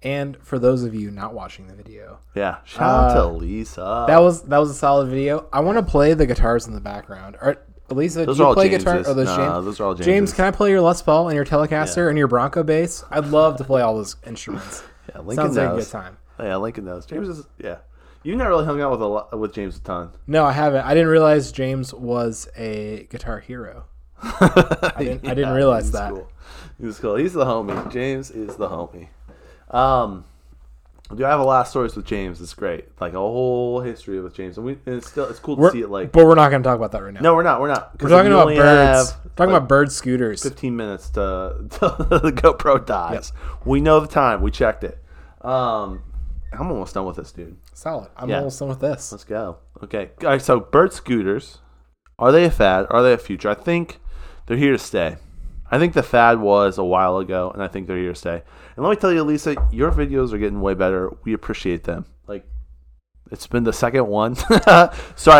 Speaker 2: and for those of you not watching the video,
Speaker 1: Yeah. Shout out
Speaker 2: uh,
Speaker 1: to Lisa.
Speaker 2: that was that was a solid video. I want to play the guitars in the background. Are, Elisa,
Speaker 1: Those
Speaker 2: do
Speaker 1: are
Speaker 2: you
Speaker 1: all
Speaker 2: play guitar?
Speaker 1: Jameses.
Speaker 2: Or those
Speaker 1: Nah,
Speaker 2: James?
Speaker 1: those are all
Speaker 2: James,
Speaker 1: Jameses.
Speaker 2: can I play your Les Paul and your Telecaster and your Bronco bass? I'd love to play all those instruments.
Speaker 1: yeah, Lincoln
Speaker 2: Sounds like a
Speaker 1: knows.
Speaker 2: good time.
Speaker 1: Yeah, Lincoln knows. James is. Yeah. You've not really hung out with a lot, with James a ton.
Speaker 2: No, I haven't. I didn't realize James was a guitar hero. I didn't, I didn't realize
Speaker 1: he's
Speaker 2: that.
Speaker 1: Cool. He's cool. He's the homie. James is the homie. Um, do I have a lot of stories with James? It's great, like a whole history with James, and we and it's still it's cool to
Speaker 2: We're-
Speaker 1: see it. Like,
Speaker 2: but we're not going to talk about that right now.
Speaker 1: no, we're not. We're not.
Speaker 2: we're talking about
Speaker 1: only
Speaker 2: birds.
Speaker 1: have,
Speaker 2: talking
Speaker 1: like,
Speaker 2: about bird scooters.
Speaker 1: fifteen minutes to till the GoPro dies. We know the time. We checked it. Um, I'm almost done with this, dude.
Speaker 2: Solid. I'm
Speaker 1: Yeah.
Speaker 2: almost done with this.
Speaker 1: Let's go. Okay. All right, so bird scooters, are they a fad? Are they a future? I think they're here to stay. I think the fad was a while ago, and I think they're here to stay. And let me tell you, Lisa, your videos are getting way better. We appreciate them. Like, it's been the second one. Sorry,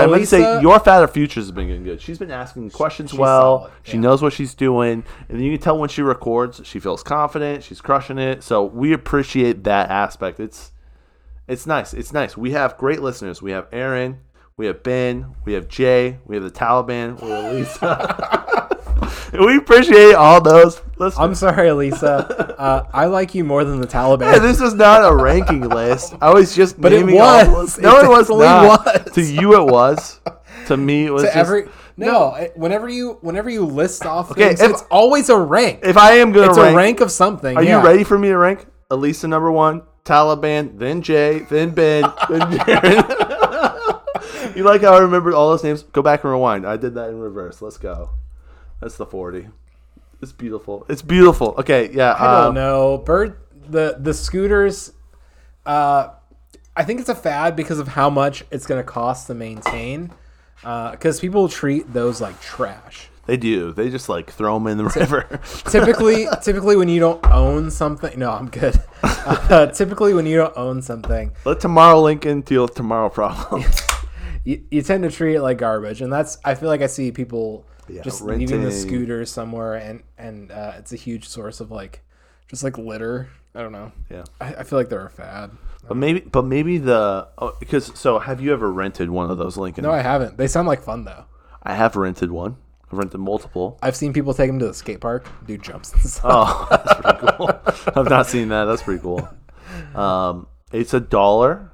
Speaker 1: I'm going to say
Speaker 2: Lisa-
Speaker 1: your fad or futures has been getting good. She's been asking questions
Speaker 2: she's
Speaker 1: well.
Speaker 2: solid,
Speaker 1: She
Speaker 2: yeah.
Speaker 1: knows what she's doing, and you can tell when she records, she feels confident. She's crushing it. So we appreciate that aspect. It's it's nice. It's nice. We have great listeners. We have Aaron. We have Ben. We have Jay. We have the Taliban. We have Lisa. we appreciate all those listeners.
Speaker 2: I'm sorry, Lisa. uh, I like you more than the Taliban.
Speaker 1: Hey, this is not a ranking list. I was just
Speaker 2: it
Speaker 1: naming all the
Speaker 2: was.
Speaker 1: list- No,
Speaker 2: It
Speaker 1: it, was
Speaker 2: definitely
Speaker 1: not.
Speaker 2: was.
Speaker 1: To you, it was. To me, it was.
Speaker 2: To
Speaker 1: just-
Speaker 2: every no, I- whenever you whenever you list off,
Speaker 1: Okay,
Speaker 2: things,
Speaker 1: if-
Speaker 2: it's always a rank.
Speaker 1: If I am gonna
Speaker 2: it's
Speaker 1: rank,
Speaker 2: a rank of something.
Speaker 1: are
Speaker 2: yeah.
Speaker 1: you ready for me to rank? Elisa number one, Taliban, then Jay, then Ben, then Jared. you like how I remembered all those names? Go back and rewind. I did that in reverse. Let's go. That's the forty. It's beautiful. It's beautiful. Okay, yeah.
Speaker 2: I don't
Speaker 1: um,
Speaker 2: know. Oh, Bird the the scooters. Uh, I think it's a fad because of how much it's going to cost to maintain. Because people treat those like trash.
Speaker 1: They do. They just like throw them in the river.
Speaker 2: Typically, typically when you don't own something, no, I'm good. Uh, typically, when you don't own something,
Speaker 1: Let tomorrow Lincoln deal with tomorrow problems.
Speaker 2: you, you tend to treat it like garbage, and that's I feel like I see people just leaving
Speaker 1: renting.
Speaker 2: the scooter somewhere, and and uh, it's a huge source of like just like litter. I don't know.
Speaker 1: yeah.
Speaker 2: I, I feel like they're a fad.
Speaker 1: But maybe, but maybe the oh, because so have you ever rented one of those Lincoln?
Speaker 2: No, I haven't. They sound like fun though.
Speaker 1: I have rented one. I've rented multiple.
Speaker 2: I've seen people take them to the skate park, do jumps and
Speaker 1: Oh,
Speaker 2: stuff.
Speaker 1: that's pretty cool. I've not seen that. That's pretty cool. Um, it's a dollar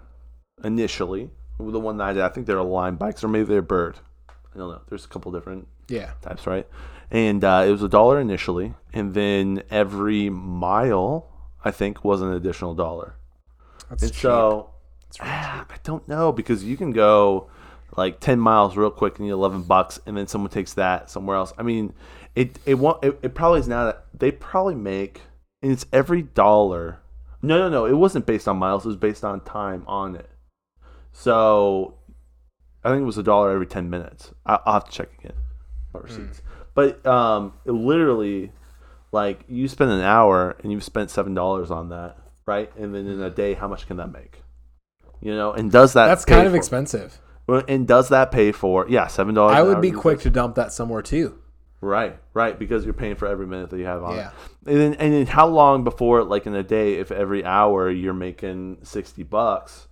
Speaker 1: initially. The one that I, did, I think they're Lime bikes, or maybe they're Bird. I don't know. There's a couple different
Speaker 2: Yeah.
Speaker 1: types, right? And uh, it was a dollar initially, and then every mile I think was an additional dollar.
Speaker 2: That's cheap.
Speaker 1: So ah, I don't know because you can go like ten miles real quick and you eleven bucks, and then someone takes that somewhere else. I mean, it it won't. It, it probably is not. They probably make and it's every dollar. No, no, no. It wasn't based on miles. It was based on time on it. So I think it was a dollar every ten minutes. I, I'll have to check again my
Speaker 2: Hmm.
Speaker 1: receipts. But um, it literally, like you spend an hour and you've spent seven dollars on that, right? And then in a day, how much can that make? You know, and does that
Speaker 2: That's
Speaker 1: pay
Speaker 2: kind of
Speaker 1: for-
Speaker 2: expensive.
Speaker 1: well, And does that pay for? Yeah, seven dollars.
Speaker 2: I would be quick to dump that somewhere too.
Speaker 1: Right, right, because you're paying for every minute that you have on
Speaker 2: Yeah.
Speaker 1: it. And then, and then how long before, like in a day, if every hour you're making sixty bucks,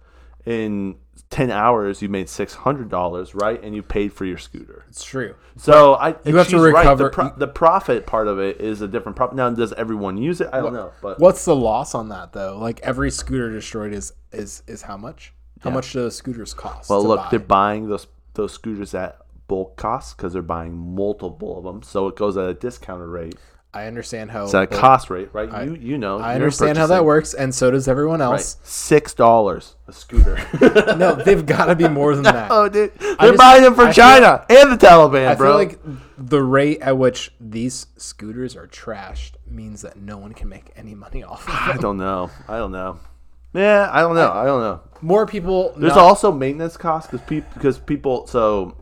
Speaker 1: in ten hours you made six hundred dollars, right? And you paid for your scooter.
Speaker 2: It's true.
Speaker 1: So I
Speaker 2: You have to
Speaker 1: she's right. The,
Speaker 2: recover-
Speaker 1: pro- the profit part of it is a different problem. Now, does everyone use it? I don't know, but
Speaker 2: What's the loss on that though? Like every scooter destroyed is is is how much? How much do those scooters cost?
Speaker 1: well,
Speaker 2: to
Speaker 1: look,
Speaker 2: buy?
Speaker 1: they're buying those those scooters at bulk cost because they're buying multiple of them, so it goes at a discounted rate.
Speaker 2: I understand how
Speaker 1: It's at a cost rate, right? you you know,
Speaker 2: I understand how that works, and so does everyone else.
Speaker 1: Six dollars a scooter.
Speaker 2: No, they've got to be more than that.
Speaker 1: oh, dude, they're
Speaker 2: just-
Speaker 1: buying them for
Speaker 2: I feel-
Speaker 1: China and the Taliban,
Speaker 2: I
Speaker 1: bro.
Speaker 2: feel like the rate at which these scooters are trashed means that no one can make any money off of
Speaker 1: I
Speaker 2: them.
Speaker 1: don't know. I don't know. Yeah, I don't know. I don't know.
Speaker 2: More people.
Speaker 1: There's
Speaker 2: not-
Speaker 1: also maintenance costs because people because people so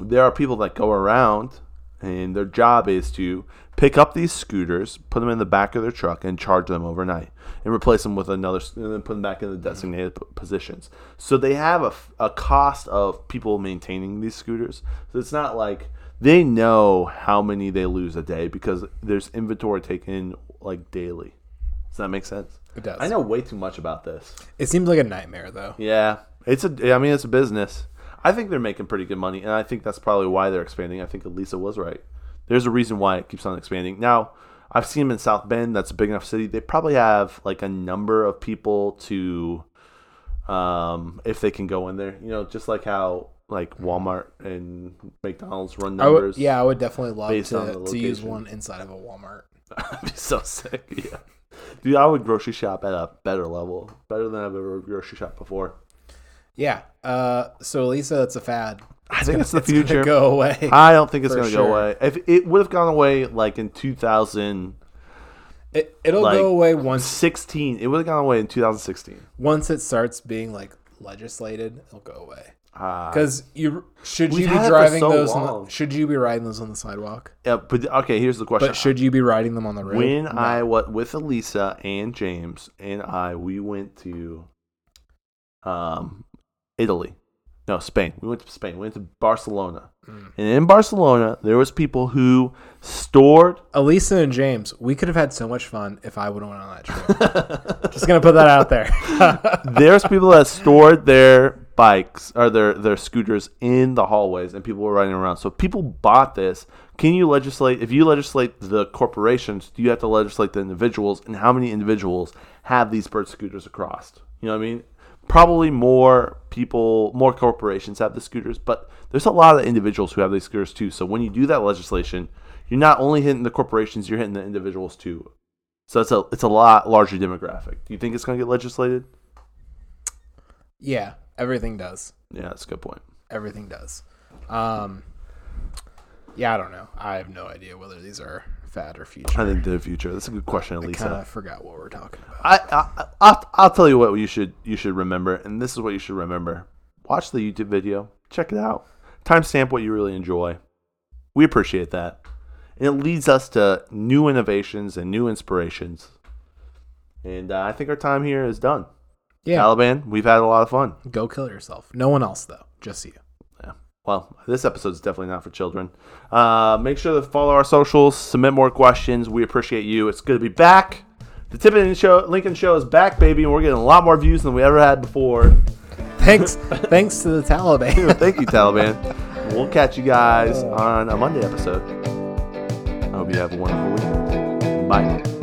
Speaker 1: there are people that go around and their job is to pick up these scooters, put them in the back of their truck, and charge them overnight, and replace them with another, s- and then put them back in the designated p- positions. So they have a, f- a cost of people maintaining these scooters. So it's not like they know how many they lose a day because there's inventory taken like daily. Does that make sense?
Speaker 2: It does.
Speaker 1: I know way too much about this.
Speaker 2: It seems like a nightmare, though.
Speaker 1: Yeah, it's a. I mean, it's a business. I think they're making pretty good money, and I think that's probably why they're expanding. I think Elisa was right. There's a reason why it keeps on expanding. Now, I've seen them in South Bend. That's a big enough city. They probably have like a number of people to, um, if they can go in there. You know, just like how like Walmart and McDonald's run
Speaker 2: I
Speaker 1: numbers.
Speaker 2: would, yeah, I would definitely love
Speaker 1: based on
Speaker 2: to,
Speaker 1: the
Speaker 2: to use
Speaker 1: location.
Speaker 2: one inside of a Walmart.
Speaker 1: That'd be so sick. Yeah, dude, I would grocery shop at a better level, better than I've ever grocery shopped before.
Speaker 2: Yeah. Uh, so Lisa, that's a fad.
Speaker 1: I think it's the
Speaker 2: It's
Speaker 1: future.
Speaker 2: gonna go away.
Speaker 1: I don't think it's
Speaker 2: For
Speaker 1: going to
Speaker 2: sure.
Speaker 1: go away. If it would have gone away like in 2016,
Speaker 2: It, it'll
Speaker 1: like-
Speaker 2: go away once
Speaker 1: it would have gone away in 2016.
Speaker 2: once it starts being like legislated. It'll go away.
Speaker 1: Ah.
Speaker 2: Because you should
Speaker 1: We've
Speaker 2: you be
Speaker 1: had it for
Speaker 2: driving
Speaker 1: so
Speaker 2: those? On
Speaker 1: long.
Speaker 2: the, should you be riding those on the sidewalk?
Speaker 1: yeah, but okay, here's the question.
Speaker 2: But should you be riding them on the road?
Speaker 1: when I was with Elisa and James and I, we went to um Italy. No, Spain. We went to Spain. We went to Barcelona.
Speaker 2: Mm.
Speaker 1: And in Barcelona, there was people who stored
Speaker 2: Elisa and James, we could have had so much fun if I would have went on that trip. Just gonna put that out there.
Speaker 1: there's people that stored their bikes or their their scooters in the hallways and people were riding around so people bought this can you legislate if you legislate the corporations do you have to legislate the individuals and how many individuals have these bird scooters across you know what i mean probably more people more corporations have the scooters but there's a lot of individuals who have these scooters too so when you do that legislation you're not only hitting the corporations you're hitting the individuals too so it's a it's a lot larger demographic do you think it's going to get legislated
Speaker 2: yeah, everything does.
Speaker 1: Yeah, that's a good point.
Speaker 2: Everything does. Um, yeah, I don't know. I have no idea whether these are fad or
Speaker 1: I
Speaker 2: future?
Speaker 1: think the future. That's a good question,
Speaker 2: Kind
Speaker 1: Elisa.
Speaker 2: of forgot what we're talking about.
Speaker 1: I, I, I'll, I'll tell you what you should you should remember, and this is what you should remember. Watch the YouTube video, check it out, timestamp what you really enjoy. We appreciate that, and it leads us to new innovations and new inspirations. And uh, I think our time here is done.
Speaker 2: Yeah,
Speaker 1: Taliban, we've had a lot of fun.
Speaker 2: go kill yourself. No one else though, just you.
Speaker 1: Yeah. Well, this episode is definitely not for children. Uh, make sure to follow our socials, submit more questions. We appreciate you. It's good to be back. The Tippin' Show, Lincoln Show is back, baby, and we're getting a lot more views than we ever had before.
Speaker 2: Thanks, thanks to the Taliban.
Speaker 1: Thank you, Taliban. We'll catch you guys on a Monday episode. I hope you have a wonderful weekend. Bye.